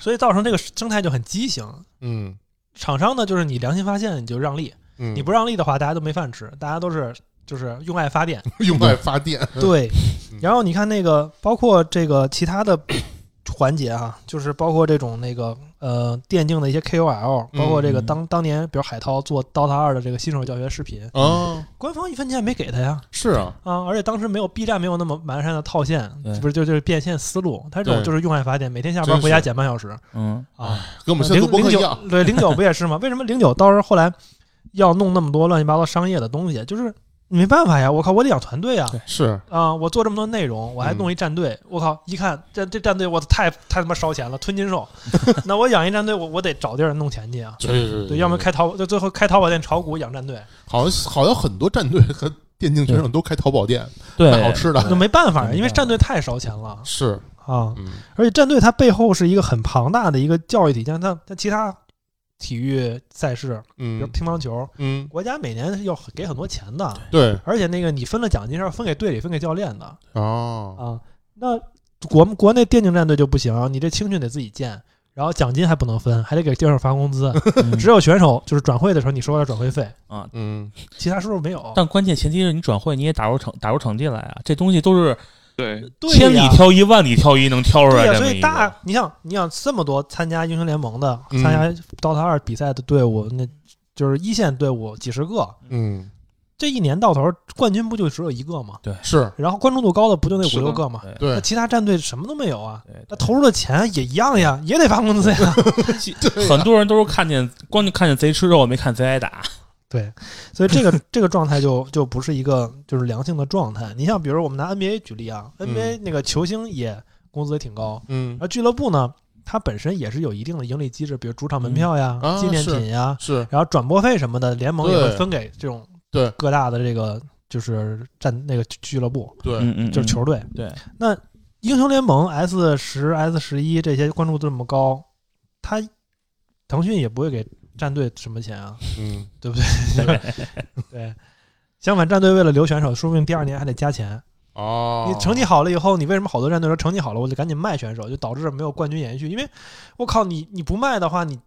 Speaker 1: 所以造成这个生态就很畸形。
Speaker 3: 嗯
Speaker 1: 厂商呢，就是你良心发现你就让利，
Speaker 3: 嗯，
Speaker 1: 你不让利的话，大家都没饭吃，大家都是就是用爱发 电。
Speaker 3: 用爱发电，
Speaker 1: 对
Speaker 3: 嗯，
Speaker 1: 然后你看那个，包括这个其他的 环节啊，就是包括这种那个呃电竞的一些 KOL，包括这个
Speaker 7: 嗯
Speaker 1: 当当年比如海涛做《DOTA 二》的这个新手教学视频，
Speaker 3: 啊，
Speaker 1: 官方一分钱没给他呀。
Speaker 3: 是啊，
Speaker 1: 啊，而且当时没有 B 站没有那么完善的套现
Speaker 7: 对，
Speaker 1: 不是就就是变现思路，他这种
Speaker 3: 对哎
Speaker 1: 就是用爱发电，每天下班回家减半小时
Speaker 7: 嗯，
Speaker 1: 啊。
Speaker 3: 跟我们现
Speaker 1: 零
Speaker 3: 在做播
Speaker 1: 零
Speaker 3: 客一
Speaker 1: 九
Speaker 3: 样，
Speaker 1: 对零九不也是吗？为什么零九到时候后来要弄那么多乱七八糟商业的东西？就是你没办法呀，我靠，我得养团队啊
Speaker 7: 对
Speaker 3: 是
Speaker 1: 啊！我做这么多内容，我还弄一战队，我靠，一看这这战队我太太他妈烧钱了，吞金兽。 那我养一战队，我我得找地儿弄钱去啊。
Speaker 3: 对对
Speaker 1: 对，要么开淘，就最后开淘宝店炒股养战队，
Speaker 3: 好像好像很多战队和电竞选手都开淘宝店
Speaker 7: 对，
Speaker 3: 卖好吃 的，
Speaker 1: 那没办法呀，
Speaker 7: 对
Speaker 1: 因为
Speaker 7: 对
Speaker 1: 战队太烧钱了
Speaker 3: 是，
Speaker 1: 啊。
Speaker 3: 嗯
Speaker 1: 而且战队它背后是一个很庞大的一个教育体系，它它其他体育赛事，比如
Speaker 3: 嗯
Speaker 1: 乒乓球，
Speaker 3: 嗯，
Speaker 1: 国家每年是要给很多钱的，
Speaker 3: 对
Speaker 1: 而且那个你分了奖金是要分给队里、分给教练的
Speaker 7: 嗯
Speaker 3: 哦，
Speaker 1: 啊。那国国内电竞战队就不行，你这青训得自己建，然后奖金还不能分，还得给选手发工资，
Speaker 7: 嗯
Speaker 1: 只有选手就是转会的时候你收了转会费，
Speaker 7: 啊。
Speaker 3: 嗯
Speaker 1: 其他收入没有。
Speaker 7: 但关键前提是你转会，你也打入成打入成绩来啊！这东西都是
Speaker 2: 对，
Speaker 1: 对
Speaker 7: 千里
Speaker 1: 呀
Speaker 7: 挑一、万里挑一能挑出来
Speaker 1: 对呀、
Speaker 7: 的。
Speaker 1: 所以大，你想，你想这么多参加英雄联盟的、
Speaker 3: 嗯
Speaker 1: 参加 DOTA 二比赛的队伍，那就是一线队伍几十个，
Speaker 3: 嗯，
Speaker 1: 这一年到头冠军不就只有一个吗？
Speaker 3: 是
Speaker 1: 然后关注度高的不就那
Speaker 2: 是
Speaker 1: 五
Speaker 2: 的
Speaker 1: 六个吗？
Speaker 7: 对
Speaker 1: 那
Speaker 3: 对，
Speaker 1: 其他战队什么都没有啊，
Speaker 7: 对
Speaker 1: 那投入的钱也一样呀，也得发工 资呀。
Speaker 3: 对
Speaker 7: 很多人都是看见光就看见贼吃肉，没看贼挨打。
Speaker 1: 对，所以这个这个状态就就不是一个就是良性的状态。你像比如我们拿 NBA 举例啊
Speaker 3: 嗯
Speaker 1: ，NBA 那个球星也工资也挺高，
Speaker 3: 嗯
Speaker 1: 而俱乐部呢，它本身也是有一定的盈利机制，比如主场门票呀、
Speaker 3: 嗯啊
Speaker 1: 纪念品呀，
Speaker 3: 是
Speaker 1: 然后转播费什么的，联盟也会
Speaker 3: 对
Speaker 1: 分给这种
Speaker 3: 对
Speaker 1: 各大的这个就是战那个俱乐部，
Speaker 3: 对
Speaker 7: 嗯嗯，
Speaker 1: 就是球队。
Speaker 7: 对，
Speaker 1: 那英雄联盟 S 十、S 十一这些关注度这么高，他腾讯也不会给战队什么钱啊，
Speaker 3: 嗯
Speaker 1: 对不对？对。相反，战队为了留选手，说不定第二年还得加钱。
Speaker 3: 哦
Speaker 1: 你，成绩好了以后，你为什么好多战队说成绩好了，我就赶紧卖选手，就导致没有冠军延续？因为我靠，你你不卖的话，你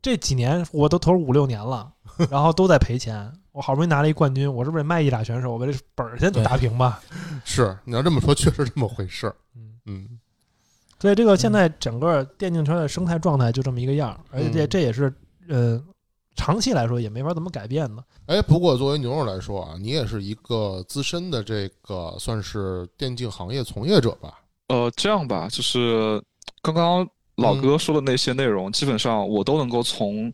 Speaker 1: 这几年我都投五六年了，然后都在赔钱。我好不容易拿了一冠军，我是不是得卖一俩选手，我把这本儿先打平吧？
Speaker 3: 是你要这么说，确实这么回事儿，
Speaker 1: 嗯，
Speaker 3: 嗯
Speaker 1: 所以这个现在整个电竞圈的生态状态就这么一个样儿，而且这
Speaker 3: 嗯
Speaker 1: 这也是呃长期来说也没法怎么改变的。
Speaker 3: 哎，不过作为牛肉来说啊，你也是一个资深的这个算是电竞行业从业者吧？
Speaker 2: 呃，这样吧，就是刚刚老哥说的那些内容，基本上我都能够从。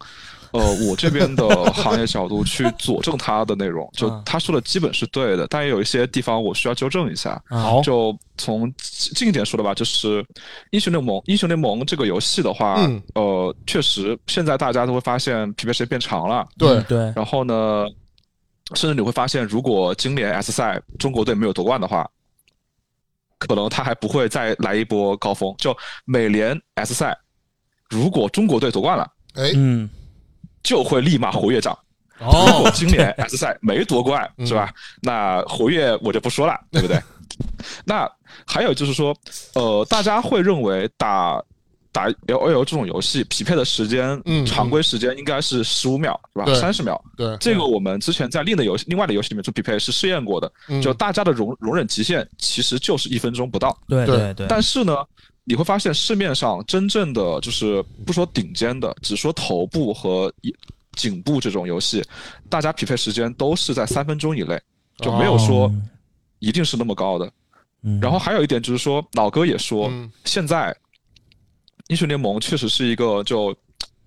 Speaker 2: 呃，我这边的行业角度去佐证他的内容，就
Speaker 7: 嗯
Speaker 2: 他说的基本是对的，但也有一些地方我需要纠正一下。
Speaker 7: 好，
Speaker 2: 就从近近一点说的吧，就是《英雄联盟》《英雄联盟》这个游戏的
Speaker 1: 啊
Speaker 2: 话，
Speaker 3: 嗯
Speaker 2: 呃，确实现在大家都会发现匹配时间变长了，
Speaker 1: 嗯
Speaker 3: 对，
Speaker 7: 嗯对，
Speaker 2: 然后呢，甚至你会发现，如果今年 S 赛中国队没有夺冠的话，可能他还不会再来一波高峰。就每年 S 赛，如果中国队夺冠了，
Speaker 3: 哎，
Speaker 7: 嗯，
Speaker 2: 就会立马活跃涨。如果
Speaker 3: 哦，
Speaker 2: 今年 S 赛没夺冠，
Speaker 3: 嗯
Speaker 2: 是吧？那活跃我就不说了， 对不对？那还有就是说，呃，大家会认为打打 L O L 这种游戏匹配的时间，
Speaker 3: 嗯
Speaker 2: 常规时间应该是十五秒，是吧
Speaker 3: 对？
Speaker 2: 三十秒。
Speaker 1: 嗯
Speaker 3: 对，
Speaker 2: 这个我们之前在另的游戏、另外的游戏里面做匹配是试验过的，
Speaker 3: 嗯
Speaker 2: 就大家的容容忍极限其实就是一分钟不到。
Speaker 7: 对
Speaker 3: 对
Speaker 7: 对，
Speaker 2: 但是呢，你会发现市面上真正的就是不说顶尖的，只说头部和一颈部这种游戏，大家匹配时间都是在三分钟以内，就没有说
Speaker 7: 嗯
Speaker 2: 一定是那么高的。
Speaker 7: 嗯
Speaker 2: 然后还有一点就是说，老哥也说，
Speaker 3: 嗯
Speaker 2: 现在英雄联盟确实是一个就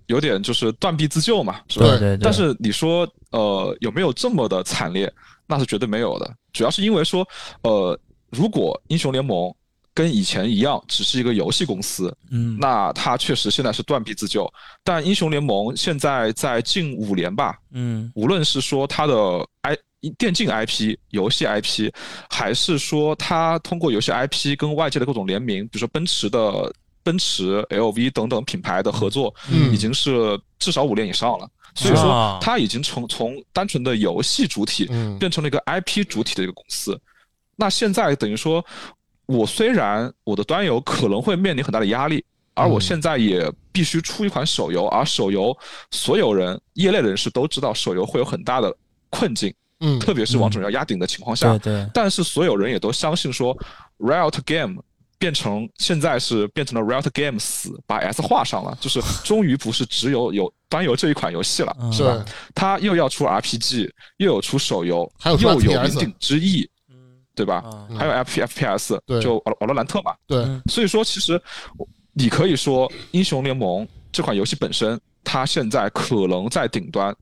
Speaker 2: 有点就是断臂自救嘛，是吧？
Speaker 7: 对对，
Speaker 2: 但是你说呃有没有这么的惨烈？那是绝对没有的，主要是因为说呃，如果英雄联盟跟以前一样只是一个游戏公司，
Speaker 7: 嗯，
Speaker 2: 那它确实现在是断臂自救。但英雄联盟现在在近五年吧，
Speaker 7: 嗯
Speaker 2: 无论是说它的 I 电竞 IP、游戏 IP，还是说它通过游戏 IP 跟外界的各种联名，比如说奔驰的奔驰、LV 等等品牌的合作，
Speaker 3: 嗯
Speaker 2: 已经是至少五年以上了。所以
Speaker 7: 啊
Speaker 2: 说，它已经从从单纯的游戏主体
Speaker 3: 嗯
Speaker 2: 变成了一个 IP 主体的一个公司。那现在等于说，我虽然我的端游可能会面临很大的压力，而
Speaker 3: 嗯
Speaker 2: 我现在也必须出一款手游，而手游所有人业内人士都知道，手游会有很大的困境，
Speaker 3: 嗯
Speaker 2: 特别是王者荣耀压顶的情况下
Speaker 7: 对，对，
Speaker 2: 但是所有人也都相信说，Riot Game 变成现在是变成了 Riot Games 把 S 画上了，就是终于不是只有有端游这一款游戏了，
Speaker 7: 嗯
Speaker 2: 是吧
Speaker 3: 对？，
Speaker 2: 它又要出 RPG，又有出手游，
Speaker 3: 还有出
Speaker 2: 又有
Speaker 3: FPS
Speaker 2: 云顶之弈，
Speaker 7: 嗯
Speaker 2: 对吧？
Speaker 7: 啊
Speaker 3: 嗯
Speaker 2: 还有 F FPS，
Speaker 3: 对
Speaker 2: 就瓦瓦罗兰特嘛。
Speaker 3: 对
Speaker 7: 嗯
Speaker 2: 所以说，其实我你可以说，《英雄联盟》这款游戏本身，它现在可能在顶端，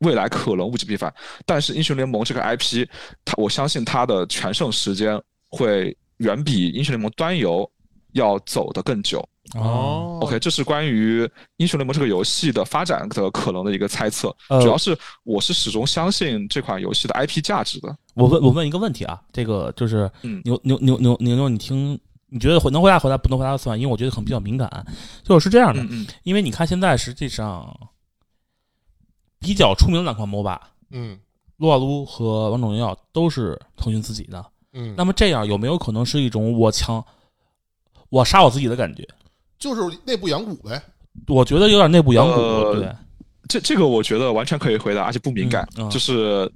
Speaker 2: 未来可能物极必反。但是，《英雄联盟》这个 IP，它我相信它的全盛时间会远比《英雄联盟》端游要走得更久。
Speaker 7: 哦，
Speaker 2: OK，这是关于《英雄联盟》这个游戏的发展的可能的一个猜测。
Speaker 7: 呃
Speaker 2: 主要是我是始终相信这款游戏的 IP 价值的。
Speaker 7: 我问我问一个问题啊，这个就是
Speaker 2: 嗯
Speaker 7: 牛牛牛牛牛牛，你听，你觉得回能回答回答，不能回答算，因为我觉得可能比较敏感。就是这样的
Speaker 2: 嗯，嗯
Speaker 7: 因为你看现在实际上比较出名的两款 MOBA，
Speaker 3: 嗯
Speaker 7: 撸啊撸和王者荣耀都是腾讯自己的。
Speaker 3: 嗯，
Speaker 7: 那么这样有没有可能是一种我强我杀我自己的感觉？
Speaker 3: 就是内部养股呗，
Speaker 7: 我觉得有点内部养股，
Speaker 2: 呃
Speaker 7: 对，
Speaker 2: 这这个我觉得完全可以回答，而且不敏感，
Speaker 7: 嗯嗯
Speaker 2: 就是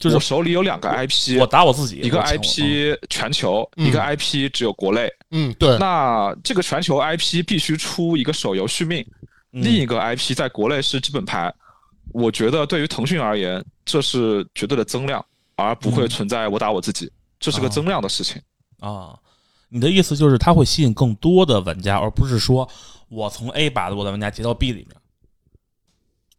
Speaker 7: 就是
Speaker 2: 我手里有两个 IP，
Speaker 7: 我打我自己，
Speaker 2: 一个
Speaker 7: 我强我
Speaker 2: IP 全球，
Speaker 3: 嗯
Speaker 2: 一个 IP 只有国内。
Speaker 3: 嗯，对，
Speaker 2: 那这个全球 IP 必须出一个手游续命，
Speaker 7: 嗯
Speaker 2: 另一个 IP 在国内是基本盘。我觉得对于腾讯而言，这是绝对的增量，而不
Speaker 7: 嗯
Speaker 2: 会存在我打我自己，这
Speaker 7: 哦
Speaker 2: 是个增量的事情。
Speaker 7: 啊，你的意思就是它会吸引更多的玩家，而不是说我从 A 把我的玩家截到 B 里面。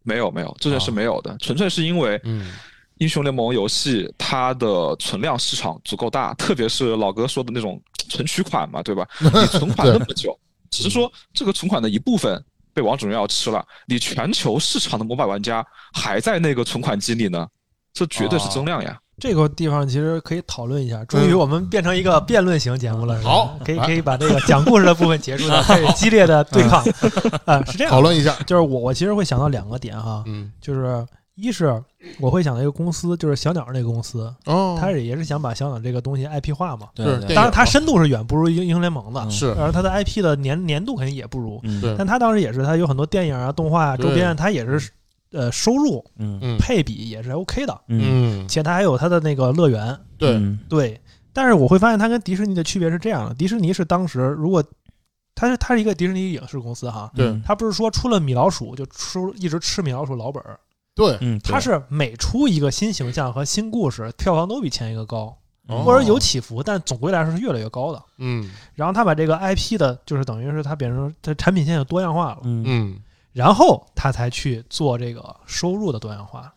Speaker 2: 没有没有，这件事
Speaker 7: 啊
Speaker 2: 没有的，纯粹是因为
Speaker 3: 嗯
Speaker 2: 英雄联盟游戏它的存量市场足够大，特别是老哥说的那种存取款嘛，对吧？你存款那么久，只是说这个存款的一部分被王者荣耀吃了，你全球市场的模板玩家还在那个存款机里呢，这绝对是增量呀。
Speaker 1: 这个地方其实可以讨论一下。终于我们变成一个辩论型节目了，是吧
Speaker 3: 嗯好
Speaker 1: 可以
Speaker 3: 来
Speaker 1: 可以把这个讲故事的部分结束 掉，开始激烈的对抗。 啊，是这
Speaker 3: 讨
Speaker 1: 样，
Speaker 3: 论一下，
Speaker 1: 就是我我其实会想到两个点哈，
Speaker 3: 嗯
Speaker 1: 就是一是我会想到一个公司，就是小鸟那个公司，
Speaker 3: 哦，
Speaker 1: 它也是想把小鸟这个东西 IP 化嘛。
Speaker 7: 对
Speaker 3: 是
Speaker 7: 对
Speaker 3: 电
Speaker 1: 当然，
Speaker 3: 影
Speaker 1: 它
Speaker 3: 嘛
Speaker 1: 深度是远不如英英雄联盟的，
Speaker 3: 是
Speaker 1: 而它的 IP 的年年度肯定也不如。
Speaker 7: 嗯
Speaker 3: 对
Speaker 1: 但它当时也是，它有很多电影啊、动画啊、周边啊，它也是呃收入
Speaker 7: 嗯
Speaker 3: 嗯
Speaker 1: 配比也是 OK 的，
Speaker 7: 嗯
Speaker 3: 嗯，
Speaker 1: 且它还有它的那个乐园，
Speaker 3: 对，
Speaker 7: 嗯
Speaker 1: 对，但是我会发现它跟迪士尼的区别是这样的：迪士尼是当时如果它是它是一个迪士尼影视公司哈，
Speaker 3: 对
Speaker 7: 嗯
Speaker 1: 它不是说出了米老鼠就出一直吃米老鼠老本儿，
Speaker 3: 对，
Speaker 7: 嗯，
Speaker 1: 它是每出一个新形象和新故事，票房都比前一个高，
Speaker 7: 哦
Speaker 1: 或者有起伏，但总归来说是越来越高的。
Speaker 3: 嗯
Speaker 1: 然后它把这个 IP 的，就是等于是它变成它产品线就多样化了，
Speaker 7: 嗯
Speaker 3: 嗯，
Speaker 1: 然后它才去做这个收入的多样化。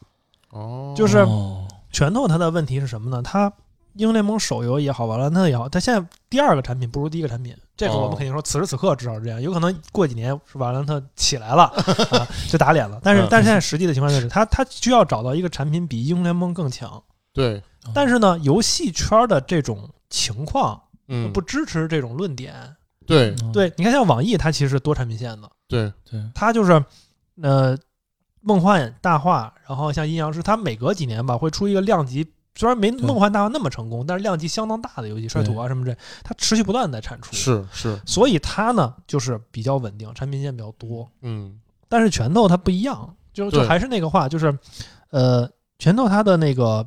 Speaker 3: 哦，
Speaker 1: 就是
Speaker 7: 哦
Speaker 1: 拳头它的问题是什么呢？它英雄联盟手游也好，完了那也好，它现在第二个产品不如第一个产品，这个
Speaker 3: 哦
Speaker 1: 我们肯定说此时此刻至少是这样，有可能过几年是瓦兰特起 来了啊，就打脸了。但是
Speaker 3: 嗯
Speaker 1: 但是现在实际的情况就是，它它需要找到一个产品比英雄联盟更强，
Speaker 3: 对，
Speaker 1: 但是呢，游戏圈的这种情况
Speaker 3: 嗯，
Speaker 1: 不支持这种论点。
Speaker 3: 对
Speaker 7: 哦
Speaker 1: 对，你看像网易，它其实是多产品线的，
Speaker 3: 对，
Speaker 7: 对，
Speaker 1: 它就是呃梦幻大话，然后像阴阳师，它每隔几年吧会出一个量级虽然没
Speaker 7: 对
Speaker 1: 梦幻大王那么成功，但是量级相当大的游戏，摔土啊什么这，它持续不断地在产出。，
Speaker 3: 是是，
Speaker 1: 所以它呢就是比较稳定，产品线比较多。
Speaker 3: 嗯
Speaker 1: 但是拳头它不一样，就就
Speaker 3: 对
Speaker 1: 还是那个话，就是呃，拳头它的那个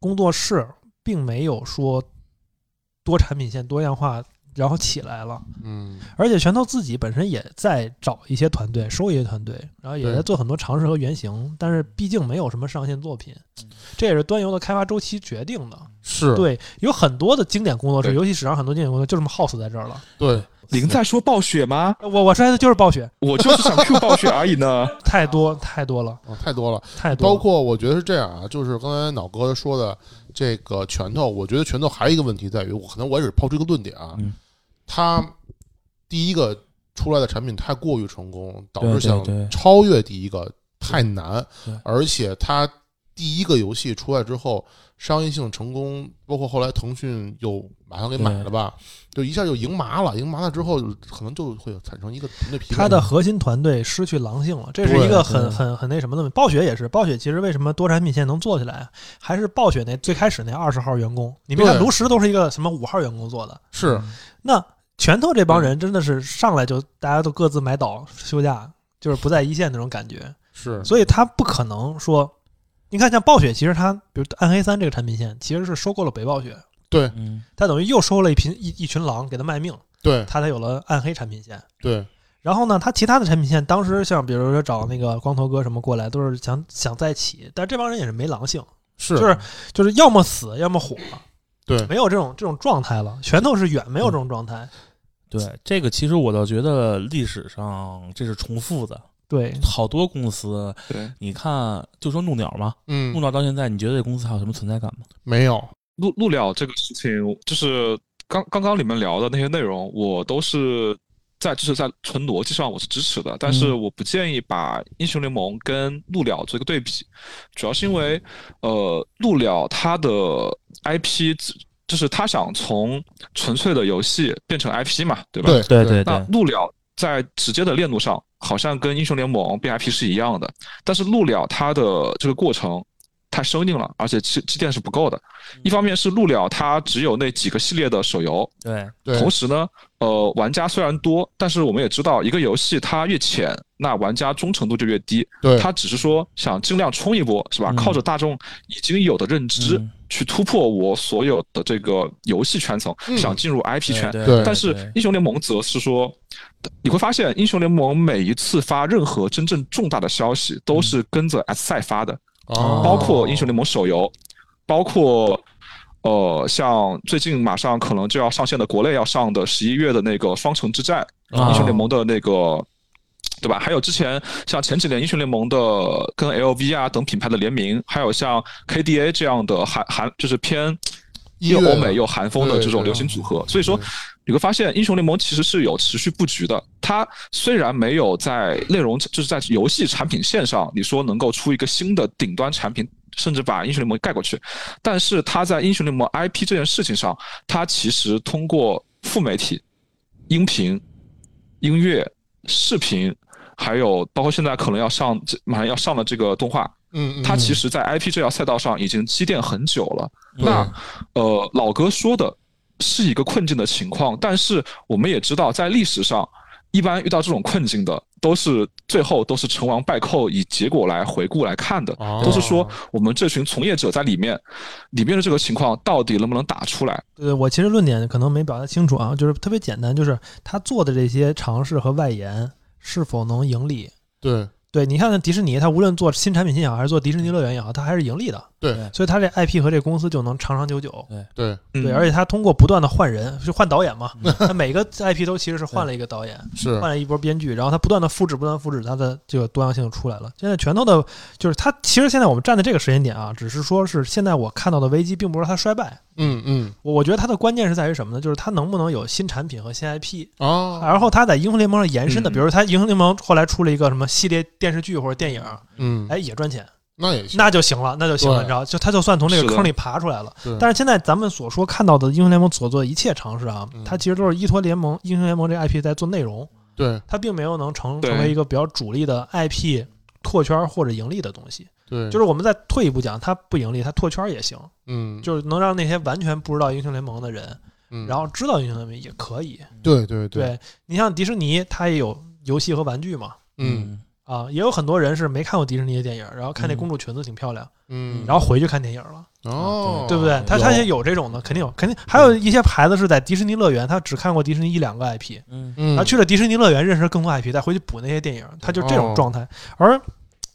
Speaker 1: 工作室并没有说多产品线多样化，然后起来了。
Speaker 3: 嗯，
Speaker 1: 而且拳头自己本身也在找一些团队，收一些团队，然后也在
Speaker 3: 对
Speaker 1: 做很多尝试和原型，但是毕竟没有什么上线作品，这也是端游的开发周期决定的。
Speaker 3: 是
Speaker 1: 对，有很多的经典工作室，
Speaker 2: 对
Speaker 1: 游戏史上很多经典工作室就这么耗死在这儿了。呃
Speaker 3: 对，
Speaker 2: 您在说暴雪吗？
Speaker 1: 我我摔的就是暴雪，
Speaker 2: 我就是想 Q 暴雪而已呢。
Speaker 1: 太多太多了，
Speaker 3: 哦太多了。
Speaker 1: 太多了。
Speaker 3: 包括我觉得是这样啊，就是刚才脑哥说的这个拳头，我觉得拳头还有一个问题在于，我可能我也只抛出一个论点啊
Speaker 7: 嗯，
Speaker 3: 它第一个出来的产品太过于成功，导
Speaker 7: 对
Speaker 3: 致
Speaker 7: 对
Speaker 3: 想
Speaker 7: 对
Speaker 3: 超越第一个太难
Speaker 7: 对对，
Speaker 3: 而且它第一个游戏出来之后，商业性成功，包括后来腾讯又马上给买了吧，就一下就赢麻了，赢麻了之后，可能就会产生一个团队疲惫。
Speaker 1: 它的核心团队失去狼性了，这是一个很
Speaker 7: 对
Speaker 1: 很很那什么的。暴雪也是，暴雪其实为什么多产品线能做起来，还是暴雪那最开始那二十号员工，你别看
Speaker 3: 对
Speaker 1: 炉石都是一个什么五号员工做的，
Speaker 3: 是
Speaker 1: 那拳头这
Speaker 3: 嗯
Speaker 1: 帮人真的是上来就大家都各自买岛休假，就是不在一线那种感觉，
Speaker 3: 是，
Speaker 1: 所以他不可能说，你看像暴雪，其实他比如暗黑三这个产品线其实是收购了北暴雪，
Speaker 3: 对
Speaker 7: 嗯，
Speaker 1: 他等于又收了一群一一群狼给他卖命，
Speaker 3: 对
Speaker 1: 他才有了暗黑产品线。
Speaker 3: 对
Speaker 1: 然后呢，他其他的产品线当时像比如说找那个光头哥什么过来，都是想想在一起，但这帮人也是没狼性，
Speaker 3: 是，
Speaker 1: 就是就是要么死要么火，
Speaker 3: 对
Speaker 1: 没有这种这种状态了。拳头是远没有这种状态，
Speaker 7: 对，这个其实我倒觉得历史上这是重复的，
Speaker 1: 对，
Speaker 7: 好多公司，
Speaker 2: 对，
Speaker 7: 你看就说怒鸟嘛，怒
Speaker 3: 嗯，
Speaker 7: 鸟到现在，你觉得这公司还有什么存在感吗？
Speaker 3: 没有，
Speaker 2: 录录了这个事情，就是刚刚刚你们聊的那些内容，我都是在就是在纯逻辑上我是支持的，但是我不建议把英雄联盟跟录了做一个对比，主要是因为呃录了它的 IP 就是他想从纯粹的游戏变成 IP 嘛，对吧？
Speaker 3: 对
Speaker 2: 那鹿鸟在直接的链路上，好像跟英雄联盟 BIP 是一样的，但是鹿鸟它的这个过程太生硬了，而且积积淀是不够的。
Speaker 3: 嗯
Speaker 2: 一方面是鹿鸟它只有那几个系列的手游，
Speaker 7: 对
Speaker 3: 对，
Speaker 2: 同时呢，呃，玩家虽然多，但是我们也知道，一个游戏它越浅，那玩家忠诚度就越低。
Speaker 3: 对
Speaker 2: 他只是说想尽量冲一波，是吧？
Speaker 7: 嗯
Speaker 2: 靠着大众已经有的认知
Speaker 7: 嗯
Speaker 2: 去突破我所有的这个游戏圈层，
Speaker 3: 嗯
Speaker 2: 想进入 IP 圈。
Speaker 7: 对
Speaker 3: 对
Speaker 2: 但是英雄联盟则是说，你会发现英雄联盟每一次发任何真正重大的消息，都是跟着 S 赛发的，
Speaker 3: 嗯哦
Speaker 2: 包括英雄联盟手游，包括呃，像最近马上可能就要上线的国内要上的十一月的那个双城之战，
Speaker 7: 啊
Speaker 2: 英雄联盟的那个。对吧？还有之前像前几年英雄联盟的跟 LV 啊等品牌的联名，还有像 KDA 这样的韩韩就是偏
Speaker 3: 音
Speaker 2: 又
Speaker 3: 乐
Speaker 2: 欧美又韩风的
Speaker 3: 对嗯
Speaker 2: 这种
Speaker 3: 对
Speaker 2: 流行组合。所以说
Speaker 3: 对，
Speaker 2: 你会发现英雄联盟其实是有持续布局的。它虽然没有在内容，就是在游戏产品线上，你说能够出一个新的顶端产品，甚至把英雄联盟盖过去，但是它在英雄联盟 IP 这件事情上，它其实通过副媒体、音频、音乐、视频。还有包括现在可能要上，马上要上的这个动画，
Speaker 3: 嗯，嗯
Speaker 2: 它其
Speaker 3: 嗯
Speaker 2: 实在 IP 这条赛道上已经积淀很久了。
Speaker 3: 对
Speaker 2: 那呃，老哥说的是一个困境的情况，但是我们也知道，在历史上，一般遇到这种困境的，都是最后都是成王败寇，以结果来回顾来看的，
Speaker 3: 哦
Speaker 2: 都是说我们这群从业者在里面，里面的这个情况到底能不能打出来？
Speaker 1: 对，我其实论点可能没表达清楚啊，就是特别简单，就是他做的这些尝试和外延是否能盈利。
Speaker 3: 对
Speaker 1: 对，你看看迪士尼，它无论做新产品线也好，还是做迪士尼乐园也好，它还是盈利的，
Speaker 3: 对
Speaker 1: 所以它这 IP 和这公司就能长长久久。
Speaker 3: 对
Speaker 1: 对，
Speaker 2: 嗯
Speaker 1: 而且它通过不断的换人，就换导演嘛，
Speaker 7: 嗯
Speaker 1: 它每个 IP 都其实是换了一个导演，
Speaker 3: 是
Speaker 1: 换了一波编剧，然后它不断的复制，不断地复制，它的这个多样性就出来了。现在拳头的，就是它其实现在我们站在这个时间点啊，只是说是现在我看到的危机，并不是它衰败，
Speaker 3: 嗯嗯
Speaker 1: 我我觉得它的关键是在于什么呢？就是它能不能有新产品和新 IP，
Speaker 3: 啊，
Speaker 1: 然后它在英雄联盟上延伸的，
Speaker 2: 嗯
Speaker 1: 比如它英雄联盟后来出了一个什么系列电视剧或者电影，
Speaker 3: 嗯，
Speaker 1: 哎，也赚钱，
Speaker 3: 那也行，
Speaker 1: 那就行了，那就行了，
Speaker 3: 对
Speaker 1: 你知道，就它就算从这
Speaker 2: 是
Speaker 1: 个
Speaker 2: 的
Speaker 1: 坑里爬出来了。
Speaker 3: 对
Speaker 1: 但是现在咱们所说看到的英雄联盟所做的一切尝试啊
Speaker 3: 嗯，
Speaker 1: 它其实都是依托联盟英雄联盟这个 IP 在做内容，
Speaker 3: 对
Speaker 1: 它并没有能成
Speaker 2: 对
Speaker 1: 成为一个比较主力的 IP 拓圈或者盈利的东西。
Speaker 3: 对，
Speaker 1: 就是我们再退一步讲，它不盈利，它拓圈也行，
Speaker 3: 嗯，
Speaker 1: 就是能让那些完全不知道英雄联盟的人，
Speaker 3: 嗯
Speaker 1: 然后知道英雄联盟也可以。
Speaker 3: 对对，
Speaker 1: 对你像迪士尼，它也有游戏和玩具嘛，
Speaker 3: 嗯
Speaker 1: 啊，也有很多人是没看过迪士尼的电影，然后看那公主裙子挺漂亮，
Speaker 3: 嗯，
Speaker 1: 然后回去看电影了，
Speaker 3: 哦，
Speaker 1: 对不对？它
Speaker 7: 有
Speaker 1: 它也有这种的，肯定有，肯定还有一些孩子是在迪士尼乐园，他只看过迪士尼一两个 IP，
Speaker 7: 嗯
Speaker 3: 嗯，
Speaker 1: 然后去了迪士尼乐园认识更多 IP，再回去补那些电影，他就这种
Speaker 3: 哦
Speaker 1: 状态。而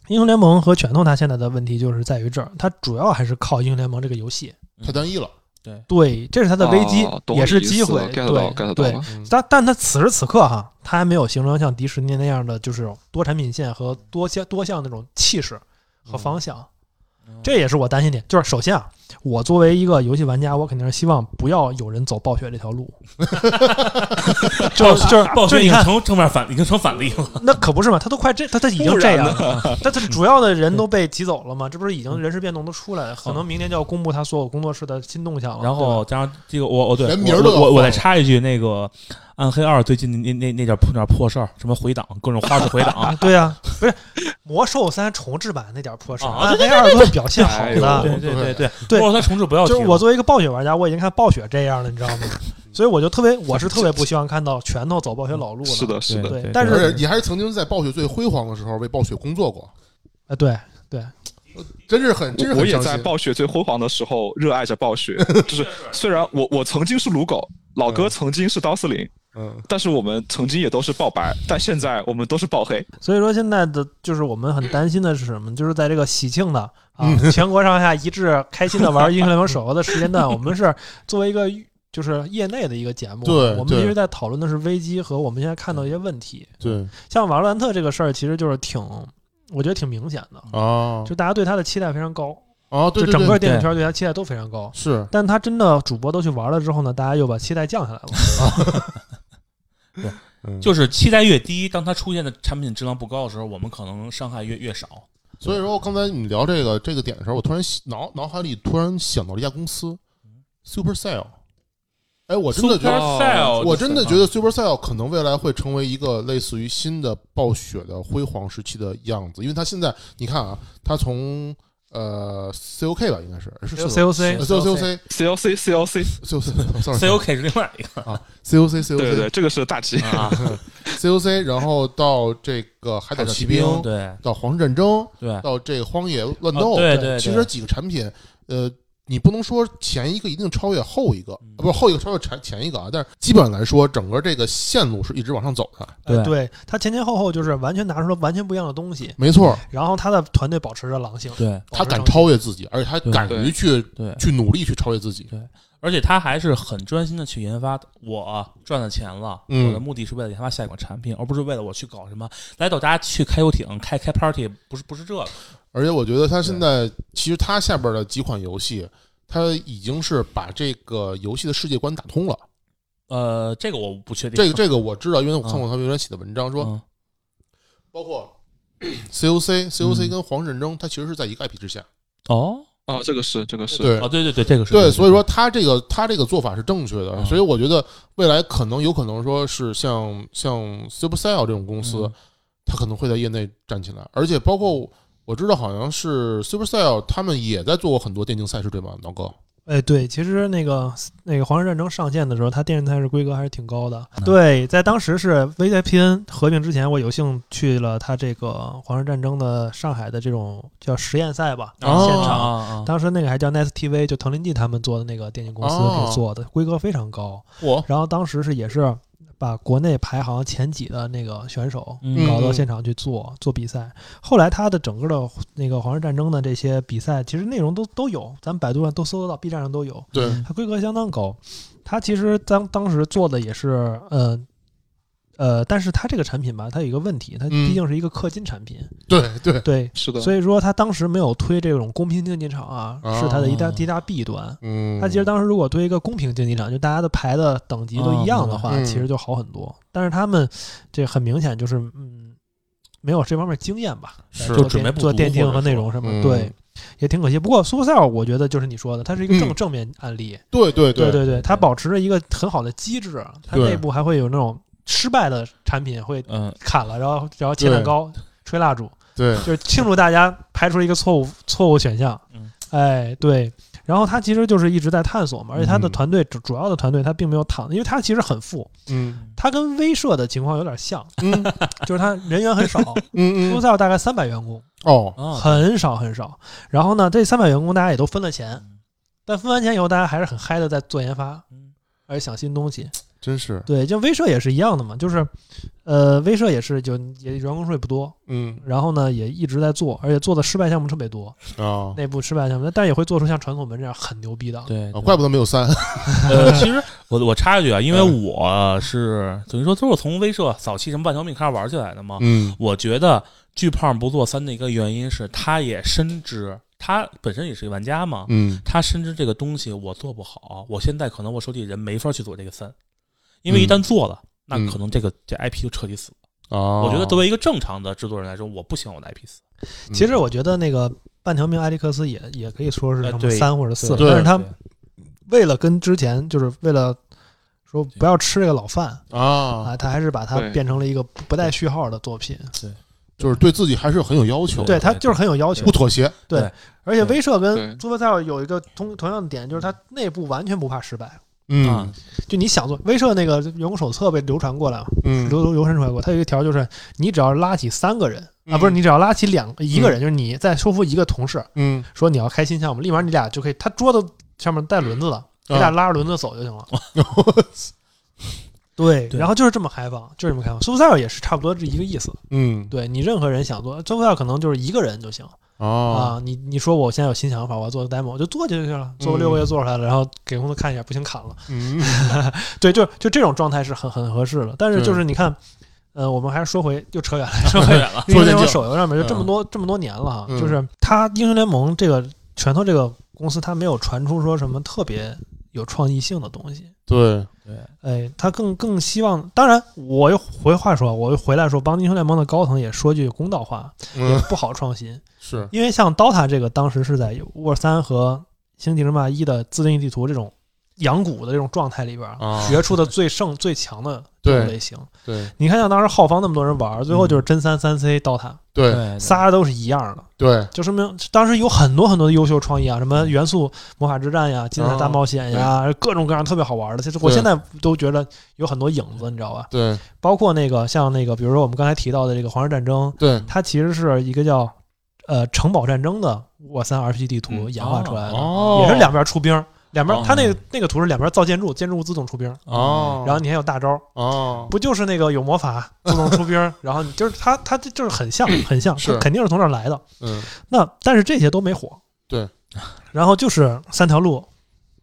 Speaker 1: 英雄联盟和拳头，它现在的问题就是在于这儿，它主要还是靠英雄联盟这个游戏，
Speaker 3: 太单一了，
Speaker 1: 对，这是它的危机，
Speaker 2: 哦懂
Speaker 1: 也是
Speaker 2: 你意思
Speaker 1: 机会
Speaker 2: 了，，get 到
Speaker 1: 对
Speaker 2: ，get 到
Speaker 1: 对。
Speaker 2: 了。
Speaker 3: 嗯
Speaker 1: 但但它此时此刻哈，它还没有形成像迪士尼那样的就是多产品线和多项多项那种气势和方向，
Speaker 7: 嗯
Speaker 1: 这也是我担心点。就是首先啊，我作为一个游戏玩家，我肯定是希望不要有人走暴雪这条 路，就是就是
Speaker 7: 暴
Speaker 1: 就
Speaker 7: 雪
Speaker 1: 是
Speaker 7: 已
Speaker 1: 你
Speaker 7: 经
Speaker 1: 看，
Speaker 7: 成正面反，已经成反例了。
Speaker 1: 那可不是嘛，他都快这他他已经这样 了，但他主要的人都被挤走了嘛，这不是已经人事变动都出来了，可能明年就要公布他所有工作室的新动向了。，
Speaker 7: 嗯然后加上这个，我哦我对
Speaker 3: 连
Speaker 7: 我
Speaker 3: 啊名儿都要
Speaker 7: 我我我
Speaker 3: 放
Speaker 7: 再插一句，那个《暗黑二》最近那那那点破那点破事儿，什么回档，各种花式回档
Speaker 1: 啊对呀、不是魔兽三重置版那点破事儿，
Speaker 7: 啊
Speaker 1: 暗黑二都是表现好
Speaker 2: 哎呦
Speaker 1: 的，
Speaker 7: 对对对对，
Speaker 1: 对
Speaker 7: 包括他重置不要提
Speaker 1: 就
Speaker 7: 了，
Speaker 1: 是我作为一个暴雪玩家，我已经看暴雪这样了，你知道吗？所以我就特别，我是特别不希望看到拳头走暴雪老路了。
Speaker 2: 是，的，是的，
Speaker 1: 对
Speaker 7: 对，
Speaker 1: 但是
Speaker 3: 而且你还是曾经在暴雪最辉煌的时候为暴雪工作过，
Speaker 1: 啊，对，
Speaker 3: 真是很，真是
Speaker 2: 我我
Speaker 3: 很
Speaker 2: 也
Speaker 3: 伤
Speaker 2: 在
Speaker 3: 心。
Speaker 2: 暴雪最辉煌的时候热爱着暴雪， 就是虽然我我曾经是撸狗，老哥
Speaker 3: 嗯
Speaker 2: 曾经是刀司令，
Speaker 3: 嗯
Speaker 2: 但是我们曾经也都是爆白，但现在我们都是爆黑。
Speaker 1: 所以说现在的就是我们很担心的是什么？就是在这个喜庆 的啊，全国上下一致开心的玩英雄联盟手游的时间段，我们是作为一个就是业内的一个节目，
Speaker 3: 对
Speaker 1: 我们
Speaker 3: 对
Speaker 1: 一直在讨论的是危机和我们现在看到的一些问题。
Speaker 3: 对
Speaker 1: 像瓦罗兰特这个事儿，其实就是挺，我觉得挺明显的，
Speaker 3: 啊
Speaker 1: 就大家对他的期待非常高，
Speaker 3: 啊，对
Speaker 1: 就
Speaker 3: 对
Speaker 1: 整个
Speaker 3: 对，
Speaker 1: 电影圈对他期待都非常高。
Speaker 3: 是
Speaker 1: 但他真的主播都去玩了之后呢，大家又把期待降下来 了。
Speaker 3: 哦嗯
Speaker 7: 就是期待越低，当它出现的产品质量不高的时候，我们可能伤害越越少。
Speaker 3: 所以说刚才你聊这个这个点的时候，我突然想脑脑海里突然想到了一家公司，Supercell。哎，我真的觉得，
Speaker 7: Supercell，
Speaker 3: 我真的觉得 Supercell 可能未来会成为一个类似于新的暴雪的辉煌时期的样子，因为它现在你看啊，它从呃 COK 吧，应该是呃是是
Speaker 1: COC
Speaker 7: 是
Speaker 3: COC
Speaker 2: CLC CLC，
Speaker 3: COC sorry
Speaker 7: COK 是另外一个
Speaker 3: COC COC
Speaker 2: 对对对，这个是大忌。
Speaker 7: 啊，
Speaker 3: COC，然后到这个海岛奇兵，
Speaker 7: 对
Speaker 3: 到皇室战争，
Speaker 7: 对
Speaker 3: 到这个荒野乱斗，
Speaker 7: 啊对对对
Speaker 3: 其实几个产品，呃，你不能说前一个一定超越后一个，啊不是后一个超越前前一个啊，但是基本上来说，整个这个线路是一直往上走的，
Speaker 1: 呃
Speaker 7: 对
Speaker 1: 对他前前后后就是完全拿出了完全不一样的东西，
Speaker 3: 没错，
Speaker 1: 然后他的团队保持着狼性，
Speaker 7: 对
Speaker 3: 他敢超越自己，而且他敢于去
Speaker 7: 对，
Speaker 3: 去努力去超越自己，
Speaker 7: 而且他还是很专心的去研发。我赚了钱了，
Speaker 3: 嗯
Speaker 7: 我的目的是为了研发下一款产品，而不是为了我去搞什么来到大家去开游艇、开开 party，不是不是这个。
Speaker 3: 而且我觉得他现在其实他下边的几款游戏，他已经是把这个游戏的世界观打通了，
Speaker 7: 呃，这个我不确定。
Speaker 3: 这个这个我知道，因为我看过他们原来写的文章说，
Speaker 7: 嗯
Speaker 3: 包 括 COC、COC
Speaker 7: 嗯
Speaker 3: 跟皇室战争，它其实是在一个 IP 之下。
Speaker 7: 哦
Speaker 2: 啊，这个是这个是。
Speaker 3: 对啊
Speaker 7: 哦，对对对，这个是
Speaker 3: 对，所以说他这个他这个做法是正确的，
Speaker 7: 嗯
Speaker 3: 所以我觉得未来可能有可能说是像像 Supercell 这种公司，
Speaker 7: 嗯
Speaker 3: 它可能会在业内站起来，而且包括我知道好像是 Supercell 他们也在做过很多电竞赛事，对吧，老哥？
Speaker 1: 哎，对，其实那个那个《皇室战争》上线的时候，它电视台是规格还是挺高的。
Speaker 3: 嗯
Speaker 1: 对，在当时是 VPN 合并之前，我有幸去了它这个《皇室战争》的上海的这种叫实验赛吧，
Speaker 3: 哦
Speaker 1: 现
Speaker 7: 啊
Speaker 1: 场。
Speaker 7: 啊，
Speaker 1: 当时那个还叫 Nest TV，就腾林记他们做的那个电竞公司
Speaker 3: 哦
Speaker 1: 给做的，规格非常高。
Speaker 3: 我
Speaker 1: 然后当时是也是把国内排行前几的那个选手
Speaker 7: 嗯
Speaker 1: 搞到现场去做做比赛。后来他的整个的那个皇室战争的这些比赛，其实内容都都有，咱们百度上都搜得到，B 站上都有。
Speaker 3: 对，
Speaker 1: 它规格相当高，它其实当当时做的也是，呃，呃，但是它这个产品吧，它有一个问题，它
Speaker 3: 嗯
Speaker 1: 毕竟是一个氪金产品，
Speaker 3: 对对，
Speaker 1: 对，
Speaker 2: 是的，
Speaker 1: 所以说它当时没有推这种公平竞技场啊，是它的一大
Speaker 7: 哦
Speaker 1: 一大弊端。
Speaker 3: 嗯，
Speaker 1: 它其实当时如果推一个公平竞技场，就大家的排的等级都一样的话，
Speaker 3: 哦嗯
Speaker 1: 其实就好很多。但是他们这很明显就是，嗯，没有这方面经验吧，在
Speaker 3: 是
Speaker 7: 就
Speaker 1: 做
Speaker 7: 准备
Speaker 1: 电
Speaker 7: 不
Speaker 1: 做
Speaker 7: 足
Speaker 1: 电
Speaker 7: 或
Speaker 1: 竞
Speaker 7: 者
Speaker 1: 和内
Speaker 7: 说
Speaker 1: 容什么，
Speaker 3: 嗯
Speaker 1: 对，也挺可惜。不过苏塞尔，我觉得就是你说的，它是一个正
Speaker 3: 嗯
Speaker 1: 正面案例，
Speaker 3: 对对
Speaker 1: 对
Speaker 3: 对
Speaker 1: 对对，它保持着一个很好的机制，它
Speaker 3: 对
Speaker 1: 内部还会有那种失败的产品会
Speaker 7: 嗯，
Speaker 1: 砍了，然后然后切蛋糕、吹蜡烛，
Speaker 3: 对，
Speaker 1: 就是庆祝大家排除了一个错误错误选项
Speaker 7: 嗯。
Speaker 1: 哎，对。然后他其实就是一直在探索嘛，而且他的
Speaker 3: 嗯
Speaker 1: 团队主主要的团队他并没有躺，因为他其实很富，
Speaker 3: 嗯
Speaker 1: 他跟威社的情况有点像，
Speaker 3: 嗯
Speaker 1: 就是他人员很少
Speaker 3: 嗯嗯，
Speaker 1: ，Fusel 大概三百员工，
Speaker 3: 哦，
Speaker 7: 啊，
Speaker 1: 很少很少。然后呢，这三百员工大家也都分了钱，但分完钱以后，大家还是很嗨的在做研发
Speaker 7: 嗯，
Speaker 1: 而且想新东西。
Speaker 3: 真是，
Speaker 1: 对，就威社也是一样的嘛，就是，呃，威社也是就也员工数也不多，
Speaker 3: 嗯
Speaker 1: 然后呢也一直在做，而且做的失败项目特别多，
Speaker 3: 啊，
Speaker 1: 内部失败项目，但也会做出像传统门这样很牛逼的。
Speaker 7: 对，
Speaker 3: 啊
Speaker 7: 对
Speaker 3: 怪不得没有三，
Speaker 7: 呃，其实我我插一句啊，因为
Speaker 3: 嗯
Speaker 7: 我是等于说都是从威社早期什么半条命开始玩起来的嘛。
Speaker 3: 嗯
Speaker 7: 我觉得巨胖不做三的一个原因是，他也深知他本身也是一个玩家嘛，
Speaker 3: 嗯
Speaker 7: 他深知这个东西我做不好，我现在可能我手底人没法去做这个三，因为一旦做了，
Speaker 3: 嗯
Speaker 7: 那可能这个这 IP 就彻底死了。
Speaker 3: 啊，
Speaker 7: 我觉得作为一个正常的制作人来说，我不希望我的 IP 死。
Speaker 3: 嗯
Speaker 1: 其实我觉得那个半条命艾利克斯也也可以说是
Speaker 7: 呃
Speaker 1: 什么
Speaker 7: 对
Speaker 1: 三或者四了，
Speaker 3: 对
Speaker 1: 但是他
Speaker 7: 对
Speaker 1: 为了跟之前就是为了说不要吃这个老饭
Speaker 3: 啊，
Speaker 1: 啊，他还是把它
Speaker 2: 对
Speaker 1: 变成了一个不带序号的作品。
Speaker 3: 就是对自己还是有很有要求，
Speaker 1: 对
Speaker 7: 对
Speaker 1: 他
Speaker 7: 对
Speaker 1: 就是很有要求
Speaker 3: 不，妥协，
Speaker 1: 而且
Speaker 7: 对
Speaker 1: 威社
Speaker 2: 对
Speaker 1: 跟朱 u 赛 e 有一个同同样的点，就是他内部完全不怕失败。
Speaker 3: 嗯
Speaker 7: 啊
Speaker 1: 就你想做威社那个员工手册被流传过来，
Speaker 3: 嗯
Speaker 1: 流流流传出来过，它有一条就是你只要拉起三个人啊，
Speaker 3: 嗯
Speaker 1: 不是你只要拉起两一个人，就是你再说服一个同事
Speaker 3: 嗯
Speaker 1: 说你要开新项目，立马你俩就可以，他桌子上面带轮子的，你俩拉着轮子走就行了。对，
Speaker 7: 对
Speaker 1: 然后就是这么开放，就是这么开放。苏塞尔也是差不多这一个意思。
Speaker 3: 嗯
Speaker 1: 对你任何人想做，苏塞尔可能就是一个人就行
Speaker 3: 啊，
Speaker 1: 啊。你你说我现在有新想法，我要做个 demo，我就做就行了，做个六个月做出来了，然后给公司看一下，不行砍了。
Speaker 3: 嗯
Speaker 1: 对，就就这种状态是很很合适的。但是
Speaker 3: 对
Speaker 1: 就是你看，呃，我们还是说回又扯远 了，说回
Speaker 7: 远了
Speaker 1: 英雄联
Speaker 3: 说
Speaker 1: 盟
Speaker 3: 进去
Speaker 1: 手游上面就这么
Speaker 3: 嗯
Speaker 1: 多、这么多年了哈，
Speaker 3: 嗯
Speaker 1: 就是它英雄联盟这个拳头这个公司，它没有传出说什么特别有创意性的东西。
Speaker 3: 对，
Speaker 1: 哎，他更更希望，当然，我又回话说，我又回来说，帮英雄联盟的高层也说句公道话，也
Speaker 3: 嗯
Speaker 1: 不好创新，
Speaker 3: 是，
Speaker 1: 因为像 DOTA 这个当时是在 War 三和星际争霸一的自定义地图这种养蛊的这种状态里边儿
Speaker 3: 啊
Speaker 1: 学出的最盛最强的这种
Speaker 3: 对
Speaker 1: 类型。
Speaker 3: 对
Speaker 1: 你看，像当时浩方那么多人玩儿，最后就是真三三 C、DOTA，
Speaker 3: 对
Speaker 7: 对，
Speaker 1: 仨都是一样的，
Speaker 3: 对，
Speaker 1: 就说明当时有很多很多的优秀创意啊，什么元素魔法之战呀、金色大冒险呀，各种各样特别好玩的。其实我
Speaker 3: 对
Speaker 1: 现在都觉得有很多影子，你知道吧？
Speaker 3: 对
Speaker 1: 包括那个像那个，比如说我们刚才提到的这个《皇室战争》，
Speaker 3: 对，
Speaker 1: 它其实是一个叫呃城堡战争的沃三 RPG 地图
Speaker 2: 嗯
Speaker 1: 演化出来的，
Speaker 3: 哦
Speaker 1: 也是两边出兵，两边、
Speaker 7: 哦
Speaker 1: 它那个那个图是两边造建筑，建筑物自动出兵，
Speaker 3: 哦，
Speaker 1: 然后你还有大招，
Speaker 3: 哦，
Speaker 1: 不就是那个有魔 法自动出兵，然后你就是它它这就是很 像很像，
Speaker 3: 是
Speaker 1: 它肯定是从这儿来的。
Speaker 3: 嗯
Speaker 1: 那但是这些都没火，
Speaker 3: 对，
Speaker 1: 然后就是三条路，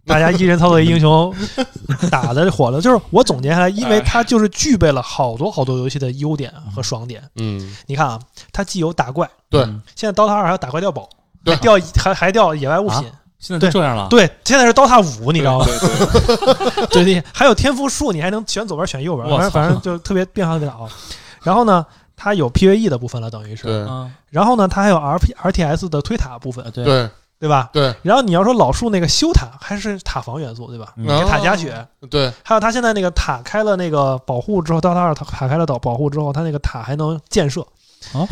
Speaker 1: 大家一人操作一英雄， 打的火了。就是我总结下来，因
Speaker 3: 哎
Speaker 1: 为它就是具备了好多好多游戏的优点和爽点。
Speaker 3: 嗯，
Speaker 1: 你看啊，它既有打怪，
Speaker 3: 对
Speaker 7: 嗯
Speaker 1: 现在 DOTA 二还有打怪掉宝，
Speaker 3: 对啊
Speaker 1: 还掉还还掉野外物品。
Speaker 7: 现在就这样了，
Speaker 1: 对，现在是 DOTA 五，你
Speaker 2: 对
Speaker 1: 知道吗？
Speaker 2: 对对
Speaker 1: 对对，还有天赋树，你还能选左边选右边，
Speaker 7: 我
Speaker 1: 反
Speaker 7: 操
Speaker 1: 正反正就特别变化特别好。然后呢，它有 PVE 的部分了，等于是。
Speaker 3: 对
Speaker 7: 啊，
Speaker 1: 然后呢，它还有 R P R T S 的推塔部分，
Speaker 7: 对对
Speaker 3: 对
Speaker 1: 嗯啊对吧？
Speaker 3: 对
Speaker 1: 然后你要说老树那个修塔还是塔防元素，对吧？
Speaker 7: 嗯
Speaker 3: 哦
Speaker 1: 给塔加血，
Speaker 3: 对，
Speaker 1: 还有他现在那个塔开了那个保护之后，到他二塔塔开了保保护之后，他那个塔还能建设
Speaker 7: 啊，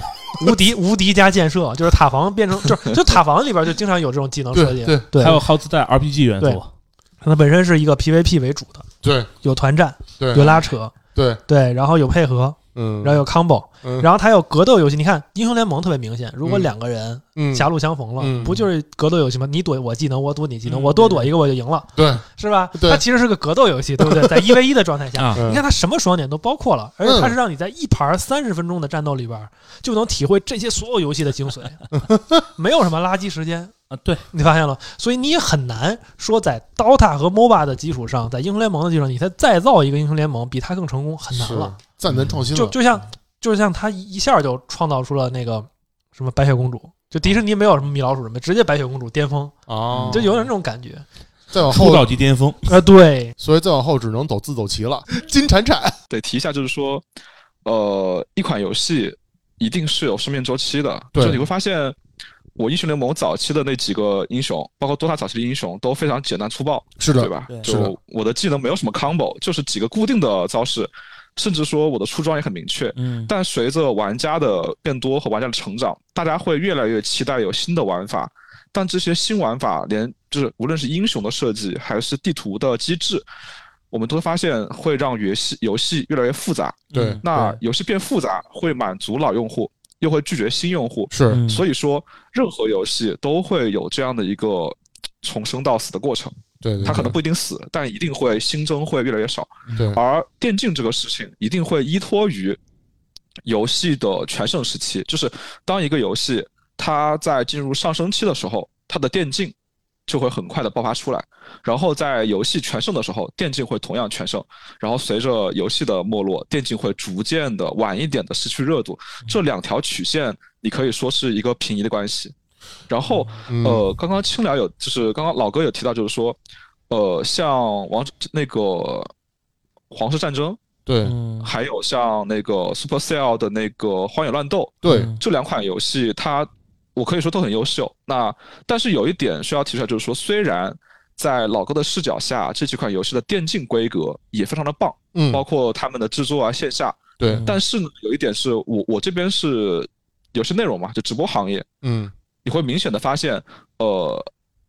Speaker 1: 无敌 无敌加建设，就是塔防变成 就是就塔防里边就经常有这种技能设计，
Speaker 3: 对对
Speaker 1: 对，
Speaker 7: 还有还有自带 RPG 元
Speaker 1: 对
Speaker 7: 素，啊
Speaker 1: 它本身是一个 PVP 为主的，
Speaker 3: 对
Speaker 1: 有团战，
Speaker 3: 对
Speaker 1: 有拉扯，
Speaker 3: 对，
Speaker 1: 对，然后有配合，
Speaker 3: 嗯，
Speaker 1: 然后有 combo，
Speaker 3: 嗯
Speaker 1: 然后它有格斗游戏。你看英雄联盟特别明显，如果
Speaker 3: 嗯
Speaker 1: 两个人
Speaker 3: 嗯，
Speaker 1: 狭路相逢了，
Speaker 3: 嗯
Speaker 1: 不就是格斗游戏吗？你躲我技能，我躲你技能，
Speaker 7: 嗯
Speaker 1: 我多躲一个我就赢了。
Speaker 3: 对，
Speaker 1: 是吧？
Speaker 3: 对
Speaker 1: 它其实是个格斗游戏，对不 对？在一 v 一的状态下，
Speaker 7: 啊
Speaker 1: 你看它什么爽点都包括了，而且它
Speaker 3: 嗯
Speaker 1: 是让你在一盘三十分钟的战斗里边儿就能体会这些所有游戏的精髓， 没有什么垃圾时间。
Speaker 7: 啊，对，
Speaker 1: 你发现了，所以你也很难说在 DOTA 和 MOBA 的基础上，在英雄联盟的基础上，你再再造一个英雄联盟比它更成功，很难
Speaker 3: 是
Speaker 1: 了。
Speaker 3: 赞咱创新
Speaker 1: 就
Speaker 3: 了，
Speaker 1: 就像就像他一一下就创造出了那个什么白雪公主，就迪士尼没有什么米老鼠什么，直接白雪公主巅峰，
Speaker 3: 啊，
Speaker 1: 就有点那种感觉。
Speaker 3: 再往
Speaker 7: 出
Speaker 3: 后，
Speaker 7: 道即巅峰，
Speaker 1: 啊，对，
Speaker 3: 所以再往后只能走自走棋了， 金铲铲，
Speaker 2: 得提一下，就是说，呃，一款游戏一定是有生命周期的，
Speaker 3: 对
Speaker 2: 就你会发现。我英雄联盟早期的那几个英雄，包括 DOTA 早期的英雄，都非常简单粗暴，
Speaker 3: 是
Speaker 2: 对吧？
Speaker 7: 对
Speaker 2: 就是
Speaker 3: 的
Speaker 2: 我的技能没有什么 combo，就是几个固定的招式。甚至说我的初衷也很明确。
Speaker 7: 嗯，
Speaker 2: 但随着玩家的变多和玩家的成长，大家会越来越期待有新的玩法。但这些新玩法，连就是无论是英雄的设计，还是地图的机制，我们都会发现会让游戏游戏越来越复杂。
Speaker 7: 嗯
Speaker 3: 对，
Speaker 2: 那
Speaker 3: 对
Speaker 2: 游戏变复杂，会满足老用户，又会拒绝新用户。
Speaker 3: 是
Speaker 7: 嗯
Speaker 2: 所以说，任何游戏都会有这样的一个从生到死的过程。
Speaker 3: 对，对
Speaker 2: 它可能
Speaker 3: 对
Speaker 2: 不一定死，但一定会新增会越来越少。
Speaker 3: 对
Speaker 2: 而电竞这个事情一定会依托于游戏的全盛时期，就是当一个游戏它在进入上升期的时候，它的电竞就会很快的爆发出来，然后在游戏全盛的时候，电竞会同样全盛，然后随着游戏的没落，电竞会逐渐的晚一点的失去热度。这两条曲线，你可以说是一个平移的关系。然后，
Speaker 3: 嗯
Speaker 2: 呃，刚刚青聊有，就是刚刚老哥有提到，就是说，呃，像王那个皇室战争，
Speaker 3: 对
Speaker 7: 嗯
Speaker 2: 还有像那个 Supercell 的那个《荒野乱斗》
Speaker 3: 对
Speaker 7: 嗯
Speaker 2: 这两款游戏，它我可以说都很优秀。那但是有一点需要提出来，就是说，虽然在老哥的视角下，这几款游戏的电竞规格也非常的棒，
Speaker 3: 嗯
Speaker 2: 包括他们的制作啊、线下，
Speaker 3: 对
Speaker 2: 但是呢，有一点是我我这边是有些内容嘛，就直播行业，
Speaker 3: 嗯
Speaker 2: 你会明显的发现，呃，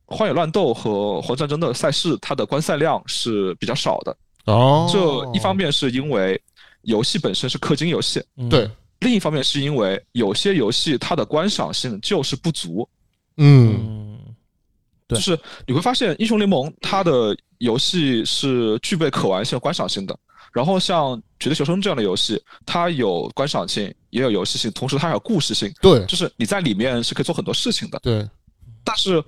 Speaker 2: 荒野乱斗和黄战争的赛事，它的观赛量是比较少的。
Speaker 3: 哦，
Speaker 2: 这一方面是因为游戏本身是氪金游戏，
Speaker 3: 对
Speaker 2: 另一方面是因为有些游戏它的观赏性就是不足。
Speaker 3: 嗯
Speaker 7: 嗯对
Speaker 2: 就是你会发现，英雄联盟它的游戏是具备可玩性、观赏性的。然后像《绝地求生》这样的游戏，它有观赏性，也有游戏性，同时它还有故事性，
Speaker 3: 对
Speaker 2: 就是你在里面是可以做很多事情的。
Speaker 3: 对
Speaker 2: 但是《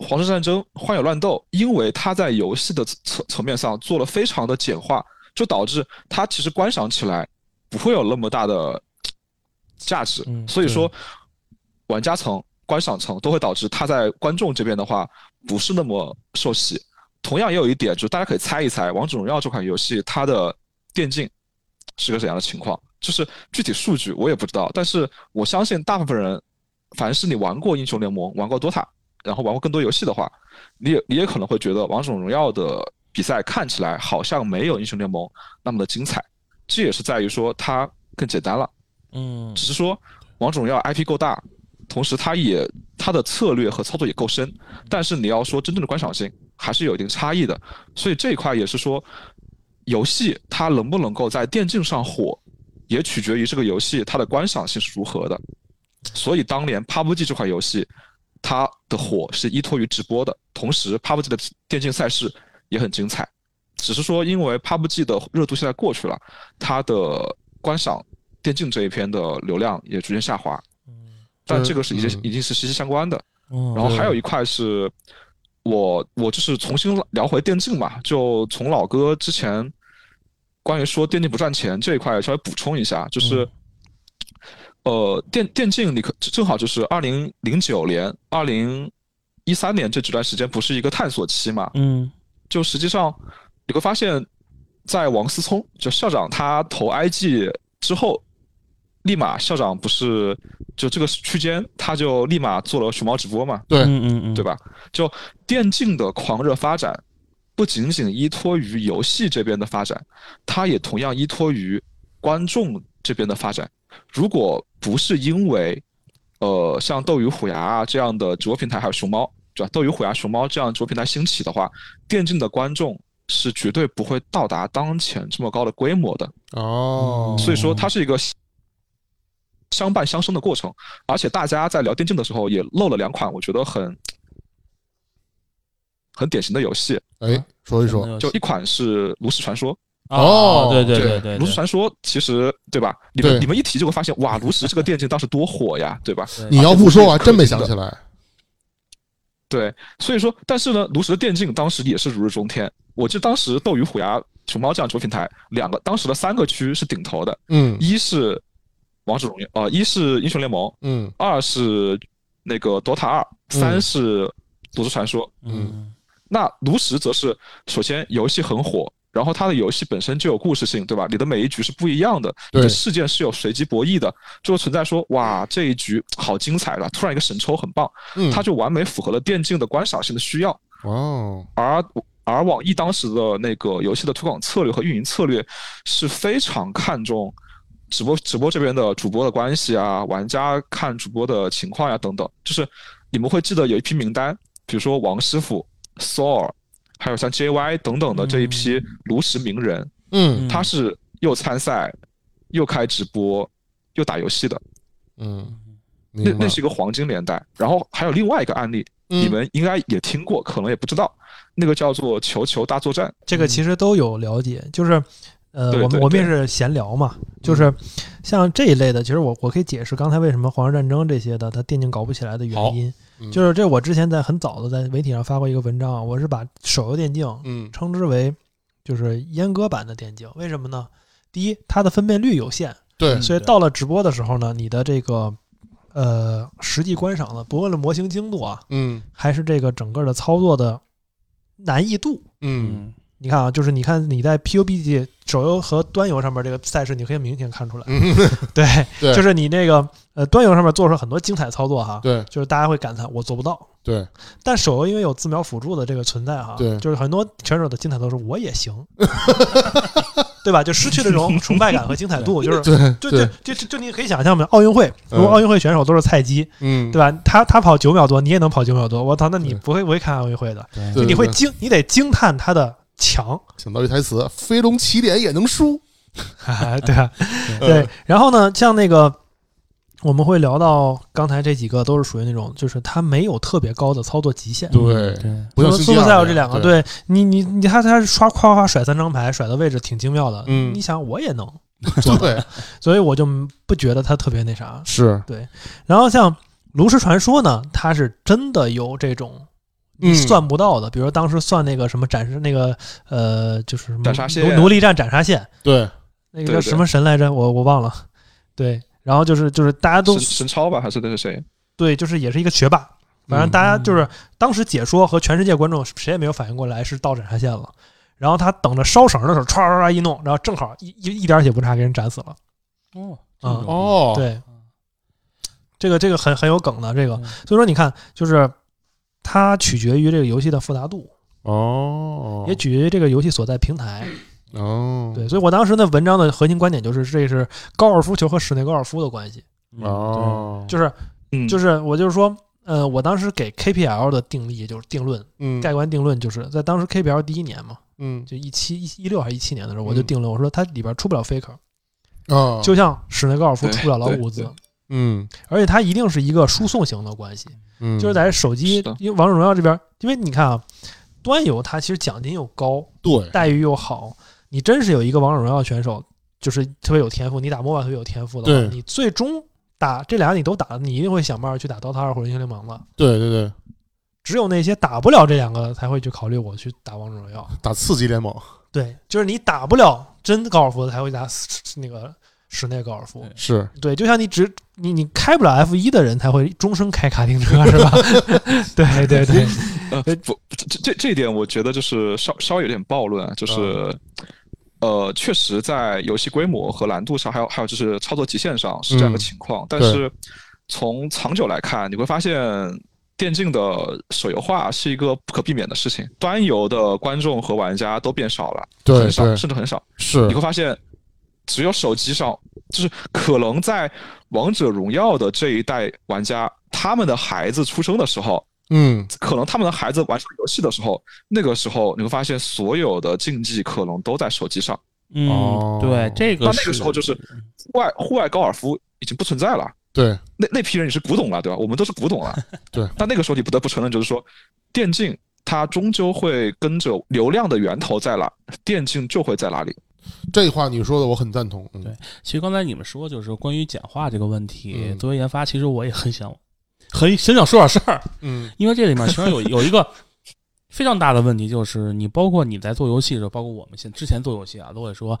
Speaker 2: 皇室战争》《荒野乱斗》，因为它在游戏的层层面上做了非常的简化，就导致它其实观赏起来不会有那么大的呃价值。
Speaker 7: 嗯
Speaker 2: 所以说，玩家层、观赏层都会导致它在观众这边的话不是那么受喜。同样也有一点，就是大家可以猜一猜，《王者荣耀》这款游戏它的电竞是个怎样的情况？就是具体数据我也不知道，但是我相信大部分人，凡是你玩过英雄联盟、玩过 DOTA，然后玩过更多游戏的话，你也你也可能会觉得王者荣耀的比赛看起来好像没有英雄联盟那么的精彩。这也是在于说它更简单了，
Speaker 7: 嗯
Speaker 2: 只是说王者荣耀 IP 够大，同时它也它的策略和操作也够深，但是你要说真正的观赏性还是有一定差异的。所以这一块也是说，游戏它能不能够在电竞上火，也取决于这个游戏它的观赏性是如何的。所以当年 PUBG 这款游戏，它的火是依托于直播的，同时 PUBG 的电竞赛事也很精彩。只是说，因为 PUBG 的热度现在过去了，它的观赏电竞这一篇的流量也逐渐下滑。但这个是已经
Speaker 3: 嗯
Speaker 2: 已经是息息相关的。
Speaker 7: 嗯
Speaker 2: 然后还有一块是，我我就是重新聊回电竞嘛，就从老哥之前关于说电竞不赚钱这一块稍微补充一下，就是，呃，电电竞你可正好就是二零零九年、二零一三年这几段时间不是一个探索期嘛，
Speaker 7: 嗯
Speaker 2: 就实际上你会发现，在王思聪就校长他投 IG 之后，立马校长不是就这个区间他就立马做了熊猫直播嘛，
Speaker 3: 对
Speaker 7: 嗯嗯嗯
Speaker 2: 对吧？就电竞的狂热发展，不仅仅依托于游戏这边的发展，它也同样依托于观众这边的发展。如果不是因为，呃，像斗鱼、虎牙啊这样的直播平台，还有熊猫，对吧？斗鱼、虎牙、熊猫这样直播平台兴起的话，电竞的观众是绝对不会到达当前这么高的规模的。
Speaker 3: 哦，
Speaker 2: 所以说它是一个相伴相生的过程。而且大家在聊电竞的时候也漏了两款，我觉得很很典型的游戏，
Speaker 3: 哎，说一
Speaker 7: 什么
Speaker 3: 说，
Speaker 7: 游戏
Speaker 2: 就一款是《炉石传说》。
Speaker 7: 哦，对对
Speaker 3: 对
Speaker 7: 对对，
Speaker 2: 炉石传说其实对吧？你们
Speaker 3: 对
Speaker 2: 你们一提就会发现， 哇，炉石这个电竞当时多火呀，对吧？
Speaker 7: 对
Speaker 3: 你要不说我还真没
Speaker 2: 而且不是氪
Speaker 3: 想
Speaker 2: 金
Speaker 3: 起
Speaker 2: 的
Speaker 3: 来，
Speaker 2: 对，所以说，但是呢，炉石的电竞当时也是如日中天。我记得当时斗鱼、虎牙、熊猫这样直播平台，两个当时的三个区是顶头的，
Speaker 3: 嗯
Speaker 2: 一是王者荣耀，呃，一是英雄联盟，
Speaker 3: 嗯
Speaker 2: 二是那个 DOTA 二，三
Speaker 3: 嗯
Speaker 2: 是炉石传说。
Speaker 7: 嗯
Speaker 2: 那炉石则是，首先游戏很火，然后它的游戏本身就有故事性，对吧？你的每一局是不一样的，
Speaker 3: 对
Speaker 2: 你的事件是有随机博弈的，就会存在说，哇，这一局好精彩了，突然一个神抽很棒，
Speaker 3: 嗯，
Speaker 2: 它就完美符合了电竞的观赏性的需要。
Speaker 3: 哦，
Speaker 2: 而而网易当时的那个游戏的推广策略和运营策略是非常看重直播直播这边的主播的关系啊，玩家看主播的情况呀、啊等等。就是你们会记得有一批名单，比如说王师傅、Soul，还有像 JY 等等的这一批炉石名人，
Speaker 3: 嗯
Speaker 2: 他是又参赛，又开直播，又打游戏的，
Speaker 3: 嗯，
Speaker 2: 那
Speaker 3: 明白嗯
Speaker 2: 那是一个黄金年代。然后还有另外一个案例，你们应该也听过，可能也不知道，那个叫做《球球大作战》。
Speaker 1: 这个其实都有了解，就是呃，
Speaker 2: 对
Speaker 1: 我们
Speaker 2: 对
Speaker 1: 我们也
Speaker 2: 对嗯
Speaker 1: 是闲聊嘛，就是像这一类的，其实我我可以解释刚才为什么皇上战争这些的它电竞搞不起来的
Speaker 3: 好
Speaker 1: 原因
Speaker 3: 嗯，
Speaker 1: 就是这我之前在很早的在媒体上发过一个文章啊，我是把手游电竞
Speaker 3: 嗯
Speaker 1: 称之为就是阉割版的电竞，为什么呢？第一，它的分辨率有限，
Speaker 3: 对
Speaker 7: 嗯
Speaker 1: 所以
Speaker 7: 对
Speaker 1: 到了直播的时候呢，你的这个呃实际观赏的，不论是模型精度啊，
Speaker 3: 嗯
Speaker 1: 还是这个整个的操作的难易度，
Speaker 3: 嗯
Speaker 1: 你看啊，就是你看你在 PUBG 界手游和端游上面这个赛事，你可以明显看出来，
Speaker 3: 嗯
Speaker 1: 对，
Speaker 3: 对嗯
Speaker 1: 就是你那个呃端游上面做出很多精彩操作哈，
Speaker 3: 对
Speaker 1: 就是大家会感叹我做不到，
Speaker 3: 对
Speaker 1: 但手游因为有自瞄辅助的这个存在哈，
Speaker 3: 对
Speaker 1: 就是很多选手的精彩都是我也 行，对吧？就失去了这种崇拜感和精彩度，就是
Speaker 3: 对
Speaker 1: 就就就就就你可以想象嘛，奥运会如果
Speaker 3: 嗯
Speaker 1: 奥运会选手都是菜鸡，
Speaker 3: 嗯
Speaker 1: 对吧？他他跑九秒多，你也能跑九秒多，我操，那你
Speaker 3: 对
Speaker 1: 不会不会看奥运会的，
Speaker 3: 对
Speaker 1: 就你会
Speaker 3: 对
Speaker 1: 惊，你得惊叹他的 强。
Speaker 3: 想到一台词：“飞龙起点也能输。
Speaker 1: 啊，对啊，对
Speaker 3: 嗯。
Speaker 1: 然后呢，像那个我们会聊到刚才这几个都是属于那种，就是它没有特别高的操作极限。
Speaker 3: 对
Speaker 7: 对”
Speaker 3: 不像
Speaker 1: 苏
Speaker 3: 新西
Speaker 1: 苏
Speaker 3: 兰
Speaker 1: 赛尔这两个，
Speaker 3: 对
Speaker 1: 对你你你他他刷夸夸甩三张牌，甩的位置挺精妙的。
Speaker 3: 嗯
Speaker 1: 你想我也能，
Speaker 3: 对
Speaker 1: 所以我就不觉得他特别那啥。
Speaker 3: 是
Speaker 1: 然后像炉石传说呢，它是真的有这种。 你
Speaker 3: 嗯
Speaker 1: 算不到的，比如说当时算那个什么斩杀那个呃，就是什么
Speaker 2: 斩杀线
Speaker 1: 奴奴隶战斩杀线，
Speaker 3: 对
Speaker 1: 那个
Speaker 2: 对
Speaker 1: 叫
Speaker 2: 对
Speaker 1: 什么神来着？我我忘了。对，然后就是就是大家都
Speaker 2: 神神超吧，还是那是谁？
Speaker 1: 对，就是也是一个学霸。反正大家就是当时解说和全世界观众谁也没有反应过来是到斩杀线了。然后他等着烧绳的时候，唰唰唰一弄，然后正好一一一点血不差给人斩死了。
Speaker 7: 哦
Speaker 1: 嗯
Speaker 3: 哦，
Speaker 1: 对，这个这个很很有梗的这个
Speaker 7: 嗯。
Speaker 1: 所以说你看，就是它取决于这个游戏的复杂度，
Speaker 3: 哦，
Speaker 1: 也取决于这个游戏所在平台。
Speaker 2: 嗯
Speaker 3: 哦，
Speaker 1: 对，所以我当时那文章的核心观点就是，这是高尔夫球和室内高尔夫的关系，
Speaker 3: 哦，
Speaker 1: 就是
Speaker 2: 嗯，
Speaker 1: 就是我就是说，呃，我当时给 KPL 的定义就是定论，
Speaker 3: 嗯
Speaker 1: 盖棺定论就是在当时 KPL 第一年嘛，
Speaker 3: 嗯
Speaker 1: 就一七一一六还是一七年的时候，我就
Speaker 3: 嗯
Speaker 1: 定论，我说它里边出不了 faker，
Speaker 3: 啊，
Speaker 1: 就像室内高尔夫
Speaker 2: 哦对
Speaker 1: 出不了老
Speaker 2: 对
Speaker 1: 五子
Speaker 2: 对，
Speaker 3: 嗯
Speaker 1: 而且它一定是一个输送型的关系，
Speaker 3: 嗯，
Speaker 1: 就是在手机
Speaker 2: 是的，
Speaker 1: 因为王者荣耀这边，因为你看啊，端游它其实奖金又高，
Speaker 3: 对
Speaker 1: 待遇又好，你真是有一个王者荣耀选手，就是特别有天赋，你打 MOBA 特别有天赋的
Speaker 3: 对
Speaker 1: 话，你最终打这俩你都打了，你一定会想办法去打 DOTA 二或者英雄联盟的。
Speaker 3: 对对对，
Speaker 1: 只有那些打不了这两个的才会去考虑我去打王者荣耀。
Speaker 3: 打刺激联盟
Speaker 1: 对，就是你打不了真高尔夫的才会打室那个室内高尔夫。
Speaker 3: 是
Speaker 1: 对，就像你只你你开不了 F 一的人才会终生开卡丁车 是吧？对对对，
Speaker 2: 呃，不，这这这这一点我觉得就是稍稍微有点暴论，啊，
Speaker 3: 嗯
Speaker 2: 就是。呃，确实在游戏规模和难度上，还有还有就是操作极限上是这样的
Speaker 3: 嗯
Speaker 2: 情况。但
Speaker 3: 对
Speaker 2: 是从长久来看，你会发现电竞的手游化是一个不可避免的事情。端游的观众和玩家都变少了，
Speaker 3: 对
Speaker 2: 很少，
Speaker 3: 对
Speaker 2: 甚至很少。
Speaker 3: 是
Speaker 2: 你会发现，只有手机上，就是可能在王者荣耀的这一代玩家，他们的孩子出生的时候，
Speaker 3: 嗯
Speaker 2: 可能他们的孩子玩上游戏的时候，那个时候你会发现，所有的竞技可能都在手机上。
Speaker 7: 嗯，
Speaker 3: 哦
Speaker 7: 对，这个
Speaker 2: 那那个
Speaker 7: 是
Speaker 2: 时候就是户外户外高尔夫已经不存在了，
Speaker 3: 对。
Speaker 2: 那那批人也是古董了，对吧？我们都是古董了
Speaker 3: 对。
Speaker 2: 但那个时候你不得不承认，就是说，电竞它终究会跟着流量的源头在哪，电竞就会在哪里。
Speaker 3: 这话你说的我很赞同，嗯
Speaker 7: 对其实刚才你们说就是说关于简化这个问题，
Speaker 3: 嗯
Speaker 7: 作为研发，其实我也很想很很想说点事儿，
Speaker 3: 嗯
Speaker 7: 因为这里面其实有有一个非常大的问题，就是你包括你在做游戏的时候，包括我们现之前做游戏啊，都会说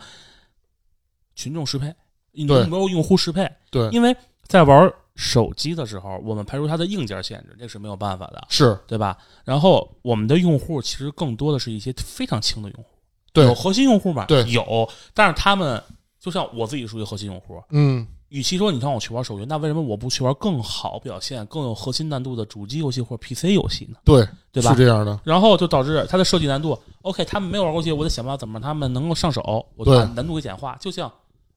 Speaker 7: 群众适配，你
Speaker 3: 对
Speaker 7: 有没有用户适配？
Speaker 3: 对
Speaker 7: 因为在玩手机的时候，我们排除它的硬件限制，这是没有办法的，
Speaker 3: 是
Speaker 7: 对吧？然后我们的用户其实更多的是一些非常轻的用户，
Speaker 3: 对
Speaker 7: 有核心用户嘛？
Speaker 3: 对
Speaker 7: 有，但是他们就像我自己属于核心用户，
Speaker 3: 嗯
Speaker 7: 与其说你让我去玩手游，那为什么我不去玩更好表现、更有核心难度的主机游戏或者 PC 游戏呢？
Speaker 3: 对，
Speaker 7: 对吧
Speaker 3: 是这样的，
Speaker 7: 然后就导致它的设计难度，OK，他们没有玩过游戏，我得想办法怎么让他们能够上手，我就
Speaker 3: 对
Speaker 7: 把难度给简化，就像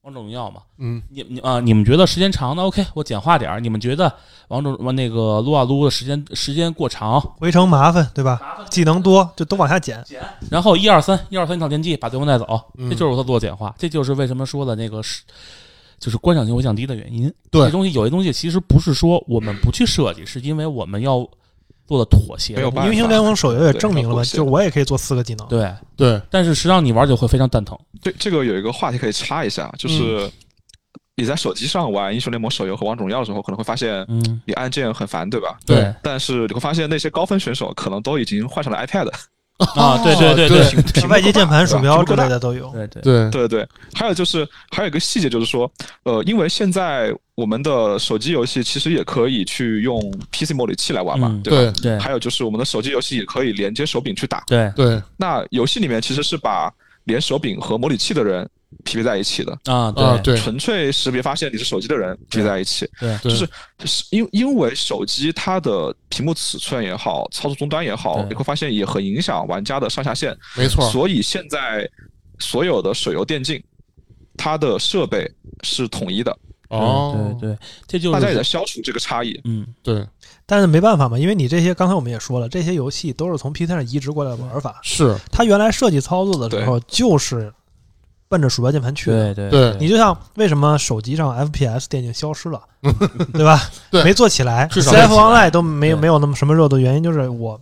Speaker 7: 王者荣耀嘛，
Speaker 3: 嗯，
Speaker 7: 你你啊、你们觉得时间长的 OK，我简化点儿；你们觉得王者呃那个撸啊撸的时间时间过长，
Speaker 1: 回城麻烦对吧？技能多就都往下减，
Speaker 7: 然后一二三一二三一套连击把对方带走，
Speaker 3: 嗯
Speaker 7: 这就是我在做简化，这就是为什么说的那个是就是观赏性会降低的原因。
Speaker 3: 对
Speaker 7: 这东西有些东西其实不是说我们不去设计，是因为我们要做的妥协
Speaker 2: 没有
Speaker 7: 的。
Speaker 2: 办法
Speaker 1: 英雄联盟手游也证明了嘛，
Speaker 2: 对
Speaker 1: 就我也可以做四个技能，
Speaker 7: 对，
Speaker 3: 对，
Speaker 7: 但是实际上你玩就会非常蛋疼。
Speaker 2: 对，这个有一个话题可以插一下，就是你在手机上玩英雄联盟手游和王者荣耀的时候，可能会发现
Speaker 7: 嗯，
Speaker 2: 你按键很烦，对吧？
Speaker 7: 对
Speaker 2: 但是你会发现那些高分选手可能都已经换上了 iPad，
Speaker 7: 啊，对对对
Speaker 3: 对
Speaker 7: 对
Speaker 2: 屏幕
Speaker 1: 外接键盘、
Speaker 2: 更大
Speaker 1: 鼠标之类。的都有。
Speaker 7: 对
Speaker 2: 对吧屏
Speaker 3: 对，
Speaker 7: 对
Speaker 2: 幕更大对对，还有就是还有一个细节就是说，呃，因为现在我们的手机游戏其实也可以去用 PC 模拟器来玩嘛，
Speaker 7: 嗯
Speaker 2: 吧？
Speaker 3: 对，
Speaker 7: 对
Speaker 2: 还有就是我们的手机游戏也可以连接手柄去打。
Speaker 7: 对
Speaker 3: 对，
Speaker 2: 那游戏里面其实是把连手柄和模拟器的人匹配在一起的，
Speaker 7: 啊，
Speaker 3: 啊，
Speaker 7: 对
Speaker 3: 对，
Speaker 2: 纯粹识别发现你是手机的
Speaker 1: 啊
Speaker 2: 人匹配在一起。
Speaker 3: 对，
Speaker 2: 就是是因因为手机它的屏幕尺寸也好，操作终端也好，
Speaker 7: 对
Speaker 2: 你会发现也很影响玩家的上下限。
Speaker 3: 没错，
Speaker 2: 所以现在所有的手游电竞，它的设备是统一的，
Speaker 3: 哦，
Speaker 7: 对对，这就
Speaker 2: 大家也在
Speaker 7: 是
Speaker 2: 消除这个差异。
Speaker 7: 嗯。
Speaker 3: 对，
Speaker 1: 但是没办法嘛，因为你这些刚才我们也说了，这些游戏都是从 PC 上移植过来的玩法，
Speaker 3: 是，
Speaker 1: 它原来设计操作的时候就是奔着鼠标键盘去的。
Speaker 7: 对对
Speaker 3: 对
Speaker 1: 你就像为什么手机上 FPS 电竞消失 了，对吧？
Speaker 3: 对
Speaker 1: 没做起来
Speaker 7: 至少
Speaker 1: ，CF
Speaker 7: 没起来
Speaker 1: Online 都没
Speaker 7: 对
Speaker 1: 没有那么什么热度，原因就是我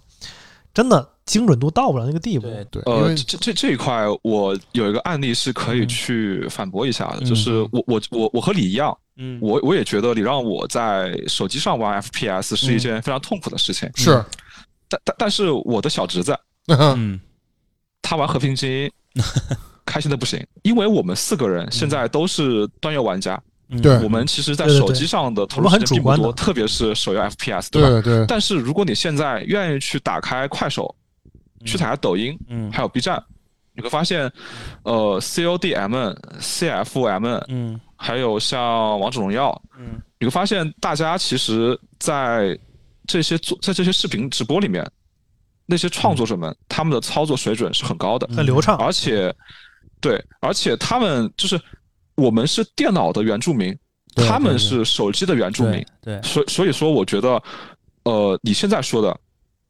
Speaker 1: 真的精准度到不了那个地步。
Speaker 7: 对
Speaker 3: 对，因
Speaker 2: 呃，
Speaker 3: 为
Speaker 2: 这这这一块我有一个案例是可以
Speaker 7: 嗯
Speaker 2: 去反驳一下的，
Speaker 7: 嗯
Speaker 2: 就是我我我我和你一样，
Speaker 7: 嗯，
Speaker 2: 我我也觉得你让我在手机上玩 FPS
Speaker 7: 嗯
Speaker 2: 是一件非常痛苦的事情。
Speaker 3: 是，
Speaker 2: 但但但是我的小侄子
Speaker 7: 嗯
Speaker 2: 他玩和平 精英，开心的不行。因为我们四个
Speaker 1: 嗯
Speaker 2: 人现在都是端游玩家，
Speaker 7: 嗯
Speaker 3: 对
Speaker 2: 我们其实，在
Speaker 1: 对对
Speaker 2: 手
Speaker 1: 对
Speaker 2: 机上的投
Speaker 1: 我
Speaker 2: 入
Speaker 1: 们
Speaker 2: 时
Speaker 1: 很
Speaker 2: 间并
Speaker 1: 主
Speaker 2: 不
Speaker 1: 观
Speaker 2: 多，
Speaker 1: 的
Speaker 2: 特别是手游 FPS，对吧？
Speaker 3: 对对，
Speaker 2: 但是如果你现在愿意去打开快手，去打开抖音，
Speaker 7: 嗯
Speaker 2: 还有 B 站，你会发现，呃，CODM、CFM，
Speaker 7: 嗯
Speaker 2: 还有像王者荣耀，
Speaker 7: 嗯
Speaker 2: 你会发现大家其实，在这些做在这些视频直播里面，那些创作者们、他们的操作水准是很高的，
Speaker 1: 很流畅，
Speaker 2: 而且，对，而且他们就是我们是电脑的原住民，
Speaker 7: 对
Speaker 2: 他们
Speaker 7: 对对
Speaker 2: 是手机的原住民
Speaker 7: 对，对
Speaker 2: 所以所以说，我觉得，呃，你现在说的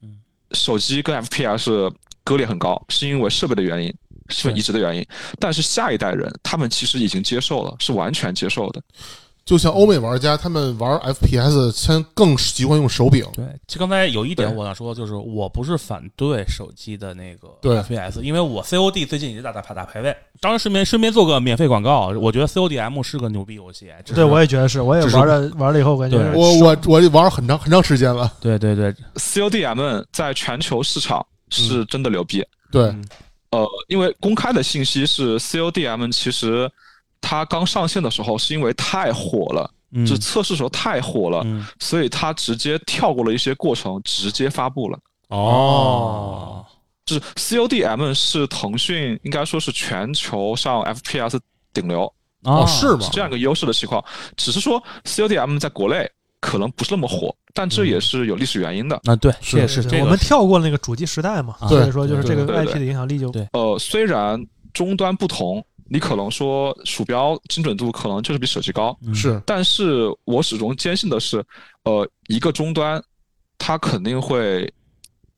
Speaker 7: 嗯，
Speaker 2: 手机跟 FPS 割裂很高，是因为设备的原因，是因为
Speaker 7: 对
Speaker 2: 移植的原因。但是下一代人，他们其实已经接受了，是完全接受的。
Speaker 3: 就像欧美玩家，他们玩 FPS 先更习惯用手柄，
Speaker 7: 对。就刚才有一点
Speaker 2: 对
Speaker 7: 我想说，就是我不是反对手机的那个
Speaker 3: 对
Speaker 7: FPS，因为我 COD 最近也在打打打排位。当然，顺便顺便做个免费广告，我觉得 CODM 是个牛逼游戏。只是
Speaker 1: 对我也觉得是，我也
Speaker 7: 只是
Speaker 1: 玩了玩了以后，感觉嗯
Speaker 7: 对
Speaker 1: 是
Speaker 3: 我我我玩很长很长时间了，
Speaker 7: 对对对
Speaker 2: CODM 在全球市场是真的牛逼，
Speaker 3: 对
Speaker 7: 嗯
Speaker 2: 呃，因为公开的信息是 CODM 其实它刚上线的时候是因为太火了，
Speaker 7: 嗯
Speaker 2: 就测试的时候太火了，
Speaker 7: 嗯
Speaker 2: 所以它直接跳过了一些过程，直接发布了。
Speaker 7: 哦
Speaker 2: 就是 CODM 是腾讯应该说是全球上 FPS 顶流，
Speaker 7: 哦
Speaker 3: 是吗
Speaker 2: 是这样一个优势的情况。只是说 CODM 在国内可能不是那么火，但这也是有历史原因的。
Speaker 7: 啊对，
Speaker 3: 是
Speaker 7: 这也是这个
Speaker 1: 我们
Speaker 7: 是
Speaker 1: 跳过了那个主机时代嘛，
Speaker 7: 啊
Speaker 1: 所以说就是这个
Speaker 2: 对对对
Speaker 1: IP 的影响力就
Speaker 7: 对
Speaker 2: 呃，虽然终端不同，你可能说鼠标精准度可能就是比手机高，
Speaker 7: 嗯
Speaker 3: 是
Speaker 2: 但是我始终坚信的是，呃，一个终端它肯定会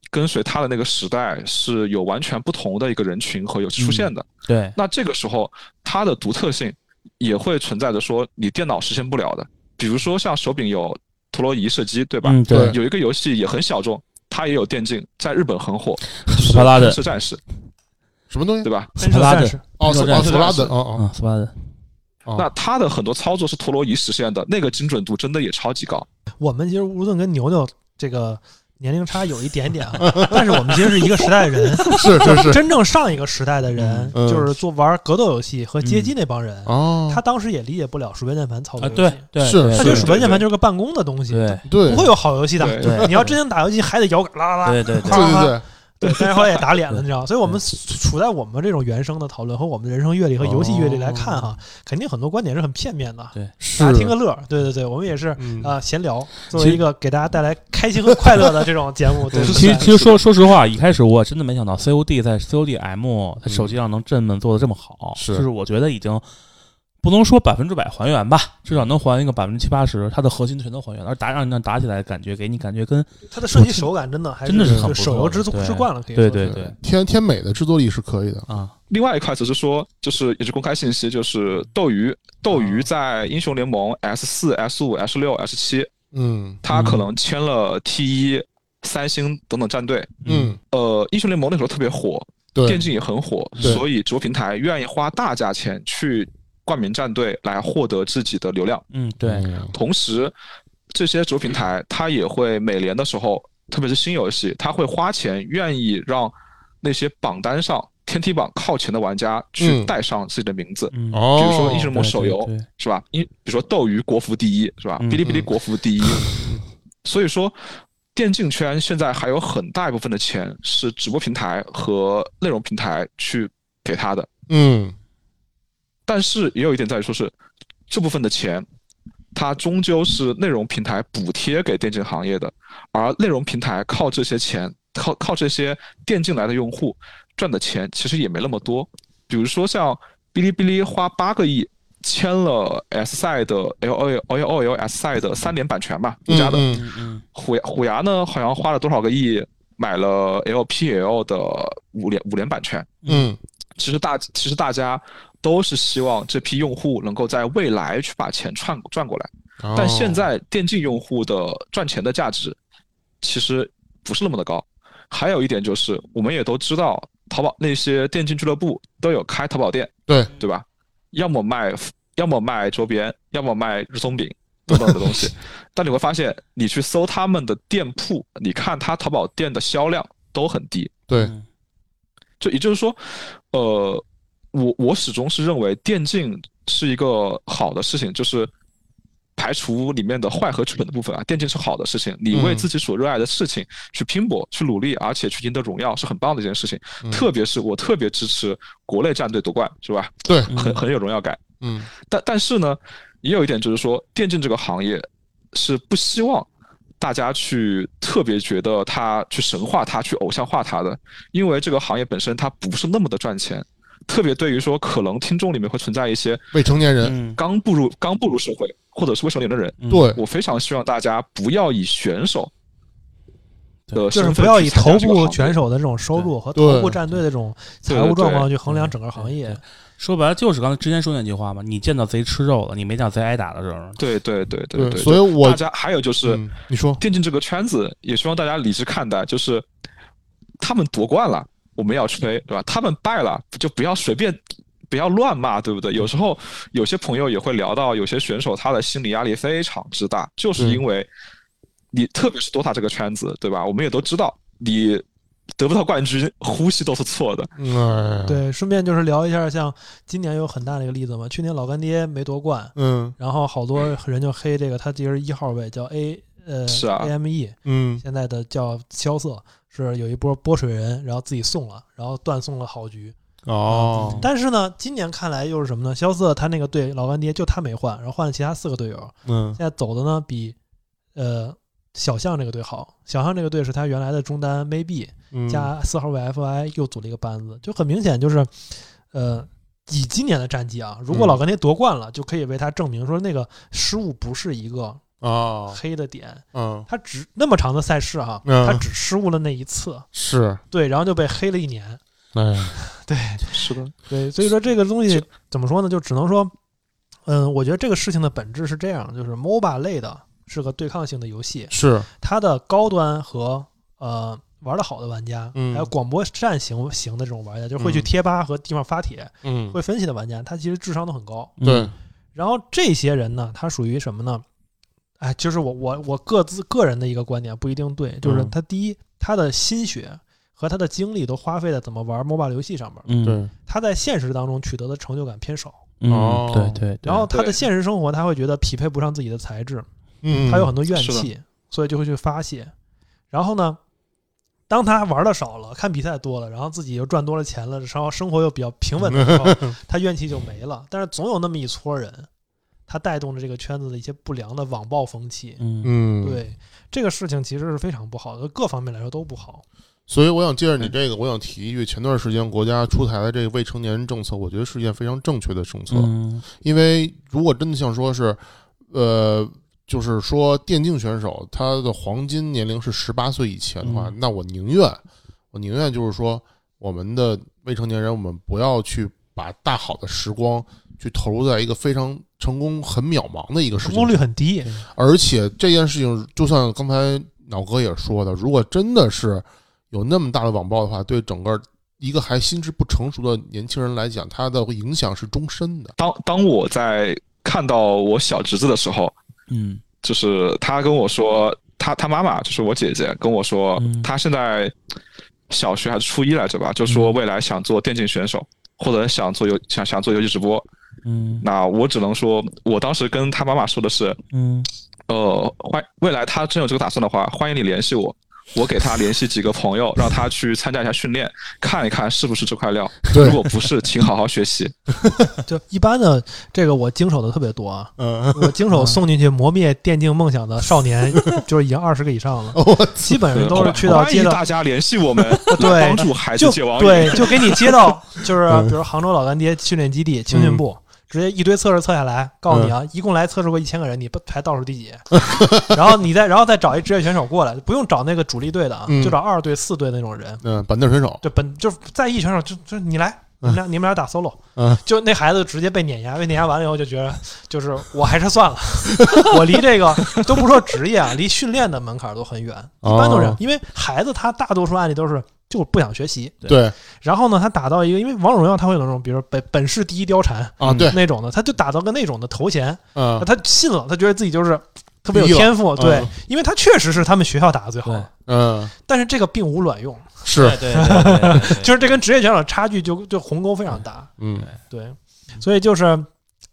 Speaker 2: 跟随它的那个时代是有完全不同的一个人群和游戏出现的。
Speaker 7: 对
Speaker 2: 那这个时候它的独特性也会存在着说你电脑实现不了的，比如说像手柄有陀螺仪射击，对吧？
Speaker 7: 嗯对
Speaker 2: 有一个游戏也很小众，它也有电竞，在日本很火，
Speaker 7: 斯巴达的
Speaker 2: 是战士，
Speaker 3: 什么东西？
Speaker 2: 对吧？
Speaker 1: 喷射战士，
Speaker 3: 哦，是
Speaker 7: 热
Speaker 3: 哦，
Speaker 7: 战
Speaker 3: 斯拉德，哦
Speaker 7: 啊斯巴达
Speaker 3: 哦，
Speaker 2: 那它的很多操作是陀螺仪实现的，那个精准度真的也超级高。
Speaker 1: 我们其实吴顿跟牛牛这个年龄差有一点点啊， 但是我们其实是一个时代的人，
Speaker 3: 那是是是，
Speaker 1: 真正上一个时代的人，
Speaker 3: 嗯
Speaker 1: 就是做玩格斗游戏和街机那帮人，
Speaker 3: 哦，
Speaker 1: 他当时也理解不了鼠标键盘操作
Speaker 7: 嗯啊
Speaker 1: 游戏，
Speaker 7: 对对
Speaker 3: 是
Speaker 7: 对
Speaker 1: 他觉得鼠标键盘就是个办公的东西，
Speaker 7: 对
Speaker 3: 对，
Speaker 1: 不会有好游戏的。
Speaker 2: 对
Speaker 7: 对
Speaker 1: 你要真想打游戏，还得摇杆啦啦啦。
Speaker 7: 对对对
Speaker 1: 啪
Speaker 3: 对对对，
Speaker 1: 对，但是后来也打脸了，你知道吗？所以我们处在我们这种原生的讨论和我们的人生阅历和游戏阅历来看
Speaker 7: 哦
Speaker 1: 哈，肯定很多观点是很片面的，
Speaker 7: 对，
Speaker 1: 大
Speaker 3: 是
Speaker 1: 家听个乐儿。对对对，我们也是
Speaker 3: 嗯
Speaker 1: 啊，闲聊，作
Speaker 7: 其
Speaker 1: 为
Speaker 7: 实
Speaker 1: 一个给大家带来开心和快乐的这种节 目，对，
Speaker 3: 嗯
Speaker 1: 对
Speaker 7: 其实
Speaker 1: 对
Speaker 7: 其实说说实话，一开始我真的没想到 COD 在 CODM 在手机上能这么做的这么好，
Speaker 3: 是
Speaker 7: 就是我觉得已经不能说百分之百还原吧，至少能还原个百分之七八十，它的核心全都还原了，而打让让打起来感觉给你感觉跟
Speaker 1: 它的设计手感真的还
Speaker 7: 真的是
Speaker 1: 是
Speaker 7: 很不
Speaker 1: 就
Speaker 7: 错
Speaker 1: 手游
Speaker 7: 的
Speaker 1: 之
Speaker 7: 对
Speaker 1: 之冠了，可以
Speaker 7: 对
Speaker 1: 说
Speaker 7: 对
Speaker 1: 是
Speaker 7: 对
Speaker 3: 天天美的制作力是可以的，
Speaker 7: 啊
Speaker 2: 另外一块则是说，就是也是公开信息，就是斗鱼，斗
Speaker 7: 哦
Speaker 2: 鱼在英雄联盟 S 四、S 五、S 六、S 七，
Speaker 3: 嗯
Speaker 2: 它可能签了 T 一、三星等等战队。
Speaker 3: 嗯，
Speaker 2: 呃，英雄联盟那时候特别火，电
Speaker 3: 对，
Speaker 2: 竞也很火，
Speaker 3: 对
Speaker 2: 所以直播平台愿意花大价钱去冠名战队来获得自己的流量。
Speaker 7: 嗯对
Speaker 3: 嗯
Speaker 2: 同时，这些直播平台它也会每年的时候，特别是新游戏，它会花钱愿意让那些榜单上天梯榜靠前的玩家去
Speaker 3: 嗯
Speaker 2: 带上自己的名字，
Speaker 7: 嗯
Speaker 3: 哦，
Speaker 2: 比如说英雄联盟
Speaker 7: 对
Speaker 2: 手游
Speaker 7: 对对
Speaker 2: 是吧？因比如说斗鱼国服第一是吧？
Speaker 7: 嗯
Speaker 2: 哔哩哔哩
Speaker 3: 嗯
Speaker 2: 国服第一，所以说。电竞圈现在还有很大一部分的钱是直播平台和内容平台去给他的，
Speaker 3: 嗯
Speaker 2: 但是也有一点在于说是这部分的钱，它终究是内容平台补贴给电竞行业的，而内容平台靠这些钱，靠靠这些电竞来的用户赚的钱其实也没那么多。比如说像哔哩哔哩花八个亿签了 S 赛的 L O L O L S 赛的三连版权吧，独家的。
Speaker 3: 嗯
Speaker 7: 嗯嗯
Speaker 2: 虎牙虎牙呢好像花了多少个亿买了 LPL 的五连五连版权。
Speaker 3: 嗯
Speaker 2: 其实大其实大家都是希望这批用户能够在未来去把钱赚赚过来，
Speaker 3: 嗯，
Speaker 2: 但现在电竞用户的赚钱的价值其实不是那么的高。还有一点就是，我们也都知道，淘宝那些电竞俱乐部都有开淘宝店，
Speaker 3: 对
Speaker 2: 对吧？要么卖，要么卖周边，要么卖日松饼等等的东西。但你会发现，你去搜他们的店铺，你看他淘宝店的销量都很低，
Speaker 3: 对，
Speaker 7: 嗯
Speaker 2: 就也就是说，呃，我我始终是认为电竞是一个好的事情，就是排除里面的坏和蠢的部分啊，电竞是好的事情，你为
Speaker 3: 嗯
Speaker 2: 自己所热爱的事情去拼搏、去努力，而且去赢得荣耀是很棒的一件事情。
Speaker 3: 嗯
Speaker 2: 特别是我特别支持国内战队夺冠，是吧？
Speaker 3: 对，
Speaker 2: 很
Speaker 7: 嗯
Speaker 2: 很有荣耀感。
Speaker 3: 嗯
Speaker 2: 但但是呢，也有一点就是说，电竞这个行业是不希望大家去特别觉得它去神化它、去偶像化它的，因为这个行业本身它不是那么的赚钱。特别对于说，可能听众里面会存在一些
Speaker 3: 未成年人，
Speaker 7: 嗯
Speaker 2: 刚步入刚步入社会或者是未成年的人，
Speaker 7: 嗯
Speaker 3: 对，
Speaker 2: 我非常希望大家不要以选手的
Speaker 1: 就是
Speaker 2: 身
Speaker 1: 不
Speaker 2: 份
Speaker 1: 要
Speaker 2: 去
Speaker 1: 以
Speaker 2: 参加
Speaker 1: 头
Speaker 2: 这个行
Speaker 1: 部
Speaker 2: 业
Speaker 1: 选手的这种收入和
Speaker 3: 对
Speaker 1: 头部战队的这种财务状况去衡量整个行业
Speaker 7: 对。说白了就是刚才之前说那句话嘛，你见到贼吃肉了，你没见到贼挨打的时候，
Speaker 2: 对对对对对对，
Speaker 3: 所以我
Speaker 2: 大家还有就是。
Speaker 3: 嗯你说，
Speaker 2: 电竞这个圈子，也希望大家理智看待，就是他们夺冠了，我们要吹，对吧？他们败了，就不要随便。不要乱骂，对不对？有时候有些朋友也会聊到，有些选手他的心理压力非常之大，就是因为你特别是 DOTA 这个圈子，对吧？我们也都知道，你得不到冠军，呼吸都是错的。
Speaker 3: 嗯哎呀，
Speaker 1: 对，顺便就是聊一下，像今年有很大的一个例子嘛，去年老干爹没夺冠，
Speaker 3: 嗯
Speaker 1: 然后好多人就黑这个，他其实一号位叫 A 呃
Speaker 2: 是啊
Speaker 1: AME，
Speaker 3: 嗯
Speaker 1: 现在的叫萧瑟，是有一波波水人，然后自己送了，然后断送了好局。
Speaker 3: 哦，
Speaker 1: 但是呢，今年看来又是什么呢？萧瑟他那个队老干爹就他没换，然后换了其他四个队友，
Speaker 3: 嗯
Speaker 1: 现在走的呢比呃小象这个队好。小象这个队是他原来的中单 Maybe
Speaker 3: 嗯
Speaker 1: 加四号位 FI 又组了一个班子，就很明显就是呃。以今年的战绩啊，如果
Speaker 3: 嗯
Speaker 1: 老干爹夺冠了，就可以为他证明说那个失误不是一个
Speaker 3: 哦，
Speaker 1: 黑的点，
Speaker 3: 嗯
Speaker 1: 他只那么长的赛事哈、
Speaker 3: 嗯
Speaker 1: 他只失误了那一次，
Speaker 3: 是，
Speaker 1: 对，然后就被黑了一年，
Speaker 3: 哎呀，
Speaker 1: 对
Speaker 2: 是的，
Speaker 1: 对，所以说这个东西怎么说呢？就只能说，嗯，我觉得这个事情的本质是这样，就是 MOBA 类的是个对抗性的游戏，
Speaker 3: 是，
Speaker 1: 它的高端和呃玩的好的玩家，
Speaker 3: 嗯
Speaker 1: 还有广播站型型的这种玩家，就是会去
Speaker 3: 嗯
Speaker 1: 贴吧和地方发帖、
Speaker 3: 嗯，
Speaker 1: 会分析的玩家，他其实智商都很高。
Speaker 7: 嗯
Speaker 3: 对，
Speaker 1: 然后这些人呢，他属于什么呢？哎，就是我我我各自个人的一个观点不一定对，就是
Speaker 3: 嗯
Speaker 1: 他第一，他的心血和他的精力都花费在怎么玩 MOBA 游戏上面了，
Speaker 7: 嗯
Speaker 3: 对，
Speaker 1: 他在现实当中取得的成就感偏少，
Speaker 7: 嗯
Speaker 3: 哦
Speaker 7: 对对，对
Speaker 1: 然后他的
Speaker 2: 对
Speaker 1: 现实生活他会觉得匹配不上自己的才智，
Speaker 3: 嗯，
Speaker 1: 他有很多怨
Speaker 2: 是的
Speaker 1: 气，所以就会去发泄。然后呢，当他玩的少了，看比赛多了，然后自己又赚多了钱了，然后生活又比较平稳的时候，他怨气就没了。但是总有那么一撮人，他带动着这个圈子的一些不良的网暴风气。
Speaker 7: 嗯，
Speaker 3: 嗯，。
Speaker 1: 对这个事情其实是非常不好的，各方面来说都不好。
Speaker 3: 所以我想借着你这个，我想提一句，前段时间国家出台的这个未成年人政策，我觉得是一件非常正确的政策。
Speaker 7: 嗯
Speaker 3: 因为如果真的像说是，呃，就是说电竞选手他的黄金年龄是十八岁以前的话，
Speaker 7: 嗯
Speaker 3: 那我宁愿，我宁愿就是说，我们的未成年人，我们不要去把大好的时光去投入在一个非常成功很渺茫的一个事
Speaker 1: 成
Speaker 3: 情
Speaker 1: 功
Speaker 3: 上
Speaker 1: 率很低，
Speaker 3: 而且这件事情，就像刚才老哥也说的，如果真的是有那么大的网暴的话，对整个一个还心智不成熟的年轻人来讲，他的影响是终身的。
Speaker 2: 当当我在看到我小侄子的时候，
Speaker 7: 嗯
Speaker 2: 就是他跟我说，他他妈妈就是我姐姐跟我说
Speaker 7: 嗯，
Speaker 2: 他现在小学还是初一来着吧，就说
Speaker 7: 嗯
Speaker 2: 未来想做电竞选手，或者想做游想想做游戏直播。
Speaker 7: 嗯
Speaker 2: 那我只能说，我当时跟他妈妈说的是，
Speaker 7: 嗯
Speaker 2: 呃，欢未来他真有这个打算的话，欢迎你联系我。我给他联系几个朋友，让他去参加一下训练，看一看是不是这块料。
Speaker 3: 对
Speaker 2: 如果不是，请好好学习。
Speaker 1: 就一般的这个我经手的特别多啊，
Speaker 3: 嗯，
Speaker 1: 我经手送进去磨灭电竞梦想的少 年，就是已经二十个以上了，
Speaker 3: 哦我
Speaker 1: 基本上都是去到
Speaker 2: 欢
Speaker 1: 街
Speaker 2: 迎
Speaker 1: 道
Speaker 2: 大家联系我们，
Speaker 1: 对
Speaker 2: 帮助孩子
Speaker 1: 就
Speaker 2: 解网瘾。
Speaker 1: 对，就给你接 到，就是
Speaker 3: 嗯
Speaker 1: 比如杭州老干爹训练基地青训部，直接一堆测试测下来，告诉你
Speaker 3: 嗯
Speaker 1: 啊，一共来测试过一千个人，你不排倒数第 几，然后你再然后再找一职业选手过来，不用找那个主力队的啊，
Speaker 3: 嗯
Speaker 1: 就找二队、四队那种人，
Speaker 3: 嗯，板凳选手，
Speaker 1: 就本就是在意选手，就就你来。你们俩你们俩打 solo，
Speaker 3: 嗯
Speaker 1: 就那孩子直接被碾压，被碾压完了以后就觉得，就是我还是算了， 我离这个都不说职业啊， 离训练的门槛都很远，一般都是这样
Speaker 3: 哦，
Speaker 1: 因为孩子他大多数案例都是就不想学习，
Speaker 3: 对
Speaker 1: 然后呢，他打到一个，因为王者荣耀他会有那种，比如说本本市第一貂蝉
Speaker 3: 啊，对，
Speaker 1: 那种的，他就打到个那种的头衔，
Speaker 3: 嗯，
Speaker 1: 他信了，他觉得自己就是特别
Speaker 3: 第一
Speaker 1: 有
Speaker 3: 了
Speaker 1: 天赋，
Speaker 3: 嗯
Speaker 1: 对，因为他确实是他们学校打的最好
Speaker 7: 对
Speaker 1: 的，
Speaker 3: 嗯，
Speaker 1: 但是这个并无卵用，
Speaker 3: 是，
Speaker 5: 对对对，
Speaker 1: 就是这跟职业选手差距就就鸿沟非常大，
Speaker 3: 嗯
Speaker 1: 对，所以就是。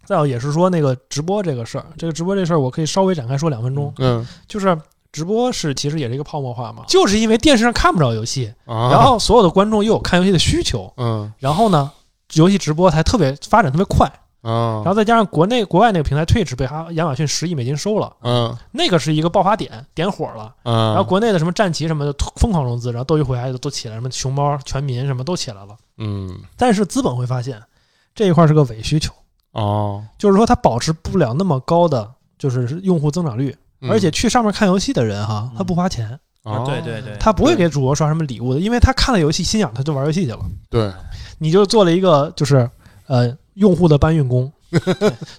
Speaker 1: 再有也是说那个直播这个事儿，这个直播这事儿我可以稍微展开说两分钟，
Speaker 3: 嗯
Speaker 1: 就是直播是其实也是一个泡沫化嘛，就是因为电视上看不着游戏，
Speaker 3: 啊，
Speaker 1: 然后所有的观众又有看游戏的需求，
Speaker 3: 嗯
Speaker 1: 然后呢，游戏直播才特别发展特别快，
Speaker 3: 啊
Speaker 1: 然，后再加上国内国外那个平台 Twitch 被哈亚马逊十亿美金收了，
Speaker 3: 嗯
Speaker 1: 那个是一个爆发点，点火了。
Speaker 3: 嗯，
Speaker 1: 然后国内的什么战旗什么的突疯狂融资，然后斗鱼回来都起来，什么熊猫、全民什么都起来了。
Speaker 3: 嗯
Speaker 1: 但是资本会发现这一块是个伪需求，
Speaker 3: 哦，
Speaker 1: 就是说它保持不了那么高的就是用户增长率，
Speaker 3: 嗯
Speaker 1: 而且去上面看游戏的人哈，他
Speaker 7: 嗯
Speaker 1: 不花钱，
Speaker 3: 啊，
Speaker 5: 对对对，
Speaker 1: 哦他不会给主播刷什么礼物的，因为他看了游戏心痒，他就玩游戏去了。
Speaker 3: 对，
Speaker 1: 你就做了一个就是呃用户的搬运工，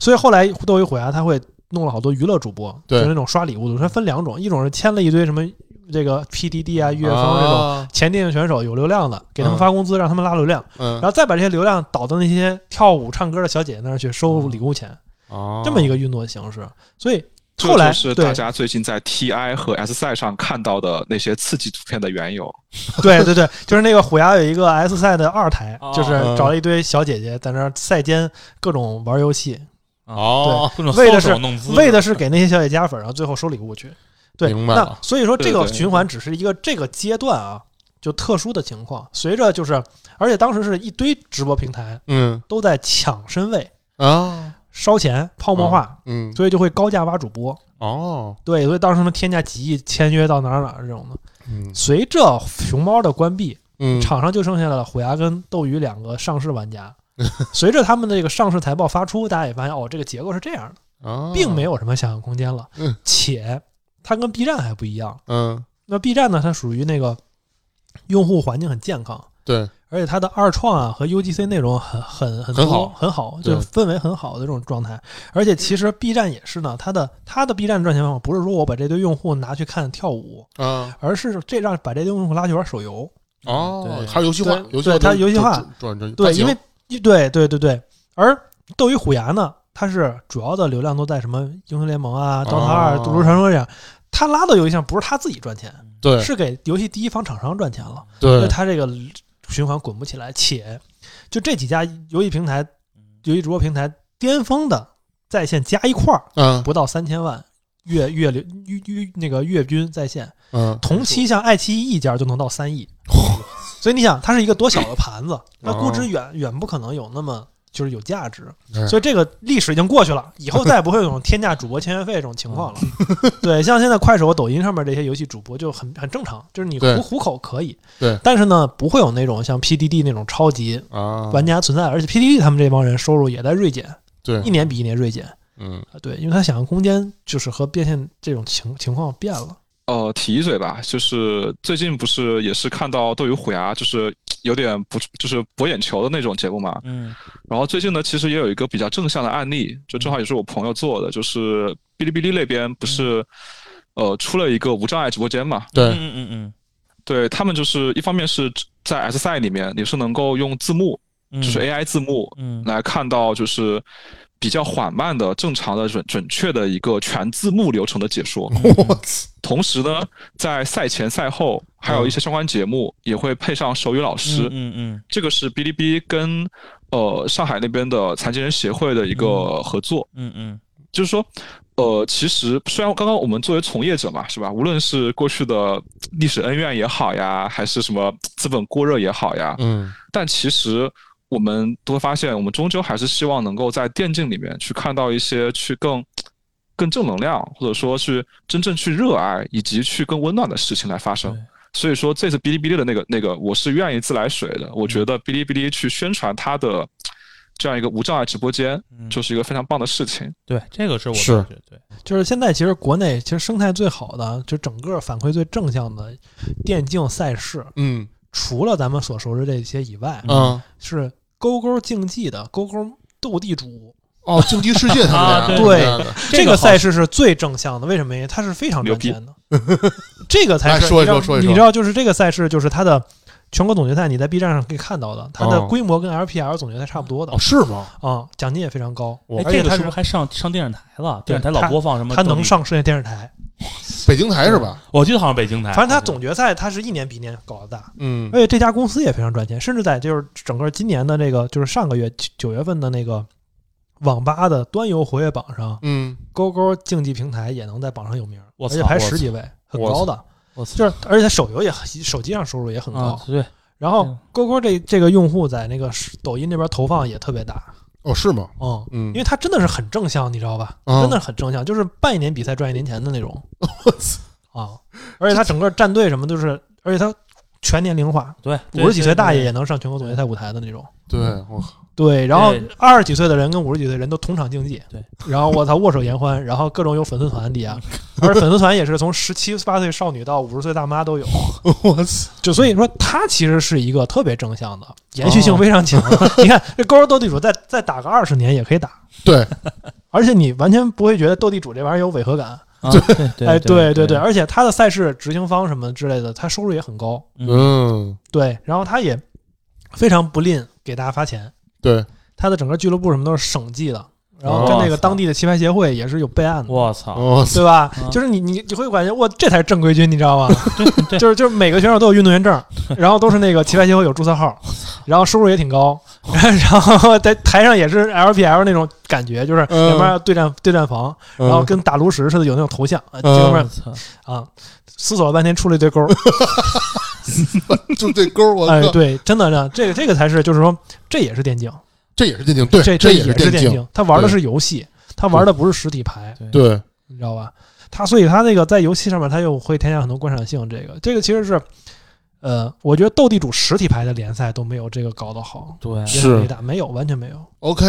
Speaker 1: 所以后来斗鱼虎啊牙他会弄了好多娱乐主播，
Speaker 3: 对
Speaker 1: 就那种刷礼物的，它分两种，一种是签了一堆什么这个 PDD 啊、乐风这种
Speaker 3: 啊
Speaker 1: 前电竞选手有流量的，给他们
Speaker 3: 嗯
Speaker 1: 发工资让他们拉流量，
Speaker 3: 嗯
Speaker 1: 然，后再把这些流量导到那些跳舞唱歌的小姐姐那儿去
Speaker 2: 嗯
Speaker 1: 收礼物钱，
Speaker 3: 啊
Speaker 1: 这么一个运作形式，所以。
Speaker 2: 哦这
Speaker 1: 后来
Speaker 2: 就是大
Speaker 1: 对
Speaker 2: 家最近在 TI 和 S 赛上看到的那些刺激图片的缘由。
Speaker 1: 对对对，就是那个虎牙有一个 S 赛的二台，就是
Speaker 3: 哦
Speaker 1: 找了一堆小姐姐在那儿赛间各种玩游戏，
Speaker 7: 嗯
Speaker 3: 哦，
Speaker 7: 各种
Speaker 1: 为的
Speaker 7: 搔首
Speaker 1: 是
Speaker 7: 弄姿
Speaker 2: 嗯
Speaker 1: 为的是给那些小姐加粉，然后最后收礼物去。对，
Speaker 3: 明白
Speaker 1: 那
Speaker 3: 了
Speaker 1: 所以说这
Speaker 2: 对
Speaker 1: 个
Speaker 2: 对
Speaker 1: 循环只是一个这个阶段啊，就特殊的情况。随着就是，而且当时是一堆直播平台
Speaker 3: 嗯
Speaker 1: 都在抢身位、
Speaker 3: 啊，
Speaker 1: 烧钱、泡沫化，
Speaker 3: 嗯，
Speaker 1: 所以就会高价挖主播。
Speaker 3: 哦，
Speaker 1: 对，所以当时什么天价几亿签约到哪儿哪儿这种的。
Speaker 3: 嗯
Speaker 1: 随着熊猫的关闭，
Speaker 3: 嗯，
Speaker 1: 场上就剩下了虎牙跟斗鱼两个上市玩家。 随着他们的这个上市财报发出，大家也发现哦，这个结构是这样的。
Speaker 3: 啊
Speaker 1: 并没，有什么想象空间了。
Speaker 3: 嗯
Speaker 1: 且它跟 B 站还不一样。
Speaker 3: 嗯，
Speaker 1: 那 B 站呢，它属于那个用户环境很健康，
Speaker 3: 对，
Speaker 1: 而且它的二创啊和 UGC 内容很很很
Speaker 3: 很
Speaker 1: 多
Speaker 3: 好
Speaker 1: 很好，
Speaker 3: 对
Speaker 1: 就氛围很好的这种状态。而且其实 B 站也是呢，它的它的 B 站赚钱方法不是说我把这堆用户拿去看跳舞，
Speaker 3: 啊，
Speaker 1: 而是这让把这堆用户拉去玩手游。
Speaker 3: 哦
Speaker 7: 对，
Speaker 3: 还有游戏化
Speaker 1: 对，
Speaker 3: 游戏化
Speaker 1: 对它
Speaker 3: 就，
Speaker 1: 游戏化
Speaker 3: 就，转转，
Speaker 1: 对，
Speaker 3: 转
Speaker 1: 因为对对对对，而斗鱼虎牙呢，它是主要的流量都在什么英雄联盟啊、DOTA 二、
Speaker 3: 哦
Speaker 1: 毒株传说这样，它拉到游戏上不是它自己赚钱，
Speaker 3: 对
Speaker 1: 是给游戏第一方厂商赚钱了，所以
Speaker 3: 对，
Speaker 1: 它这个循环滚不起来，且就这几家游戏平台、游戏直播平台巅峰的在线加一块儿
Speaker 3: 嗯
Speaker 1: 不到三千万。越越流越越那个越军在线，
Speaker 3: 嗯，
Speaker 1: 同期像爱奇艺一家就能到三亿，所以你想，它是一个多小的盘
Speaker 3: 哦
Speaker 1: 子，那估值远远不可能有那么就是有价值，
Speaker 3: 嗯
Speaker 1: 所以这个历史已经过去 了，以后再也不会有这种天价主播签约费这种情况了。
Speaker 3: 嗯
Speaker 1: 对，像现在快手、抖音上面这些游戏主播就很很正常，就是你
Speaker 3: 对
Speaker 1: 糊糊口可以，
Speaker 3: 对
Speaker 1: 但是呢，不会有那种像 PDD 那种超级
Speaker 3: 啊，
Speaker 1: 玩家存在，而且 PDD 他们这帮人收入也在锐减，
Speaker 3: 对
Speaker 1: 一，年比一年锐减。
Speaker 3: 嗯，
Speaker 1: 啊，对，因为他想象空间就是和变现这种情情况变了。
Speaker 2: 呃，提一嘴吧，就是最近不是也是看到斗鱼虎牙，就是有点不就是博眼球的那种节目嘛。
Speaker 7: 嗯
Speaker 2: 然后最近呢，其实也有一个比较正向的案例，就正好也是我朋友做的，就是哔哩哔哩那边不是、
Speaker 1: 嗯
Speaker 2: 呃出了一个无障碍直播间嘛，
Speaker 3: 对，
Speaker 7: 嗯嗯嗯
Speaker 2: 对他们就是一方面是在 S 赛里面，你是能够用字幕，
Speaker 7: 嗯，
Speaker 2: 就是
Speaker 1: 哎
Speaker 2: AI 字幕
Speaker 7: 嗯
Speaker 2: 来看到就是比较缓慢的、正常的、准准确的一个全字幕流程的解说。
Speaker 7: 嗯
Speaker 3: 我操，
Speaker 2: 同时呢，在赛前、赛后还有一些相关节目也会配上手语老师，
Speaker 7: 嗯嗯
Speaker 2: 这个是哔哩哔哩跟呃上海那边的残疾人协会的一个合作。
Speaker 7: 嗯嗯
Speaker 2: 就是说，呃，其实虽然刚刚我们作为从业者嘛，是吧？无论是过去的历史恩怨也好呀，还是什么资本过热也好呀，
Speaker 3: 嗯，
Speaker 2: 但其实我们都会发现，我们终究还是希望能够在电竞里面去看到一些去更更正能量，或者说去真正去热爱以及去更温暖的事情来发生
Speaker 7: 对。
Speaker 2: 所以说，这次哔哩哔哩的那个那个，我是愿意自来水的。我
Speaker 7: 嗯
Speaker 2: 觉得哔哩哔哩去宣传它的这样一个无障碍直播间，
Speaker 7: 嗯，
Speaker 2: 就是一个非常棒的事情。
Speaker 7: 对，这个是我
Speaker 3: 是
Speaker 7: 感觉对，
Speaker 1: 就是现在，其实国内其实生态最好的，就整个反馈最正向的电竞赛事，
Speaker 3: 嗯
Speaker 1: 除了咱们所熟知这些以外，
Speaker 7: 嗯
Speaker 3: 啊，
Speaker 1: 是勾勾竞技的勾勾斗地主
Speaker 3: 哦，竞技世界 他们
Speaker 7: 啊
Speaker 3: 俩
Speaker 1: 对
Speaker 3: 这样的
Speaker 1: 这
Speaker 7: 个
Speaker 1: 个
Speaker 7: 好
Speaker 1: 赛事是最正向的。为什么？因为它是非常
Speaker 2: 牛
Speaker 1: 赚
Speaker 2: 逼
Speaker 1: 钱的。 这个才
Speaker 3: 哎
Speaker 1: 是
Speaker 3: 说
Speaker 1: 你
Speaker 3: 一
Speaker 1: 知道
Speaker 3: 说说一说
Speaker 1: 你知道，就是这个赛事，就是它的全国总决赛，你在 B 站上可以看到的，它的
Speaker 3: 哦
Speaker 1: 规模跟 LPL 总决赛差不多的
Speaker 3: 哦，是吗？
Speaker 1: 啊，奖金也非常高，
Speaker 3: 我
Speaker 7: 哎，
Speaker 3: 而
Speaker 7: 这
Speaker 3: 且
Speaker 7: 个
Speaker 3: 他
Speaker 7: 是不
Speaker 3: 是
Speaker 7: 是还上上电视台了？
Speaker 1: 对
Speaker 7: 电视台老
Speaker 1: 它
Speaker 7: 播放什么？
Speaker 1: 它能？上世界电视台。
Speaker 3: 北京台是吧？
Speaker 7: 我记哎得好像北京台。
Speaker 1: 反正它总决赛它是一年比一年搞得大，
Speaker 3: 嗯
Speaker 1: 而且这家公司也非常赚钱，甚至在就是整个今年的这个就是上个月九九月份的那个网吧的端游活跃榜上，
Speaker 3: 嗯，
Speaker 1: 勾勾竞技平台也能在榜上有名，
Speaker 7: 我
Speaker 1: 而
Speaker 7: 操
Speaker 1: 且排十几位，很
Speaker 3: 我
Speaker 1: 高的。
Speaker 7: 我操
Speaker 1: 就是而且它手游也手机上收入也很
Speaker 7: 啊
Speaker 1: 高，，
Speaker 7: 对，
Speaker 1: 然后
Speaker 7: 嗯
Speaker 1: 勾勾这这个用户在那个抖音那边投放也特别大，
Speaker 3: 哦，是吗？
Speaker 1: 嗯。
Speaker 3: 嗯
Speaker 1: 因为它真的是很正向，你知道吧？
Speaker 3: 嗯
Speaker 1: 真的很正向，就是办一年比赛赚一年钱的那种。啊！而且他整个战队什么都是，而且他全年龄化，
Speaker 7: 对，
Speaker 1: 五十几岁大爷也
Speaker 7: 对
Speaker 1: 能上全国总决赛舞台的那种。
Speaker 3: 对，我
Speaker 1: 对，然后
Speaker 7: 对
Speaker 1: 二十几岁的人跟五十几岁的人都同场竞技，
Speaker 7: 对，
Speaker 1: 然后我操握手言欢，然后各种有粉丝团底下，而粉丝团也是从十七八岁少女到五十岁大妈都有，
Speaker 3: 我操，
Speaker 1: 就所以说它其实是一个特别正向的，延续性非常强。 你看哦这勾儿斗地主再再打个二十年也可以打，
Speaker 3: 对，
Speaker 1: 而且你完全不会觉得斗地主这玩意儿有违和感，
Speaker 7: 啊对对
Speaker 1: 哎，
Speaker 7: 对
Speaker 1: 对对，而且它的赛事执行方什么之类的，它收入也很高，
Speaker 7: 嗯
Speaker 3: 嗯，
Speaker 1: 对，然后它也非常不吝给大家发钱，
Speaker 3: 对，
Speaker 1: 它的整个俱乐部什么都是省级的，然后跟那个当地的棋牌协会也是有备案的。
Speaker 7: 哦我操，
Speaker 3: 我操，
Speaker 1: 对吧
Speaker 7: 啊？
Speaker 1: 就是你你你会感觉哇，这才是正规军，你知 道吗？
Speaker 7: 对
Speaker 1: 就是就是每个选手都有运动员 证，然后都是那个棋牌协会有注册号，然后收入也挺高， 然后在台上也是 LPL 那种感觉，就是
Speaker 3: 嗯
Speaker 1: 两边要对战对战房，
Speaker 7: 嗯
Speaker 1: 然后跟打炉石似的有那种头像，啊，这
Speaker 3: 嗯
Speaker 1: 方
Speaker 7: 我
Speaker 1: 面
Speaker 7: 操，
Speaker 1: 啊，思索了半天出了一堆 勾，
Speaker 3: 嗯就这钩，我
Speaker 1: 哎，
Speaker 3: 靠，
Speaker 1: 对，真的呢，这个这个才是就是说这也是电竞，
Speaker 3: 这也是电竞，对，
Speaker 1: 这
Speaker 3: 这
Speaker 1: 也
Speaker 3: 是
Speaker 1: 电
Speaker 3: 竞，，
Speaker 1: 他玩的是游戏，他玩的不是实体牌，
Speaker 3: 对，
Speaker 1: 你知道吧？它所以它那个在游戏上面，它又会添加很多观赏性。这个这个其实是，呃，我觉得斗地主实体牌的联赛都没有这个搞得好，
Speaker 7: 对，
Speaker 1: 也很伟大，没有完全没有。
Speaker 3: OK，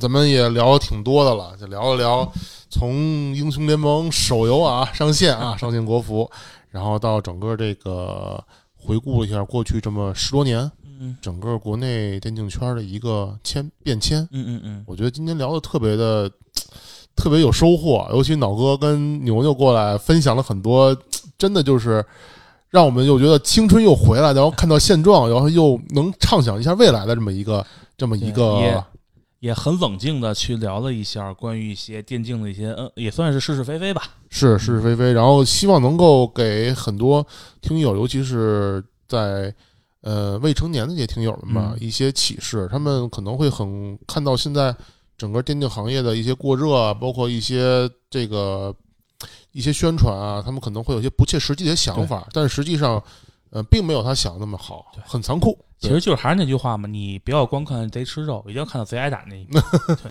Speaker 3: 咱 们也聊挺多的了，就聊一聊从英雄联盟手游啊上线啊上线国服，然后到整个这个回顾一下过去这么十多年
Speaker 7: 嗯
Speaker 3: 整个国内电竞圈的一个迁变迁。
Speaker 7: 嗯嗯嗯，
Speaker 3: 我觉得今天聊的特别的特别有收获，尤其脑哥跟牛牛过来分享了很多，真的就是让我们又觉得青春又回来，然后看到现状，然后又能畅想一下未来的这么一个这么一
Speaker 7: 对也
Speaker 3: 个。
Speaker 7: 也很冷静的去聊了一下关于一些电竞的一些，嗯，也算是是是非非吧。
Speaker 3: 是是
Speaker 7: 嗯
Speaker 3: 是非非，然后希望能够给很多听友，尤其是在呃未成年的这些听友们吧，
Speaker 7: 嗯
Speaker 3: 一些启示。他们可能会很看到现在整个电竞行业的一些过热啊，包括一些这个一些宣传啊，他们可能会有一些不切实际的想法，但是实际上，呃，并没有他想的那么好，
Speaker 7: 对
Speaker 3: 很残酷。
Speaker 7: 其实就是还是那句话嘛，你不要光看贼吃肉，一定要看到贼挨打那一面。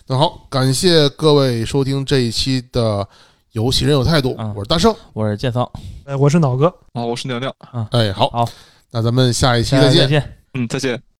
Speaker 3: 那好，感谢各位收听这一期的《游戏人有态度》，
Speaker 7: 嗯
Speaker 3: 我是大圣，
Speaker 7: 我是建桑，
Speaker 1: 哎，我是脑哥，
Speaker 2: 啊，我是娘娘，
Speaker 3: 哎，好，
Speaker 7: 好，
Speaker 3: 那咱们下一期
Speaker 7: 下
Speaker 3: 再
Speaker 7: 次
Speaker 3: 见
Speaker 7: 再。见。
Speaker 2: 嗯，再见。